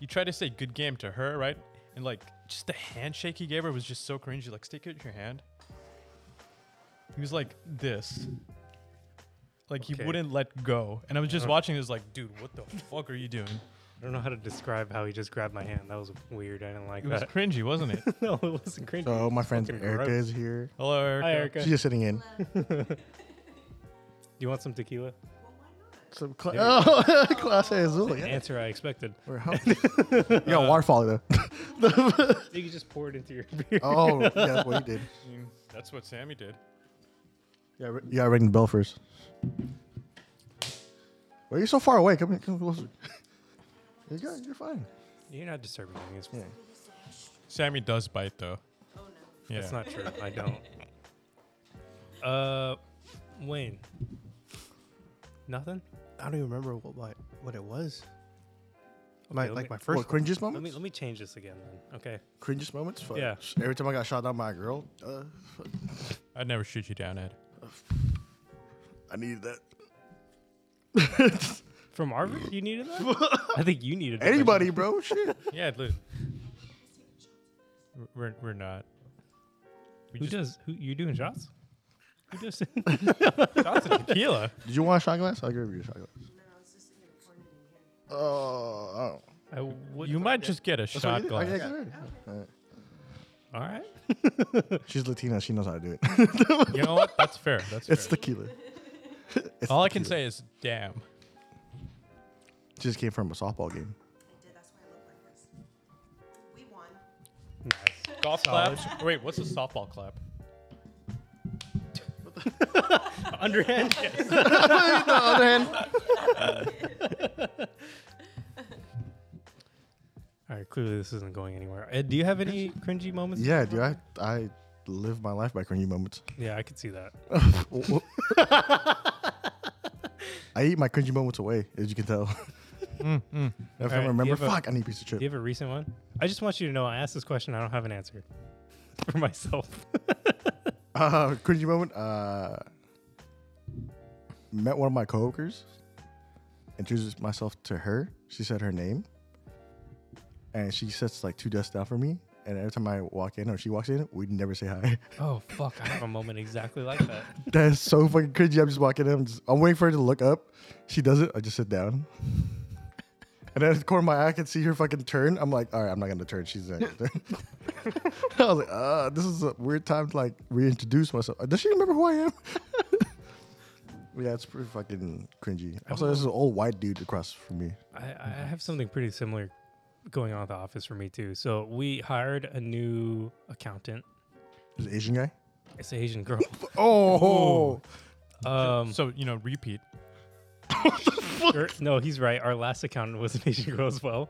you try to say good game to her, right? And like, just the handshake he gave her was just so cringy. Like, stick out your hand. He was like this. Like
Okay.
he wouldn't let go. And I was just
Uh.
watching this, like, dude, what the fuck are you doing?
I don't know how to describe how he just grabbed my hand. That was weird. I didn't like
It
[laughs]
was
that.
cringy, wasn't it?
no, it wasn't cringy.
So my friend
fucking
Erica
gross.
is here.
Hello, Erica.
Hi, Erica.
She's just sitting in.
Do you want some tequila?
Some cla- oh, [laughs] class A Azul.
The
Yeah.
answer I expected.
We're hungry. [laughs] you got waterfall though.
You can just pour it into your [laughs] beer.
[laughs] oh, yeah, that's what [laughs] he did.
I mean, That's what Sammy did.
Yeah, re- yeah, ring the bell first. Why are you so far away? Come here, come closer. [laughs] You're good. You're fine.
You're not disturbing me. It's,
Yeah.
Sammy does bite though. Yeah.
That's not true. I don't. Uh, Wayne. Nothing.
I don't even remember what what, what it was. My
let me-
like my
First, what,
first. one.
cringiest
Let me
moments?
let me change this again. Then. Okay.
Cringiest moments? Fuck.
Yeah.
Every time I got shot down by a girl, uh, fuck,
I'd never shoot you down, Ed.
I needed that.
From Arvid, you needed that. [laughs] I think you needed that.
Anybody, bro? Shit.
Yeah, Lou. We're, we're not. We
Who
just
does? Who you doing shots? Who does?
shots of tequila.
Did you want a shot glass? I'll give you a shot glass. Oh, I don't.
[laughs] [laughs] I would.
You might just get a
That's
shot
what you
glass.
did? Okay, yeah, alright.
All right.
She's Latina. She knows how to do it.
You know what? That's fair.
[laughs]
That's
it's
fair.
tequila. It's
All I can
tequila.
say is, damn.
She just came from a softball game.
Nice.
Golf claps. [laughs] Wait, what's a softball clap?
Underhand.
the other hand.
All right. Clearly, this isn't going anywhere. Ed, do you have any cringy moments?
Yeah, dude. I I live my life by cringy moments.
Yeah, I could see that.
I eat my cringy moments away, as you can tell. [laughs]
Mm,
If I
Alright,
remember,
do you have a-
fuck, I need a piece of
Do you
chip.
have a recent one? I just want you to know I asked this question. I don't have an answer [laughs] for myself.
[laughs] Uh, cringy moment. Uh, met one of my coworkers. Introduced myself to her. She said her name, and she sits like two desks down from me. And every time I walk in or she walks in, we never say hi. [laughs]
oh fuck! I have a moment exactly like that.
That's so fucking cringy. I'm just walking in. I'm, just, I'm waiting for her to look up. She doesn't. I just sit down. [laughs] And then at the corner of my eye, I can see her fucking turn. I'm like, all right, I'm not gonna turn. She's not gonna turn. [laughs] I was like, uh, this is a weird time to like reintroduce myself. Does she remember who I am? [laughs] yeah, it's pretty fucking cringy. Also, there's an old white dude across from me.
[laughs] I, I have something pretty similar going on at the office for me too. So we hired a new accountant.
There's an Asian guy.
It's an Asian girl.
Oh,
Um,
So, you know, repeat.
er, no, he's right. Our last accountant was an Asian girl as well,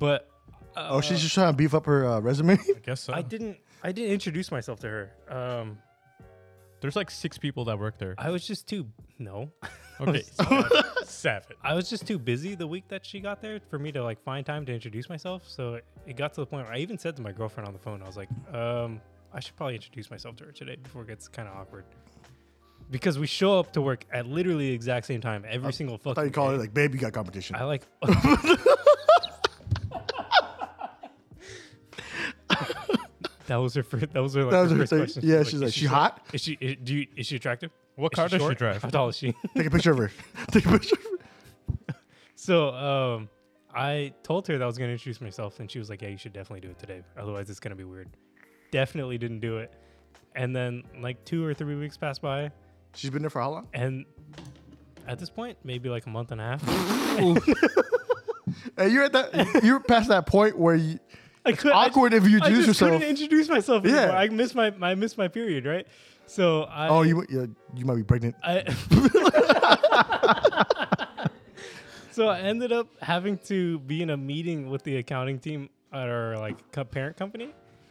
but uh,
oh, she's just trying to beef up her uh, resume. [laughs]
I guess so.
I didn't. I didn't introduce myself to her. Um,
There's like six people that work there.
I was just too no.
[laughs] Okay. Seven.
I was just too busy the week that she got there for me to like find time to introduce myself. So it, it got to the point where I even said to my girlfriend on the phone, I was like, um, I should probably introduce myself to her today before it gets kind of awkward. Because we show up to work at literally the exact same time every single
I thought
fucking
you called
day.
it like, babe, you got competition.
I
[laughs]
like. that was her first. That was her. Like,
That was
her
her
first
thing.
question.
Yeah, she's like,
"Is
"She hot?"
Is she? Is, do you, is she attractive?
What
Is
car does she
short? [laughs]
drive?"
How tall is she?
Take a picture of her. [laughs] Take a picture of her.
So um, I told her that I was going to introduce myself, and she was like, "Yeah, you should definitely do it today. Otherwise, it's going to be weird." definitely didn't do it. And then like two or three weeks passed by,
She's been there for how long?
and at this point, maybe like a month and a
[laughs]
half.
Hey, you're at that. You're past that point where you,
I could,
awkward if you
I
introduce
just
yourself.
couldn't introduce myself
Yeah.
anymore. I missed my I missed my period, right? So I
Oh, you you, you might be pregnant.
I [laughs] So I ended up having to be in a meeting with the accounting team at our like co- parent company,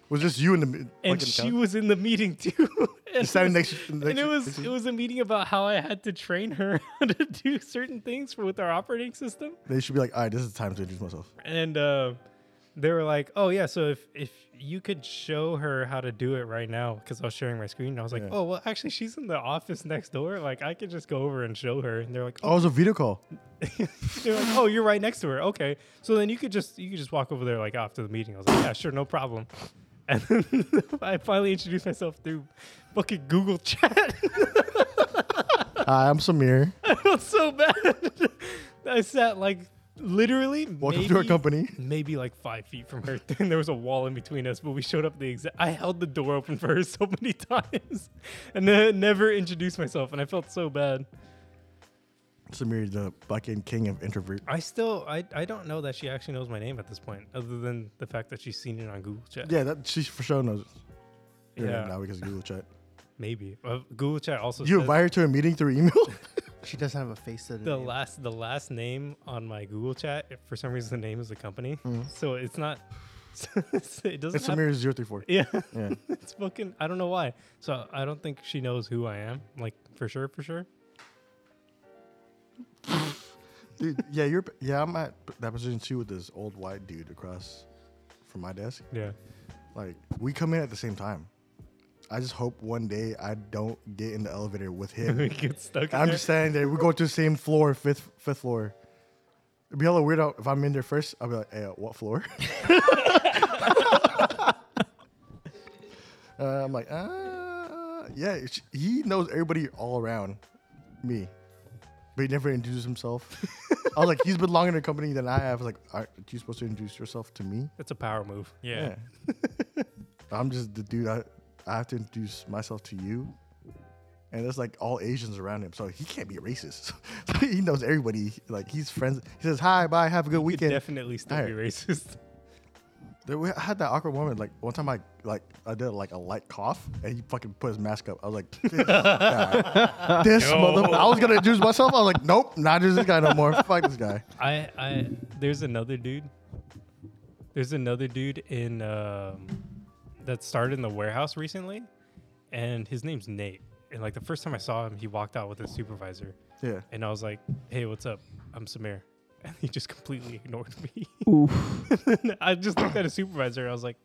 Was just you in the mi-
and
fucking
she
town?
was in the meeting too. [laughs]
You're
and,
standing next,
[laughs]
next
and it was
next-
it was a meeting about how I had to train her [laughs] how to do certain things for, with our operating system,
They should be like, all right, this is the time to introduce myself.
and uh, they were like, "Oh yeah, so if if you could show her how to do it right now, because I was sharing my screen, and I was like,
Yeah.
oh well, actually she's in the office next door, like I could just go over and show her." And they're like,
Oh, it was a video call.
They're like, "Oh, you're right next to her. Okay, so then you could just you could just walk over there like after the meeting." I was like, "Yeah, sure, no problem." [laughs] And then [laughs] I finally introduced myself through fucking Google [laughs] Chat.
Hi, I'm Samir.
I felt so bad. [laughs] I sat like literally.
Welcome
maybe,
to our company.
Maybe like five feet from her, [laughs] and there was a wall in between us. But we showed up the exact. I held the door open for her [laughs] so many times, and then never introduced myself, and I felt so bad.
Samir, the fucking king of introvert.
I still I, I don't know that she actually knows my name at this point, other than the fact that she's seen it on Google Chat.
Yeah, that she for sure knows. your name
Yeah.
Now because of
[laughs]
Google Chat.
Maybe Uh, Google Chat also
You
says
invite her to a meeting through email.
[laughs] She doesn't have a face to the
the
name.
last the last name on my Google Chat. if For some reason, the name is the company, so it's not. [laughs] it doesn't.
Mm-hmm. it's
have-
Samir zero three four.
[laughs] yeah,
Yeah.
it's [laughs] fucking. I don't know why. So I don't think she knows who I am. Like for sure, for sure.
Dude, yeah, you're yeah, I'm at that position too with this old white dude across from my desk.
Yeah.
Like we come in at the same time. I just hope one day I don't get in the elevator with
[laughs] we [laughs]
him.
get stuck. in
I'm
there.
just standing there. We go to the same floor, fifth fifth floor. It'd be hella weird out if I'm in there first. I'll be like, "Hey, uh, what floor?" [laughs] uh, I'm like, uh, yeah. it's- He knows everybody all around me, but he never introduces himself. [laughs] I was like, he's been longer in the company than I have. I was like, are you supposed to introduce yourself to me?
That's a power move.
Yeah.
Yeah. [laughs] I'm just the dude. I, I have to introduce myself to you, and there's like all Asians around him, so he can't be racist. [laughs] So he knows everybody. Like he's friends. He says hi, bye, have a good
We could
weekend.
definitely still be
[laughs]
racist.
There- we- I had that awkward moment. Like one time, I like I did like a light cough, and he fucking put his mask up. I was like, [laughs] this, guy. This
Yo.
motherfucker. I was gonna introduce myself. I was like, nope, not just this guy no more. Fuck this guy.
I I there's another dude. There's another dude in um, that started in the warehouse recently, and his name's Nate. And like the first time I saw him, he walked out with his supervisor,
Yeah.
and I was like, "Hey, what's up? I'm Samir," [laughs] and he just completely ignored me. [laughs] I just looked at his supervisor. and I was like.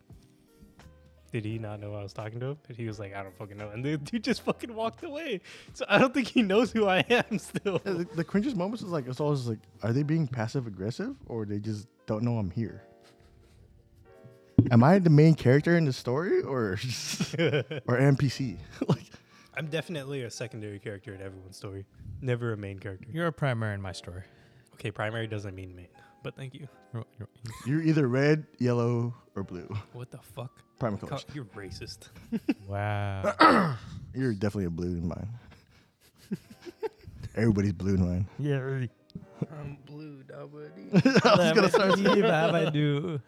Did he not know I was talking to him? And he was like, I don't fucking know. And the [laughs] dude just fucking walked away. So I don't think he knows who I am [laughs] still.
Yeah, the, the cringiest moments is like it's always like, are they being passive aggressive or they just don't know I'm here? Am I the main character in the story or [laughs] or NPC? like,
I'm definitely a secondary character in everyone's story. Never a main character.
You're a primary in my story.
Okay, primary doesn't mean main, but thank you.
You're- you're-
you're either red, yellow, or blue.
What the fuck?
Prime
Co-
colors.
You're racist.
Wow.
You're definitely a blue in mine. Everybody's blue in mine.
yeah.
I'm blue, nobody.
I was gonna start.
I
[laughs]
do.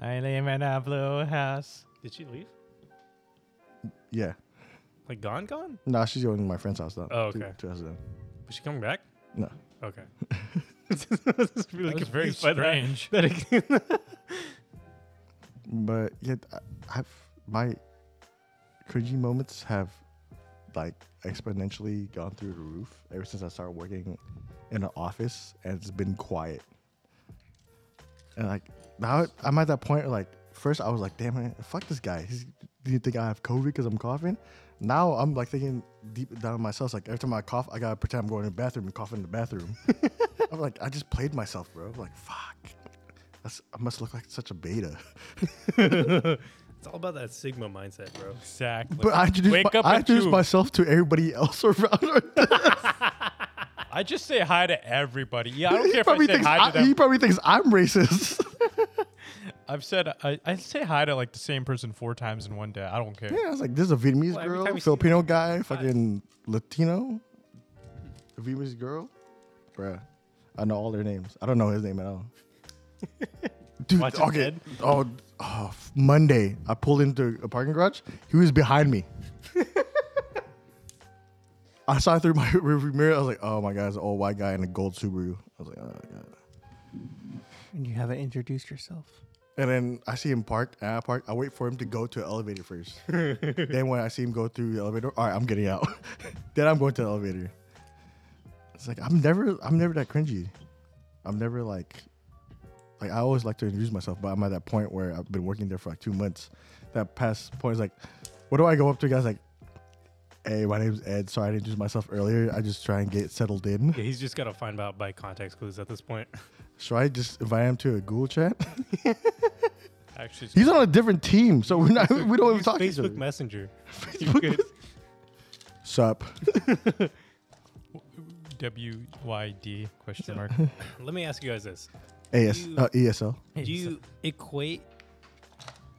I live in a blue house.
Did she leave?
Yeah.
Like gone, gone?
Nah, she's going to my friend's house though.
Oh,
Two-
okay.
two houses down.
Was she coming back?
No.
Okay. [laughs] this is really uh,
That's
confused by that.
strange.
that it-
But yet, I- I've my cringy moments have like exponentially gone through the roof ever since I started working in an office, and it's been quiet. And like now, I'm at that point. where, Like first, I was like, "Damn it, fuck this guy." He's, do you think I have COVID because I'm coughing? Now I'm like thinking deep down myself. Like every time I cough, I gotta pretend I'm going to the bathroom and coughing in the bathroom. I'm like, I just played myself, bro. like, fuck. That's, I must look like such a beta.
it's all about that Sigma mindset, bro.
Exactly.
But I introduced,
Wake
my-
up
I
at
introduced
two.
myself to everybody else [laughs] around. Her.
I just say hi to everybody. Yeah, I don't
he
care if I
probably
say
thinks
hi
I,
to them.
he probably thinks I'm racist.
I've said I, I say hi to like the same person four times in one day. I don't care.
Yeah, I was like, this is a Vietnamese
Well, every time
girl,
you see
Filipino guy, fucking Latino, a Vietnamese girl. Bruh, I know all their names. I don't know his name at all. Dude,
Watch his
okay.
head.
Oh, oh, f- Monday, I pulled into a parking garage. He was behind me. I saw through my [laughs] rearview mirror. I was like, oh my God, it's an old white guy in a gold Subaru. I was like, oh my God.
And you haven't introduced yourself.
And then I see him parked, and I park. I wait for him to go to the elevator first. then when I see him go through the elevator, all right, I'm getting out. [laughs] then I'm going to the elevator. It's like I'm never, I'm never that cringy. I'm never like, like I always like to introduce myself, but I'm at that point where I've been working there for like two months. That past point is like, what do I go up to guys like? Hey, my name's Ed. Sorry I didn't introduce myself earlier. I just try and get settled in.
[laughs] Yeah, he's just got to find out by context clues at this point.
Should I just invite him to a Google chat?
[laughs] Actually,
He's on a different team, so we're not.
[laughs]
We don't even
Use
talk to each
[laughs]
other.
Facebook Messenger.
[laughs] Facebook
could-
mess- Sup.
W Y D question [laughs] mark.
Let me ask you guys this:
AS,
You-
uh, ESL.
Do you equate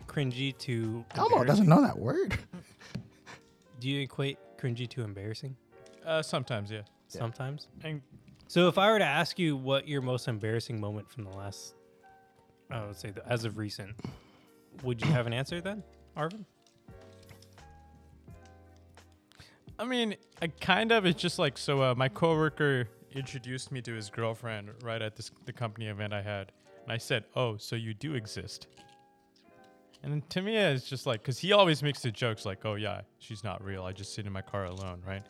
cringy to?
Elmo
embarrassing?
doesn't know that word.
Do you equate cringy to embarrassing
Uh, sometimes, yeah.
sometimes?
And
So if I were to ask you what your most embarrassing moment from the last, I would say the, as of recent, would you have an answer then, Arvin?
I mean, I kind of. It's just like so. Uh, my coworker introduced me to his girlfriend right at this the company event I had, and I said, "Oh, so you do exist." And to me, it's just like because he always makes the jokes like, "Oh yeah, she's not real. I just sit in my car alone," right?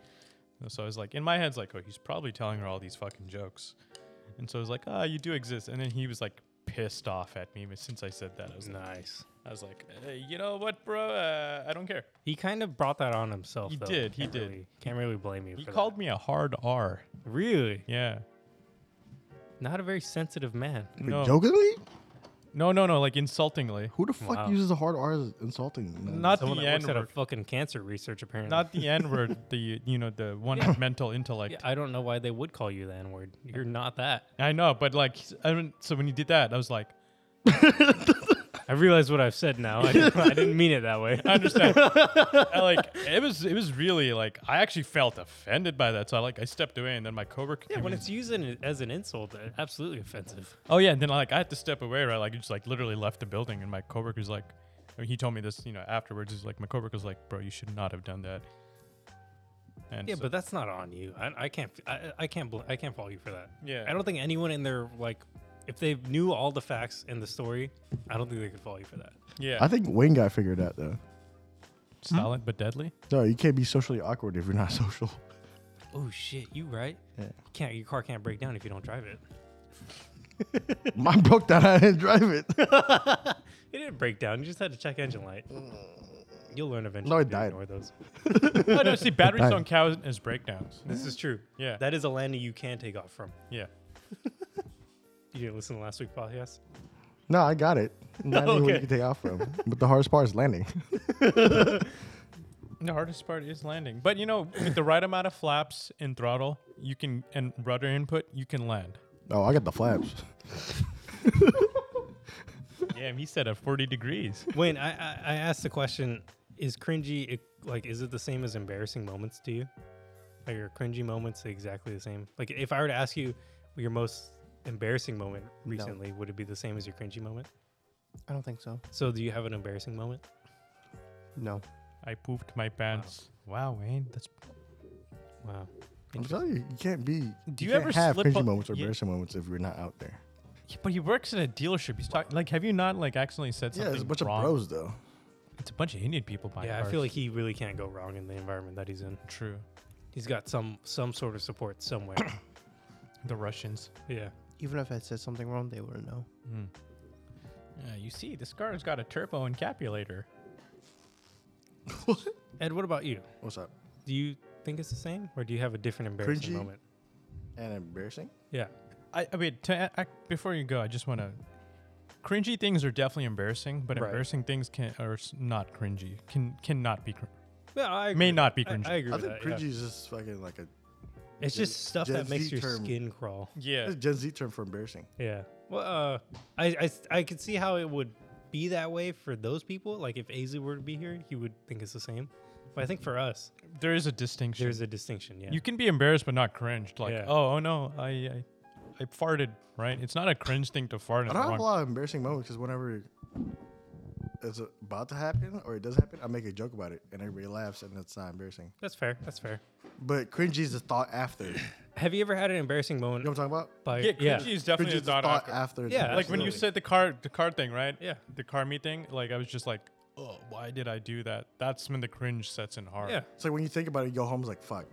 And So I was like, in my head's like, "Oh, he's probably telling her all these fucking jokes," and so I was like, "Ah, you do exist," and then he was like pissed off at me since I said that. I was,
Nice.
I was like, "Uh, "You know what, bro? Uh, I don't care."
He kind of brought that on himself.
He
though.
did, he
Can't
did.
really- can't really blame you.
He
for that.
called me a hard R.
Really?
Yeah.
Not a very sensitive man.
No.
Jokingly?
No, no, no, like insultingly.
Who the fuck
Wow.
uses a hard R as insulting? man?
Not
Someone
the
that works
N
at a [laughs]
word.
fucking cancer research apparently.
Not the N word. The you know the one mental intellect.
Yeah, I don't know why they would call you the N word. You're not that.
I know, but like I mean, so when you did that, I was
[laughs]
like,
I realize what I've said now. I didn't, [laughs] I didn't mean it that way.
I understand. I, like it was it was really like I actually felt offended by that. So I like I stepped away and then my coworker.
Yeah,
came
when
in.
it's used in, as an insult, uh, absolutely offensive.
oh yeah, and then like I had to step away, right? Like I just like literally left the building, and my coworker's like, I mean, he told me this, you know, afterwards. He's like, my coworker's like, bro, you should not have done that. And
Yeah,
so-
but that's not on you. I, I can't. I, I can't. Bl- I can't fault you for that.
yeah,
I don't think anyone in their like, if they knew all the facts in the story, I don't think they could fault you for that.
yeah,
I think hmm? Wayne got figured out though.
silent but
[laughs]
deadly.
No, you can't be socially awkward if you're not [laughs] social.
Oh shit, you right?
Yeah.
You can't. Your car can't break down if you don't drive it.
Mine broke down. I didn't
[laughs]
drive it.
It didn't break down. You just had to check engine light. You'll learn eventually.
No, it
to
died.
Ignore those.
oh no, see, batteries
Right.
don't count as breakdowns.
This is true.
Yeah.
That is a landing you can take off from.
Yeah.
You didn't listen to last week's podcast.
[laughs] no, I got it. Not anyone
Okay.
you can take off from. But the hardest part is landing.
The hardest part is landing. But you know, with the right amount of flaps and throttle, you can and rudder input, you can land.
Oh, I got the flaps.
Damn, he said at 40 degrees.
Wayne, I, I I asked the question: Is cringy it- like is it the same as embarrassing moments to you? Are your cringy moments exactly the same? Like if I were to ask you your most embarrassing moment recently, would it be the same as your cringy moment?
I don't think so.
So do you have an embarrassing moment?
No.
[laughs] I pooped my pants. Wow, Wayne, that's.
Wow.
I'm telling you, you can't be.
Do you
can't
ever
have
slip
cringy
on-
moments or
yeah.
embarrassing moments if you're not out there?
But he works at a dealership. He's talking like, have you not like accidentally said
Yeah,
something?
there's a bunch
wrong?
of bros though.
It's a bunch of Indian people buying.
yeah, I
cars.
feel like he really can't go wrong in the environment that he's in.
true.
He's got some some sort of support
[coughs]
somewhere.
The Russians.
yeah.
Even if I said something wrong, they wouldn't know.
Mm. Uh, you see, this car's got a turbo encapsulator.
Ed, what about you?
What's up?
Do you think it's the same, or do you have a different embarrassing
Cringy?
moment?
And embarrassing?
Yeah.
I, I mean, to, a- ac- before you go, I just want to. Cringy things are definitely embarrassing, but
Right.
embarrassing things can are s- not cringy. Can cannot be. Cr-
Yeah, I agree.
may not be
I,
cringy.
I agree.
I
with
think
that, yeah.
cringy is just fucking like a
It's
Gen-
just stuff
Gen
that makes
Z
your
term.
skin crawl.
yeah.
That's Gen Z term for embarrassing.
Yeah. Well, uh, I, I s- I could see how it would be that way for those people. Like if AZ were to be here, he would think it's the same. But I think for us,
There is a distinction.
there's a distinction. Yeah.
You can be embarrassed but not cringed. Like,
Yeah.
oh, oh no, I, I, I farted. Right? It's not a cringe thing to fart. In
I
the
don't have
wrong.
a lot of embarrassing moments because whenever it's about to happen or it does happen, I make a joke about it and everybody laughs and it's not embarrassing.
that's fair. That's fair.
But cringy is the thought after. You know
Have you ever had an embarrassing moment?
what I'm talking about?
by
yeah, cringy
yeah.
is
Cringy
definitely
is
a
the
thought.
thought
after.
after. it's
Yeah,
Like when you
absolutely.
said the car, the car thing, right?
Yeah.
The car meet thing. Like I was just like, oh, why did I do that? That's when the cringe sets in hard.
Yeah.
It's like when you think about it, you go home, it's like, fuck,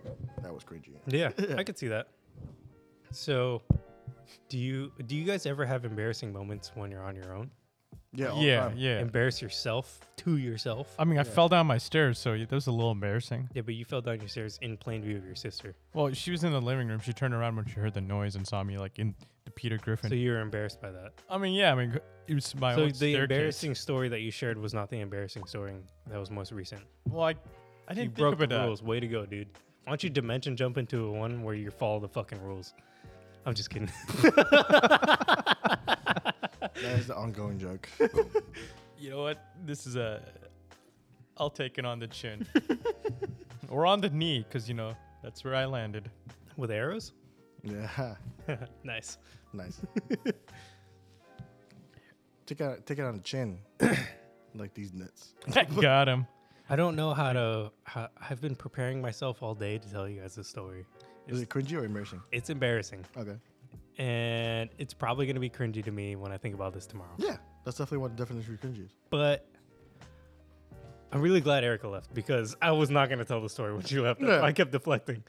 that was cringy.
Yeah, [laughs] I could see that. So, do you do you guys ever have embarrassing moments when you're on your own?
Yeah, all the
Yeah.
time.
Yeah.
Embarrass yourself to yourself.
I mean, I fell down my stairs, so that was a little embarrassing.
yeah, but you fell down your stairs in plain view of your sister,
Well, she was in the living room. She turned around when she heard the noise and saw me like in the Peter Griffin.
so you were embarrassed by that.
I mean, yeah. I mean, it was my
so
own
the
staircase.
embarrassing story that you shared was not the embarrassing story that was most recent.
Well, I, I
You
didn't think uh,
broke the
about that.
rules. Way to go, dude. Why don't you dimension jump into a one where you follow the fucking rules? I'm just kidding. [laughs]
That is the ongoing joke. [laughs]
You know what? This is a. I'll take it on the
[laughs]
chin or on the knee, because you know that's where I
[laughs]
landed.
With arrows? [laughs]
yeah.
nice.
Nice. [laughs] take out take it on the [coughs] chin. like these nuts.
Got him.
I don't know how to. How, I've been preparing myself all day to tell you guys this story.
Is it cringy or embarrassing?
It's embarrassing,
Okay.
and it's probably gonna be cringy to me when I think about this tomorrow.
Yeah. That's definitely what the definition of cringy is.
But I'm really glad Erica left because I was not gonna tell the story when she left.
No.
I kept deflecting.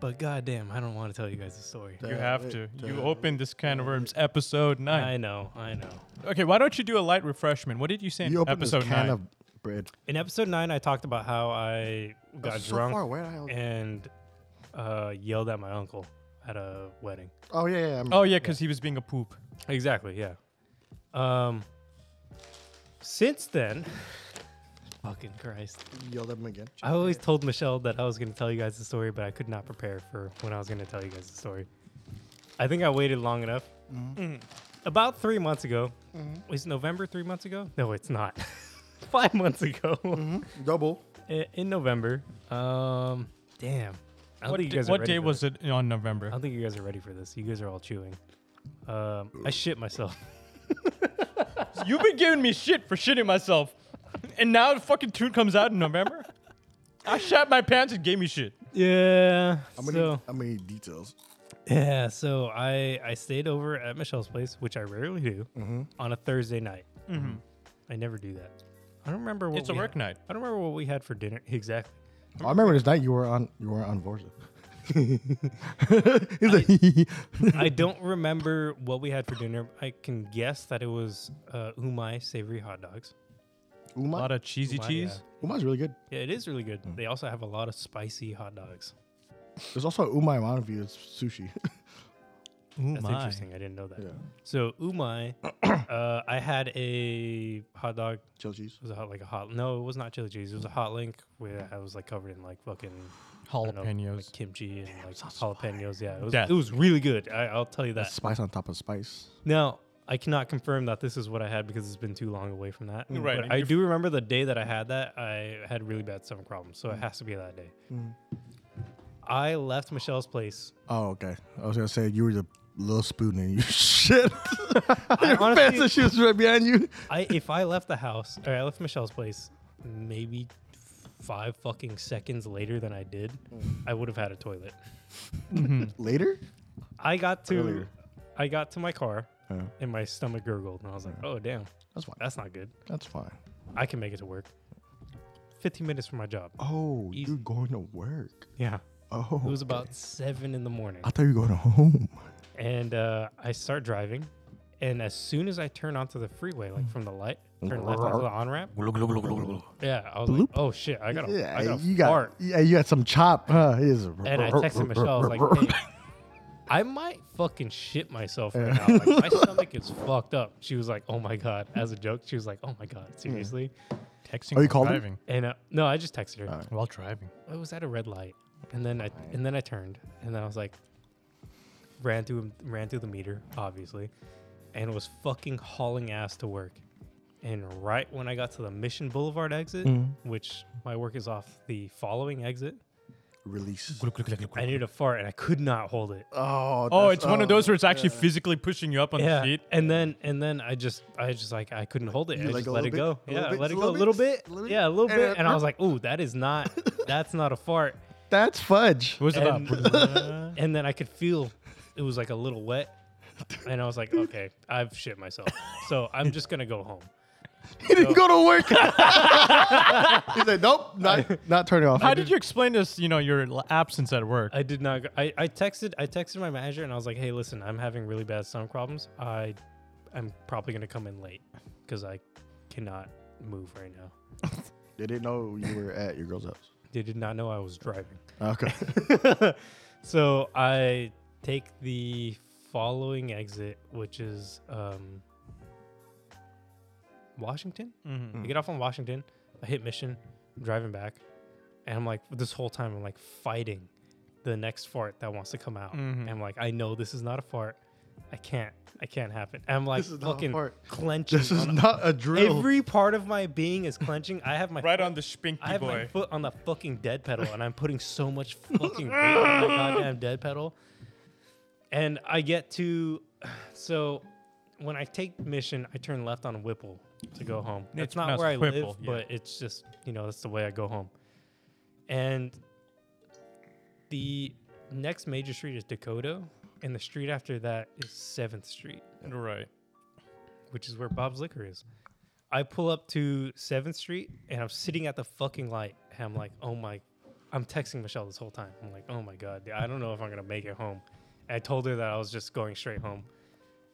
But goddamn, I don't want to tell you guys the story.
You
Uh,
have
it-
to. You
uh,
opened this can of worms, episode
I
nine.
know, I know.
Okay, why don't you do a light refreshment? What did you say in
You open
episode
this can
nine?
of bread.
In episode nine, I talked about how I got
That's Oh, so
drunk
far away, I-
and uh, yelled at my uncle at a wedding.
oh yeah, yeah. I'm-
oh yeah, because he was being a poop.
Exactly, yeah. Um since then [sighs] fucking Christ.
You yelled at him again.
I always told Michelle that I was gonna tell you guys the story, but I could not prepare for when I was gonna tell you guys the story. I think I waited long enough. Mhm. About three months ago. Is November three months ago? Mm-hmm. No, it's not. [laughs] Five months ago.
Double.
I- In November. Um damn. I don't
What,
think
d-
you guys are
what
ready
day
for
was
this.
it on
I
November?
don't think you guys are ready for this. You guys are all chewing. Um, I shit myself.
You've been giving me shit for shitting myself, and now the fucking tune comes out in November. I shat my pants and gave me shit.
Yeah.
How many
so
how many details?
yeah, so I I stayed over at Michelle's place, which I rarely do, on a Thursday night. I never do that. I don't remember what
Mm-hmm. It's a
we
work
had.
night.
I don't remember what we had for dinner [laughs] exactly.
Oh, I remember this night you were on you were on Forza. [laughs] He's [laughs] like
I don't remember what we had for dinner. I can guess that it was uh, umai savory hot dogs.
A lot
Uma.
of cheesy
Umai,
cheese.
Uma's really good.
Yeah. Yeah, it is really good. They also have a lot of spicy hot dogs.
There's also Uma in Mountain View. It's sushi.
Ooh,
That's
my.
interesting. I didn't know that. So umai, uh, I had a hot dog
[laughs] Chili cheese.
It was a hot, like a hot. No, it was not chili cheese. It was a hot link where I was like covered in like fucking I don't know, like
Jalapenos.
kimchi, and like jalapenos. Yeah, it was.
Death.
It was really good. I, I'll tell you that.
Spice on top of spice.
Now I cannot confirm that this is what I had because it's been too long away from that.
Right,
But
and
I
you've-
do remember the day that I had that. I had really bad stomach problems,
Mm.
so it has to be that day. I left Michelle's place.
Oh, okay. I was gonna say you were the little spoon and you [laughs] shit.
I
Your
honestly-
fancy shoes right behind you.
I if I left the house or I left Michelle's place, maybe f- five fucking seconds later than I did,
Mm.
I would have had a toilet.
Later.
I got to
Earlier.
I got to my car
Yeah.
and my stomach gurgled and I was like, "Oh damn.
That's fine.
That's not good.
That's fine.
I can make it to work." 15 minutes from my job.
Oh,
Easy.
you're going to work.
Yeah.
Oh,
It was about 7 in the morning.
I thought you were going home.
And uh, I start driving and as soon as I turn onto the freeway
Mm.
like from the light, turn left onto the on ramp. Yeah, I was like, "Oh shit, I got to I got
you
to
got.
fart."
Yeah, you got some chop. Huh? He is.
And I texted Michelle, I was
[laughs]
like, hey, I might fucking shit myself right now. Like, my stomach is fucked up. She was like, oh my God. As a joke, she was like, oh my God, seriously?
Texting
Oh, you
while
called him?
driving.
And uh, no, I just texted her.
Alright.
While driving.
I was at a red light. And then I and then I turned and then I was like ran through ran through the meter, obviously, and was fucking hauling ass to work. And right when I got to the Mission Boulevard exit, which my work is off the following exit,
Release.
I needed a fart and I could not hold it.
Oh,
Oh,
that's-
it's one of
oh.
those where it's actually physically pushing you up on
Yeah,
the sheet.
and then and then I just I just like I couldn't hold it.
You
I
let
just
go a
let it
little
go.
bit? A
Yeah,
little bit?
let it
Just a
go a
little
little
bit?
bit.
A little bit?
Yeah, a little
And
bit.
it
And I was like, "Ooh, that is
[laughs]
not that's not a fart."
That's fudge.
What was it
And-
about?
[laughs] And then I could feel it was like a little wet, and I was like, "Okay, I've shit myself, so I'm just gonna go home."
He didn't go to [laughs] work. he said, "Nope, not [laughs] not turning off."
How did you explain this? You know, your l- absence at work.
I did not. go- I, I texted. I texted my manager and I was like, "Hey, listen, I'm having really bad stomach problems. I, I'm probably gonna come in late because I cannot move right now."
They didn't know you were at your girl's house.
They did not know I was driving.
[laughs] Okay.
[laughs] so I take the following exit, which is um, Washington.
Mhm.
Mm-hmm.
I get off on Washington. I hit Mission, I'm driving back, and I'm like, this whole time I'm like fighting the next fart that wants to come out.
Mm-hmm.
And I'm like, I know this is not a fart. I can't. I can't happen. And I'm like
This is not a
fucking
fart.
clenching.
this is
on-
not a drill.
every part of my being is clenching. I
[laughs]
have my
Right on the spinky
I have my
boy.
foot on the fucking dead pedal, and I'm putting
[laughs]
so much fucking weight on my goddamn dead pedal. And I get to, so when I take mission, I turn left on Whipple to go home.
It's
It's not
pronounced
where I
Whipple,
live,
yeah.
but it's just you know that's the way I go home. And the next major street is Dakota, and the street after that is Seventh Street
Right.
which is where Bob's Liquor is. I pull up to 7th Street and I'm sitting at the fucking light and I'm like, oh my, I'm texting Michelle this whole time. I'm like, oh my God, dude, I don't know if I'm going to make it home. And I told her that I was just going straight home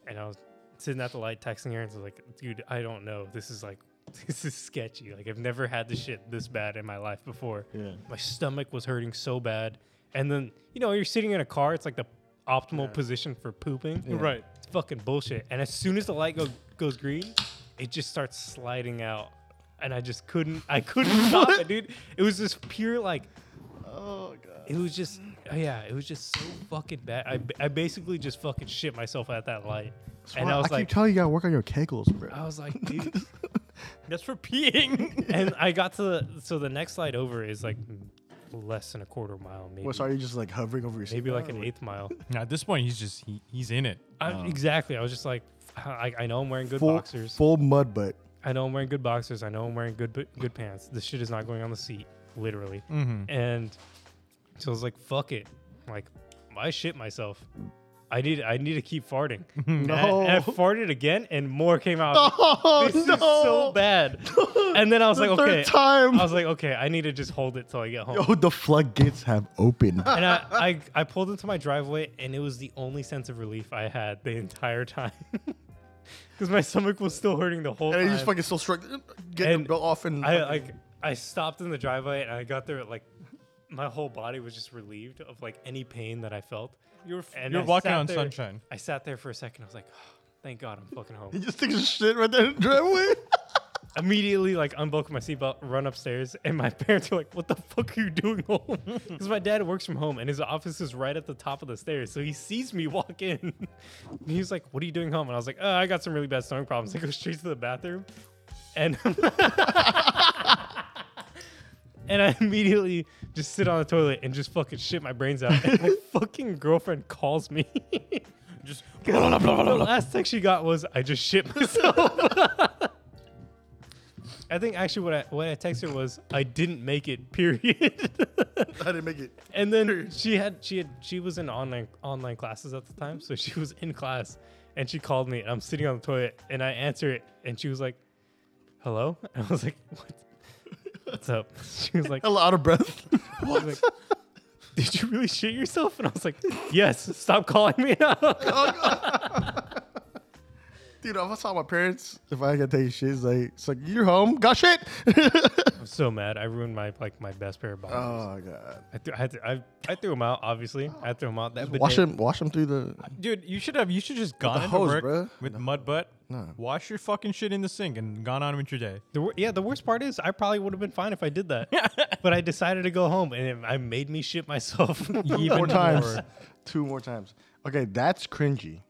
and I was sitting at the light texting her and I was like, dude, I don't know. This is like, [laughs] this is sketchy. Like, I've never had the shit this bad in my life before.
Yeah.
My stomach was hurting so bad. And then, you know, you're sitting in a car, it's like the optimal position for pooping.
Right.
It's fucking bullshit. And as soon as the light go, goes green, it just starts sliding out. And I just couldn't,
[laughs]
I couldn't stop it, dude. It was just pure, like,
Oh god.
it was just, yeah, it was just so fucking bad. I, I basically just fucking shit myself at that light. And I was
keep
like, Oh,
telling you, you gotta work on your kegels, bro.
I was
[laughs]
like, dude.
That's for peeing.
and I got to the, so the next light over is like less than a quarter mile, maybe.
Well, sorry, you Oh. just like hovering over your
Maybe
seatbelt?
like an eighth
[laughs]
mile.
now, [laughs] at this point, he's just he, he's in it.
I, exactly. I was just like, I, I know I'm wearing good
Oh. full,
boxers.
full mud butt.
I know I'm wearing good boxers. I know I'm wearing good bu- good pants. This shit is not going on the seat, literally.
Mm-hmm.
And so I was like, "Fuck it!" Like, I shit myself. I need I need to keep
[laughs]
farting. And I- and I,
No.
farted again, and more came out. I was
[laughs]
like,
[laughs]
[laughs] this is so
Oh
bad. And then I was
[laughs] The
like,
third
"Okay."
time.
I was like, "Okay, I need to just hold it till I get home."
Yo, the floodgates have [laughs] opened.
And I, I I pulled into my driveway, and it was the only sense of relief I had the entire time. [laughs] Because my stomach was still hurting the whole
and
time.
you just fucking still struggling. Get your
Uh, And
belt off and
I
fucking- [laughs]
like I stopped in the driveway and I got there like my whole body was just relieved of like any pain that I felt.
You're f-
And
you're
I
walking
sat
on
there-
sunshine.
I sat there for a second. I was like, "Oh, thank God I'm fucking
He
home.
just takes a shit right there in the [laughs] driveway.
Immediately like unbuckle my seatbelt, run upstairs, and my [laughs] parents are like, "What the fuck are you doing [laughs] home?" Because my dad works from home and his office is right at the top of the stairs, so he sees me [laughs] walk in. and he's like, "What are you doing home?" And I was like, oh, "I got some really bad stomach problems." I go straight to the bathroom, and. [laughs] and I immediately just sit on the toilet and just fucking shit my brains out. [laughs] And my fucking girlfriend calls me. [laughs]
Just
the last text she got was, "I just shit myself." [laughs] I think actually what I what I texted her was, "I didn't make it." Period. [laughs]
I didn't make it.
and then she had she had she was in online online classes at the time, so she was in class and she called me and I'm sitting on the toilet and I answer it and she was like, "Hello," [laughs] and I was like, "What?" What's up? [laughs] She was like,
A lot of breath. [laughs]
I was like, Did you really shit yourself? And I was like, Yes, stop calling me [laughs] out.
Oh, [laughs] Dude, if I saw my parents, if I could take shit, it's like, it's like you're home, got shit. [laughs]
I'm so mad. I ruined my like my best pair of boxers.
oh god.
I, threw, I, had to, I, I threw them out. Obviously, I threw them out. That bidet,
Wash him, wash him through the.
dude, you should have you should just gone
the
into
hose,
work
bruh.
with mud butt.
No.
Wash your fucking shit in the sink and gone on with your day.
The, wor- yeah, the worst part is I probably would have been fine if I did [laughs] that. but I decided to go home, and it, I made me shit [laughs] myself.
[laughs] Two more times. Two more times. Okay, that's cringy.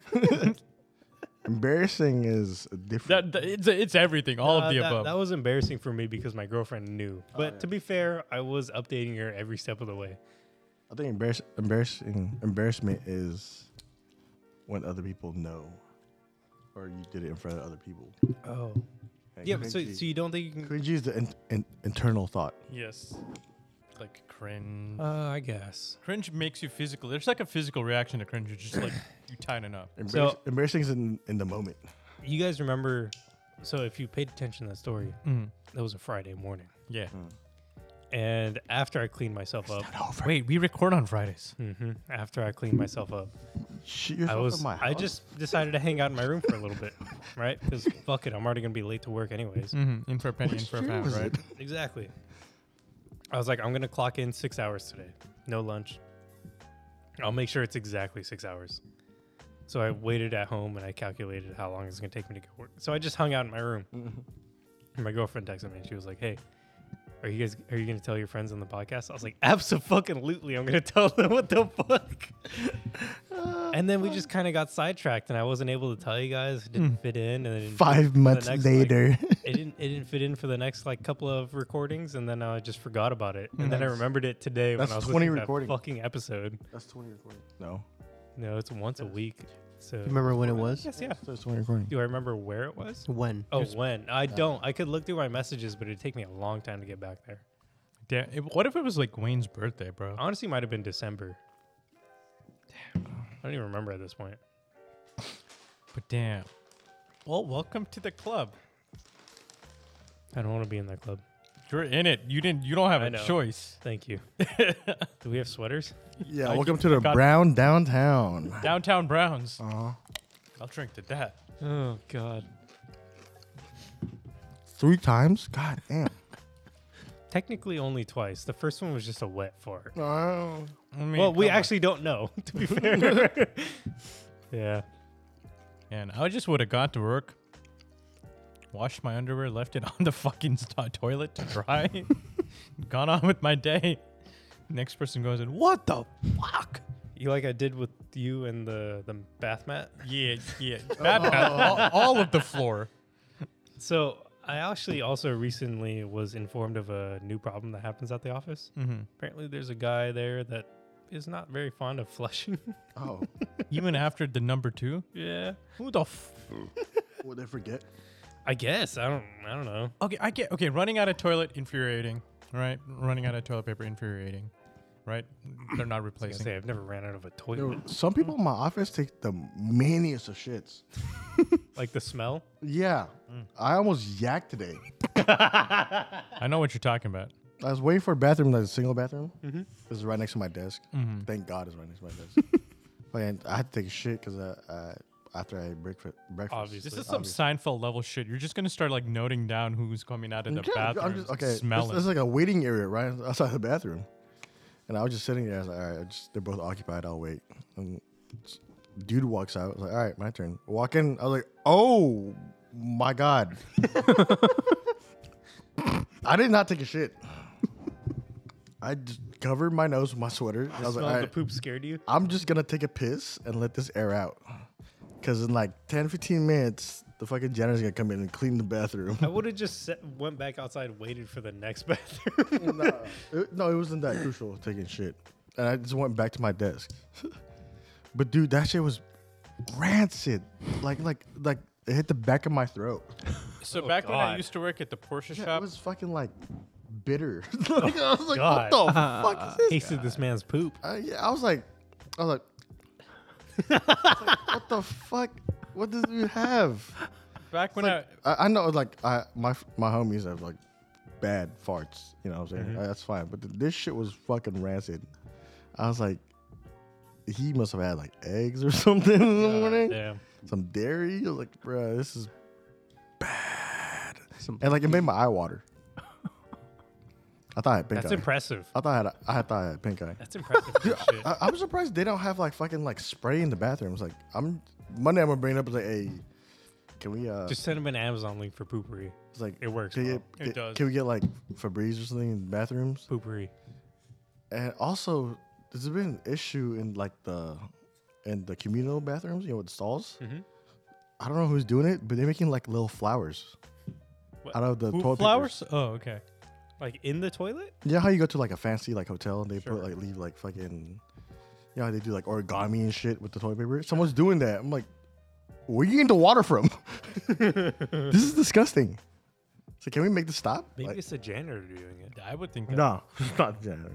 Embarrassing is different.
That, that- it's it's everything, all
Uh,
of the
that,
above.
That was embarrassing for me because my girlfriend knew. But to be fair, I was updating her every step of the way.
I think embarrass, embarrassing embarrassment is when other people know, or you did it in front of other people.
Oh.
Like,
Yeah, but so,
cringy.
so you don't think you can.
cringy is the in, in, internal thought.
yes, like cringe.
Uh, I guess.
cringe makes you physical. There's like a physical reaction to cringe. You're just
[laughs]
like you tighten up.
Embarrass, embarrassing is in, in the moment.
You guys remember. So if you paid attention to that story,
Mm.
that was a Friday morning.
Yeah.
Mm.
And after I cleaned myself up,
Wait, we record on Fridays.
hmm after I cleaned myself up,
Shit
I
yourself in
was
my
I
house?
just decided to hang out in my room for a little bit, right?
[laughs]
Because fuck it, I'm already gonna be late to work anyways.
Mm-hmm. In for a penny, in
Which
for a
year
pound,
was
right?
it?
Exactly. I was like, I'm gonna clock in six hours today. No lunch. I'll make sure it's exactly six hours. So I waited at home and I calculated how long it's gonna take me to go work. So I just hung out in my room. And my girlfriend texted me and she was like, Hey, are you guys are you gonna tell your friends on the podcast? I was like, Absolutely, I'm gonna tell them [laughs] what the fuck. and then we just kind of got sidetracked and I wasn't able to tell you guys. It didn't fit in and it didn't fit in for
Five
the
months
next, like,
[laughs] later.
it didn't it didn't fit in for the next like couple of recordings and then I just forgot about it. And then I
Nice.
remembered it today when
That's
I was
20
listening
recordings.
to that fucking episode.
That's 20 recording. No.
No, it's once a week. So
You remember when it was?
Yes, yeah.
That's 20 recording.
Do I remember where it was?
When?
Oh,
It's-
when? I don't. I could look through my messages, but it'd take me a long time to get back there.
Damn, it- what if it was like Wayne's birthday, bro?
Honestly, it might have been December. I don't even remember at this point.
But damn. Well, welcome to the club.
I don't want to be in that club.
You're in it. You didn't. You don't have
I
a
know.
choice.
Thank you. Do we have sweaters?
Yeah,
I
welcome
keep-
to the
I got-
Brown Downtown.
Downtown Browns.
Uh-huh.
I'll drink to that.
Oh God.
Three times? God damn.
Technically, only twice. The first one was just a wet fart.
Oh.
I mean,
well, we
come on.
actually don't know, [laughs] to be fair.
[laughs]
yeah.
And I just would have got to work, washed my underwear, left it [laughs] on the fucking st- toilet to dry, [laughs] gone on with my day. Next person goes in, what the fuck?
You like I did with you and the, the bath mat?
Yeah, yeah. Bad, bad. All, all of the floor.
So I actually also recently was informed of a new problem that happens at the office.
Mm-hmm.
Apparently there's a guy there that is not very fond of flushing. [laughs]
Oh.
Even after the number two,
yeah.
who the f-
Would they forget?
I guess. I don't I don't know.
Okay, I get okay. Running out of toilet, infuriating. Right, running out of toilet paper, infuriating. Right, they're not
I was gonna
replacing.
say I've never ran out of a toilet.
Yo, some people in my office take the maniest of shits.
Like the smell.
Yeah. I almost yacked today.
I know what you're talking about.
I was waiting for a bathroom, like a single bathroom. Mm-hmm. This is right next to my desk. Thank God it's right next to my desk. [laughs] and I had to take a shit because I, I, after I ate breakfast. breakfast
Obviously.
This is some Seinfeld level shit. You're just gonna start like noting down who's coming out of the
Yeah,
bathroom,
I'm just, okay, this-
smelling.
This is like a waiting area right outside the bathroom. And I was just sitting there. I was like, all right, I just, they're both occupied. I'll wait. And s- dude walks out. I was like, all right, my turn. Walk in. I was like, oh my God. [laughs] I did not take a shit. I just covered my nose with my sweater. I
The
was
smell
like, all
of the
right,
poop scared you?
I'm just going to take a piss and let this air out. Because in like 10, 15 minutes, the fucking janitor's going to come in and clean the bathroom.
I would have just set, went back outside, waited for the next [laughs] bathroom.
Nah, it, no, it wasn't that crucial taking shit. And I just went back to my desk. [laughs] but dude, that shit was rancid. Like like like it hit the back of my throat.
so back when I
Oh, God.
used to work at the Porsche
Yeah,
shop,
it was fucking like bitter. [laughs] like, I was like,
God.
what the fuck is this?
Tasted this man's poop.
I, Uh, yeah, I was like, I was like, what the fuck? What does you have?
back when
I, I know, like, I my my homies have like bad farts. You know what I'm saying? Uh, That's fine. But th- this shit was fucking rancid. I was like, he must have had like eggs or [laughs] something in the morning,
Damn.
some dairy. I was like, bruh, this is bad.
Some-
and like, it made my eye water. I thought I had pink
That's
eye.
impressive.
I thought I, had, I thought I had pink eye.
That's impressive.
[laughs]
as shit.
I, I'm surprised they don't have like fucking like spray in the bathrooms. Like, I'm Monday. I'm gonna bring it up and say, hey, can we uh
Just send him an Amazon link for poopery.
It's like
It works,
Can,
bro.
you get-
It does.
can we get like Febreze or something in bathrooms?
Poopery.
And also, there's been an issue in like the in the communal bathrooms, you know, with stalls. I don't know who's doing it, but they're making like little flowers
What?
out of the
Who-
toilet
flowers?
Papers.
Oh, okay.
Like in the toilet?
Yeah, how you go to like a fancy like hotel and they
Sure.
put like leave like fucking, yeah, they do like origami and shit with the toilet paper. Someone's doing that. I'm like, where are you getting the water from? [laughs] this is disgusting. So can we make this stop?
Maybe
Like,
it's the janitor doing it.
I would think that.
no,
[laughs]
it's not janitor.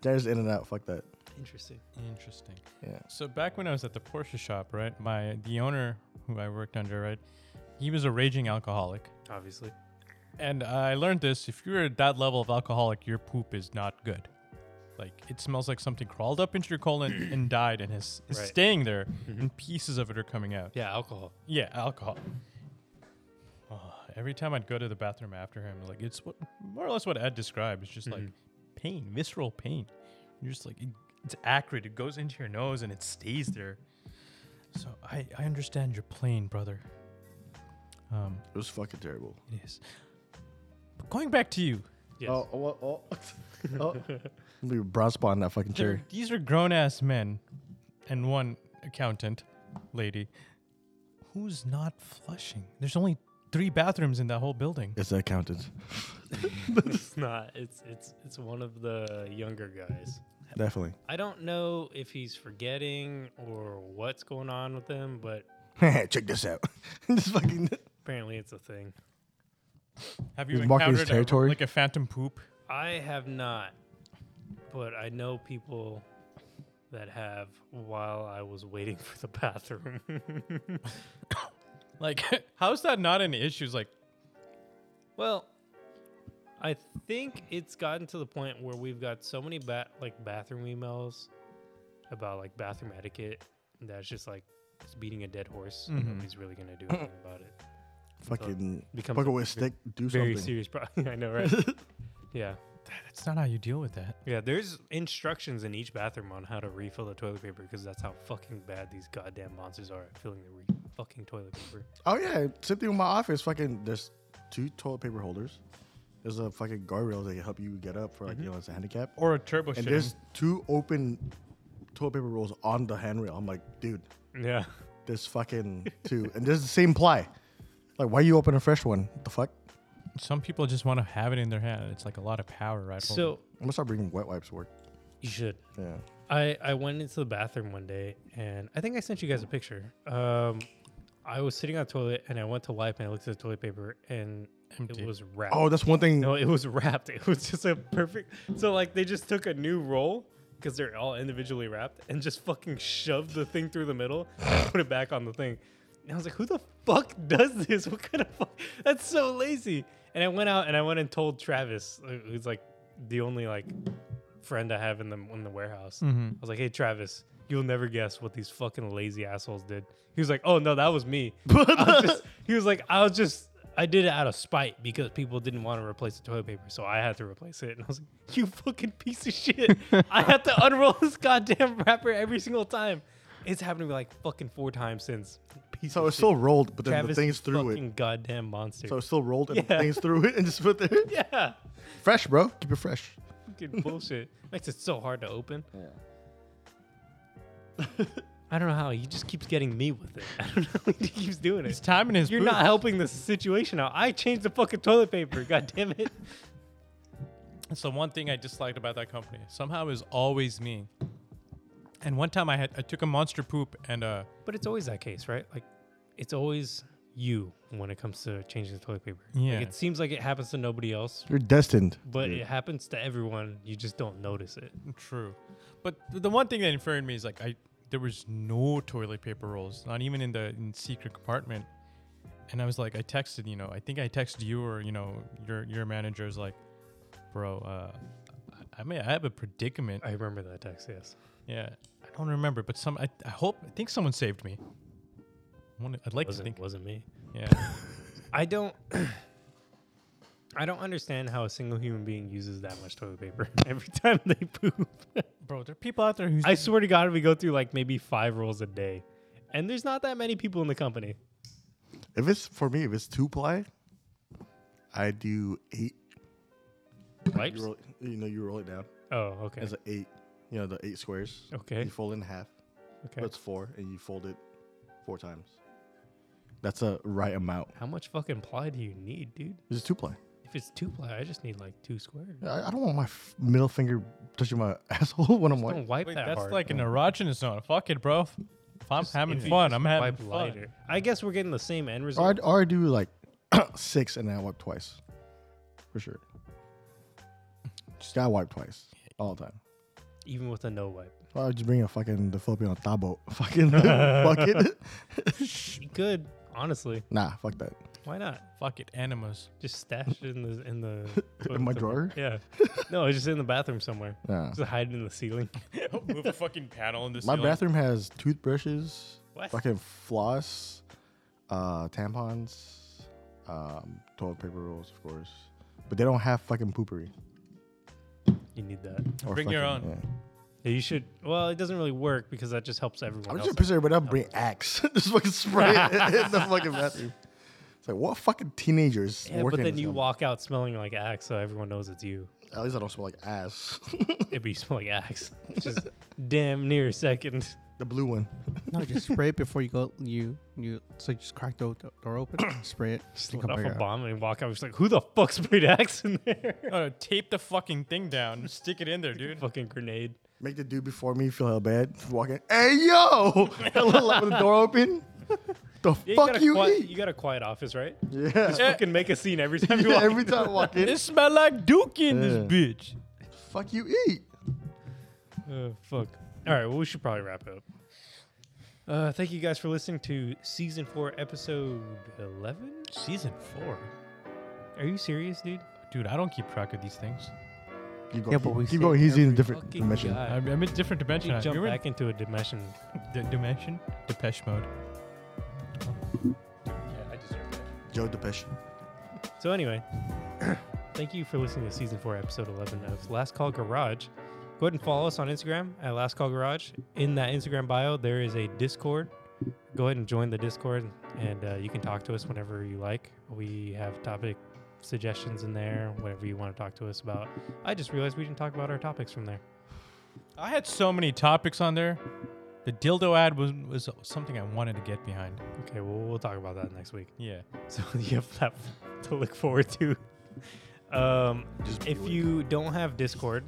Janitor's in and out. Fuck that.
Interesting.
Interesting.
Yeah.
So back when I was at the Porsche shop, right, my the owner who I worked under, right, he was a raging alcoholic,
Obviously.
and I learned this: if you're at that level of alcoholic, your poop is not good. Like it smells like something crawled up into your colon and died, and is, is
Right.
staying there, and pieces of it are coming out.
Yeah, alcohol.
Yeah, alcohol. Oh, every time I'd go to the bathroom after him, like it's what more or less what Ed described. It's just like pain, visceral pain. You're just like it, it's acrid. It goes into your nose and it stays there. So I I understand your pain, brother. Um,
It was fucking terrible.
it is. But going back to you,
Yes.
Oh, oh, oh, oh. Leave a brown spot on that fucking
they're-
chair.
these are grown ass men, and one accountant lady, who's not flushing. There's only three bathrooms in that whole building.
It's the accountant.
[laughs] It's not. It's it's it's one of the younger guys.
Definitely.
I don't know if he's forgetting or what's going on with him, but
[laughs] Check this out. [laughs] Just fucking.
Uh, apparently it's a thing.
Have you
He's marking his
encountered a-
territory.
like a phantom poop?
I have not, but I know people that have while I was waiting [laughs] for the bathroom.
Like, [laughs] how is that not an issue? It's like,
well, I think it's gotten to the point where we've got so many bat like bathroom emails about like bathroom etiquette that's just like it's beating a dead horse. and
Mhm.
Nobody's really gonna do anything about it.
Fucking.
Becomes
Fuck
a
away,
ve-
stick.
[laughs]
Do
very
something.
serious problem. [laughs] I know, right? yeah.
that's not how you deal with that.
Yeah, there's instructions in each bathroom on how to refill the toilet paper because that's how fucking bad these goddamn monsters are at filling the re- fucking toilet paper.
Oh yeah, same thing with my office. Fucking, there's two toilet paper holders. There's a fucking guardrail that can help you get up
Mm-hmm.
for like you know it's a handicap.
Oh,
Or a turbo
and
shit.
there's two open toilet paper rolls on the handrail. I'm like, dude,
[laughs] Yeah. [laughs]
there's fucking two, and there's the same ply. Like, why you open a fresh one? The fuck?
Some people just want to have it in their hand. It's like a lot of power, right?
So
I'm gonna start bringing wet wipes to work.
you should.
Yeah.
I I went into the bathroom one day and I think I sent you guys a picture. Um, I was sitting on the toilet and I went to wipe and I looked at the toilet paper and
Empty.
it was wrapped.
Oh, that's one thing.
No, it was wrapped. [laughs] It was just a perfect. So like they just took a new roll because they're all individually wrapped and just fucking shoved the thing through the middle and put it back on the thing. And I was like, who the fuck does this? [laughs] What kind of fuck? That's so lazy. And I went out and I went and told Travis, uh, who's like the only like friend I have in the in the warehouse. I was like, hey Travis, you'll never guess what these fucking lazy assholes did. He was like, oh no, that was me. I was
[laughs]
just- he was like, I was just, I did it out of spite because people didn't want to replace the toilet paper, so I had to replace it. And I was like, you fucking piece of shit! I had to unroll this goddamn wrapper every single time. It's happened to me like fucking four times since. Piece
So
of
it's
shit.
still rolled, but then
Travis
the thing's
is
through
fucking
it.
goddamn monster.
So it's still rolled and
Yeah.
the thing's through it, and just put there.
[laughs] yeah,
Fresh, bro. Keep it fresh.
fucking bullshit. Makes it so hard to open. Yeah. [laughs] I don't know how he just keeps getting me with it. [laughs] I don't know. He keeps doing it.
He's timing his
You're
poop.
not helping the situation out. I changed the fucking toilet paper. [laughs] God damn it.
That's the one thing I disliked about that company. Somehow it was always me. And one time I had I took a monster poop and uh
But it's always that case, right? Like, it's always you when it comes to changing the toilet paper.
Yeah.
Like, it seems like it happens to nobody else,
You're destined.
but it happens to everyone. You just don't notice it.
true. But th- the one thing that inferned me is like I there was no toilet paper rolls, not even in the in secret compartment. And I was like I texted, you know, I think I texted you or you know your your manager was like, bro, uh, I I mean I have a predicament.
I remember that text, yes.
Yeah, I don't remember, but some I, I hope I think someone saved me. I wanna- I'd like to
Wasn't,
think.
wasn't me.
Yeah,
[laughs] I don't. [clears throat] I don't understand how a single human being uses that much toilet paper [laughs] every time they poop. [laughs]
bro, there are people out there who
I swear to God, we go through like maybe five rolls a day, and there's not that many people in the company.
If it's for me, if it's two ply, I do eight.
Wipes?
You, roll, you know, you roll it down.
Oh, okay.
It's an eight. You know, the eight squares.
Okay.
You fold it in half.
Okay.
That's four, and you fold it four times. That's a right amount.
How much fucking ply do you need, dude?
This is two ply.
If it's two ply, I just need like two squares.
I, I don't want my f- middle finger touching my [laughs] asshole when I'm
[laughs]
like.
Don't wipe
Wait,
that
that's
hard.
like an erogenous zone. Fuck it, bro. If I'm
Just
having
if you
fun,
just
I'm having
wipe
fun.
lighter. I guess we're getting the same end
Or I,
result.
or I do like [clears throat] six and then I wipe twice. For sure. Just gotta wipe twice. All the time.
even with a no wipe.
Or I just bring a fucking the Filipino tabo. [laughs]
[laughs]
Fucking bucket.
You could honestly,
nah, fuck that.
why not?
Fuck it, animas.
Just stash it in the
[laughs]
in the toilet
my
somewhere.
drawer? [laughs]
Yeah, no, it's just in the bathroom somewhere.
Nah.
Just hide it in the ceiling.
[laughs]
[laughs]
Move a fucking panel in this.
My bathroom has toothbrushes,
What?
fucking floss, uh, tampons, um, toilet paper rolls, of course. But they don't have fucking poopery.
You need that.
Or
Bring your
fucking-
own.
yeah.
Yeah, you should. Well, it doesn't really work because that just helps everyone.
I'm
else
just picturing, but I'm bring axe. [laughs] just fucking spray it
[laughs]
in the fucking bathroom. It's like what fucking teenagers
Yeah,
working?
but
in
then
this
you
dump?
walk out smelling like axe, so everyone knows it's
[laughs]
you.
At least I don't smell like ass. [laughs]
It'd be smell like axe, which is damn near second.
the blue one.
No, just spray it before you go. You you so you just crack the o- door open,
[coughs]
spray it.
Just
and
let
come
off
back
a
out.
bomb and walk out. Just like, who the fuck sprayed axe in [laughs] there?
No, no, tape the fucking thing down. Stick it in there, dude.
Fucking grenade.
Make the dude before me feel hell bad. Walking, hey yo, [laughs] hello, like, with the door open. [laughs] The
Yeah,
fuck
got a
you E!
quiet,
eat?
You got a quiet office, right? Eh.
Yeah.
Yeah.
Fucking make a scene [laughs]
[laughs]
every time you
yeah,
walk.
every time I walk
[laughs]
in,
It smell like Duke in
Yeah.
this bitch.
fuck you eat.
Oh, fuck. All right, well, we should probably wrap it up. Uh, thank you guys for listening to season four, episode 11.
Season four,
Are you serious, dude?
dude. I don't keep track of these things.
Keep going.
Yeah, but we
keep
say
going. He's in a
every
different
Fucking
dimension.
guy.
I'm, I'm in a different dimension.
You
I-
jump
You're in
back into a dimension.
the dimension. Depeche mode. Dude, yeah, I deserve that.
Joe Depeche.
So anyway, [clears throat] thank you for listening to season four, episode eleven of Last Call Garage. Go ahead and follow us on Instagram at Last Call Garage. In that Instagram bio, there is a Discord. Go ahead and join the Discord, and uh, you can talk to us whenever you like. We have topic suggestions in there, whatever you want to talk to us about. I just realized we didn't talk about our topics from there.
I had so many topics on there. The dildo ad was was something I wanted to get behind.
Okay, well we'll talk about that next week. [laughs]
Yeah.
So you have that to look forward to. Um,
Just be
if
with
you don't have discord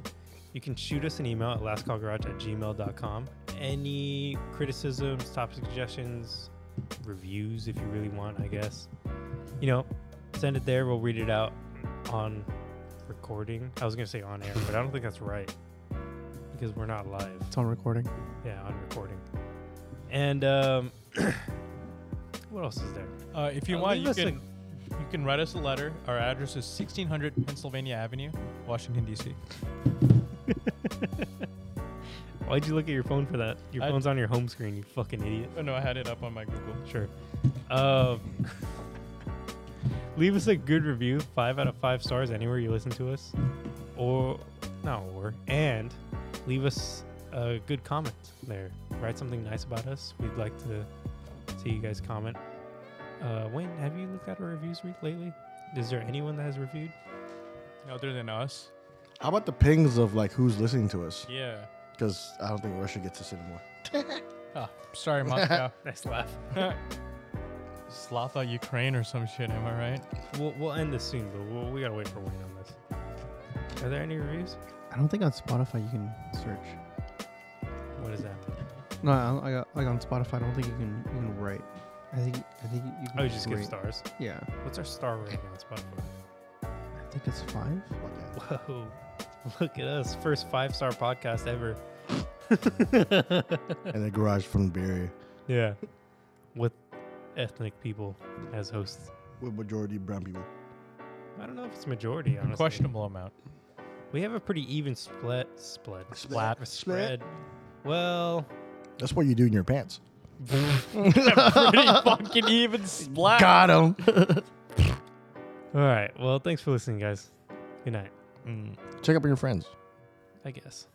you can shoot us an email at lastcallgarage at gmail.com any criticisms topic suggestions reviews if you really want i guess you know send it there we'll read it out on recording i was gonna say on air but i don't think that's right because we're not live
It's on recording.
yeah on recording and um [clears throat] what else is there
Uh, if you
Uh,
want,
leave
you
us a-
can you can write us a letter. Our address is 1600 Pennsylvania Avenue, Washington D.C.
why'd you look at your phone for that your
I-
phone's on your home screen you fucking idiot
Oh no, I had it up on my Google.
Sure. Um, [laughs] leave us a good review, five out of five stars anywhere you listen to us, or not or and leave us a good comment there. Write something nice about us. We'd like to see you guys comment. Uh, Wayne, have you looked at our reviews re- lately? Is there anyone that has reviewed?
Other than us.
How about the pings of like who's listening to us?
Yeah.
Because I don't think Russia gets us anymore.
Ah, sorry, Moscow.
Oh, [laughs] Nice laugh.
Slotha, Ukraine, or some shit. Am I right?
We'll, we'll end this soon, but we'll, we gotta wait for Wayne on this. Are there any reviews?
I don't think on Spotify you can search.
What does that mean?
No, I, don't- I got, like on Spotify, I don't think you can you can write. I think I think you can.
Oh, you just give
rate.
stars.
Yeah,
What's our star rating on Spotify?
I think it's five.
Fuck yeah.
Whoa. [laughs] Look at us. First five star podcast ever.
and the garage from the Bay Area
Yeah. With ethnic people as hosts.
with majority brown people.
I don't know if it's majority, honestly.
Questionable amount.
We have a pretty even split. Split.
Splat.
A Spread. Well,
That's what you do in your pants.
Pretty fucking even splat.
Got him.
all right. Well, thanks for listening, guys. Good night,
Mm.
Check up on your friends.
I guess.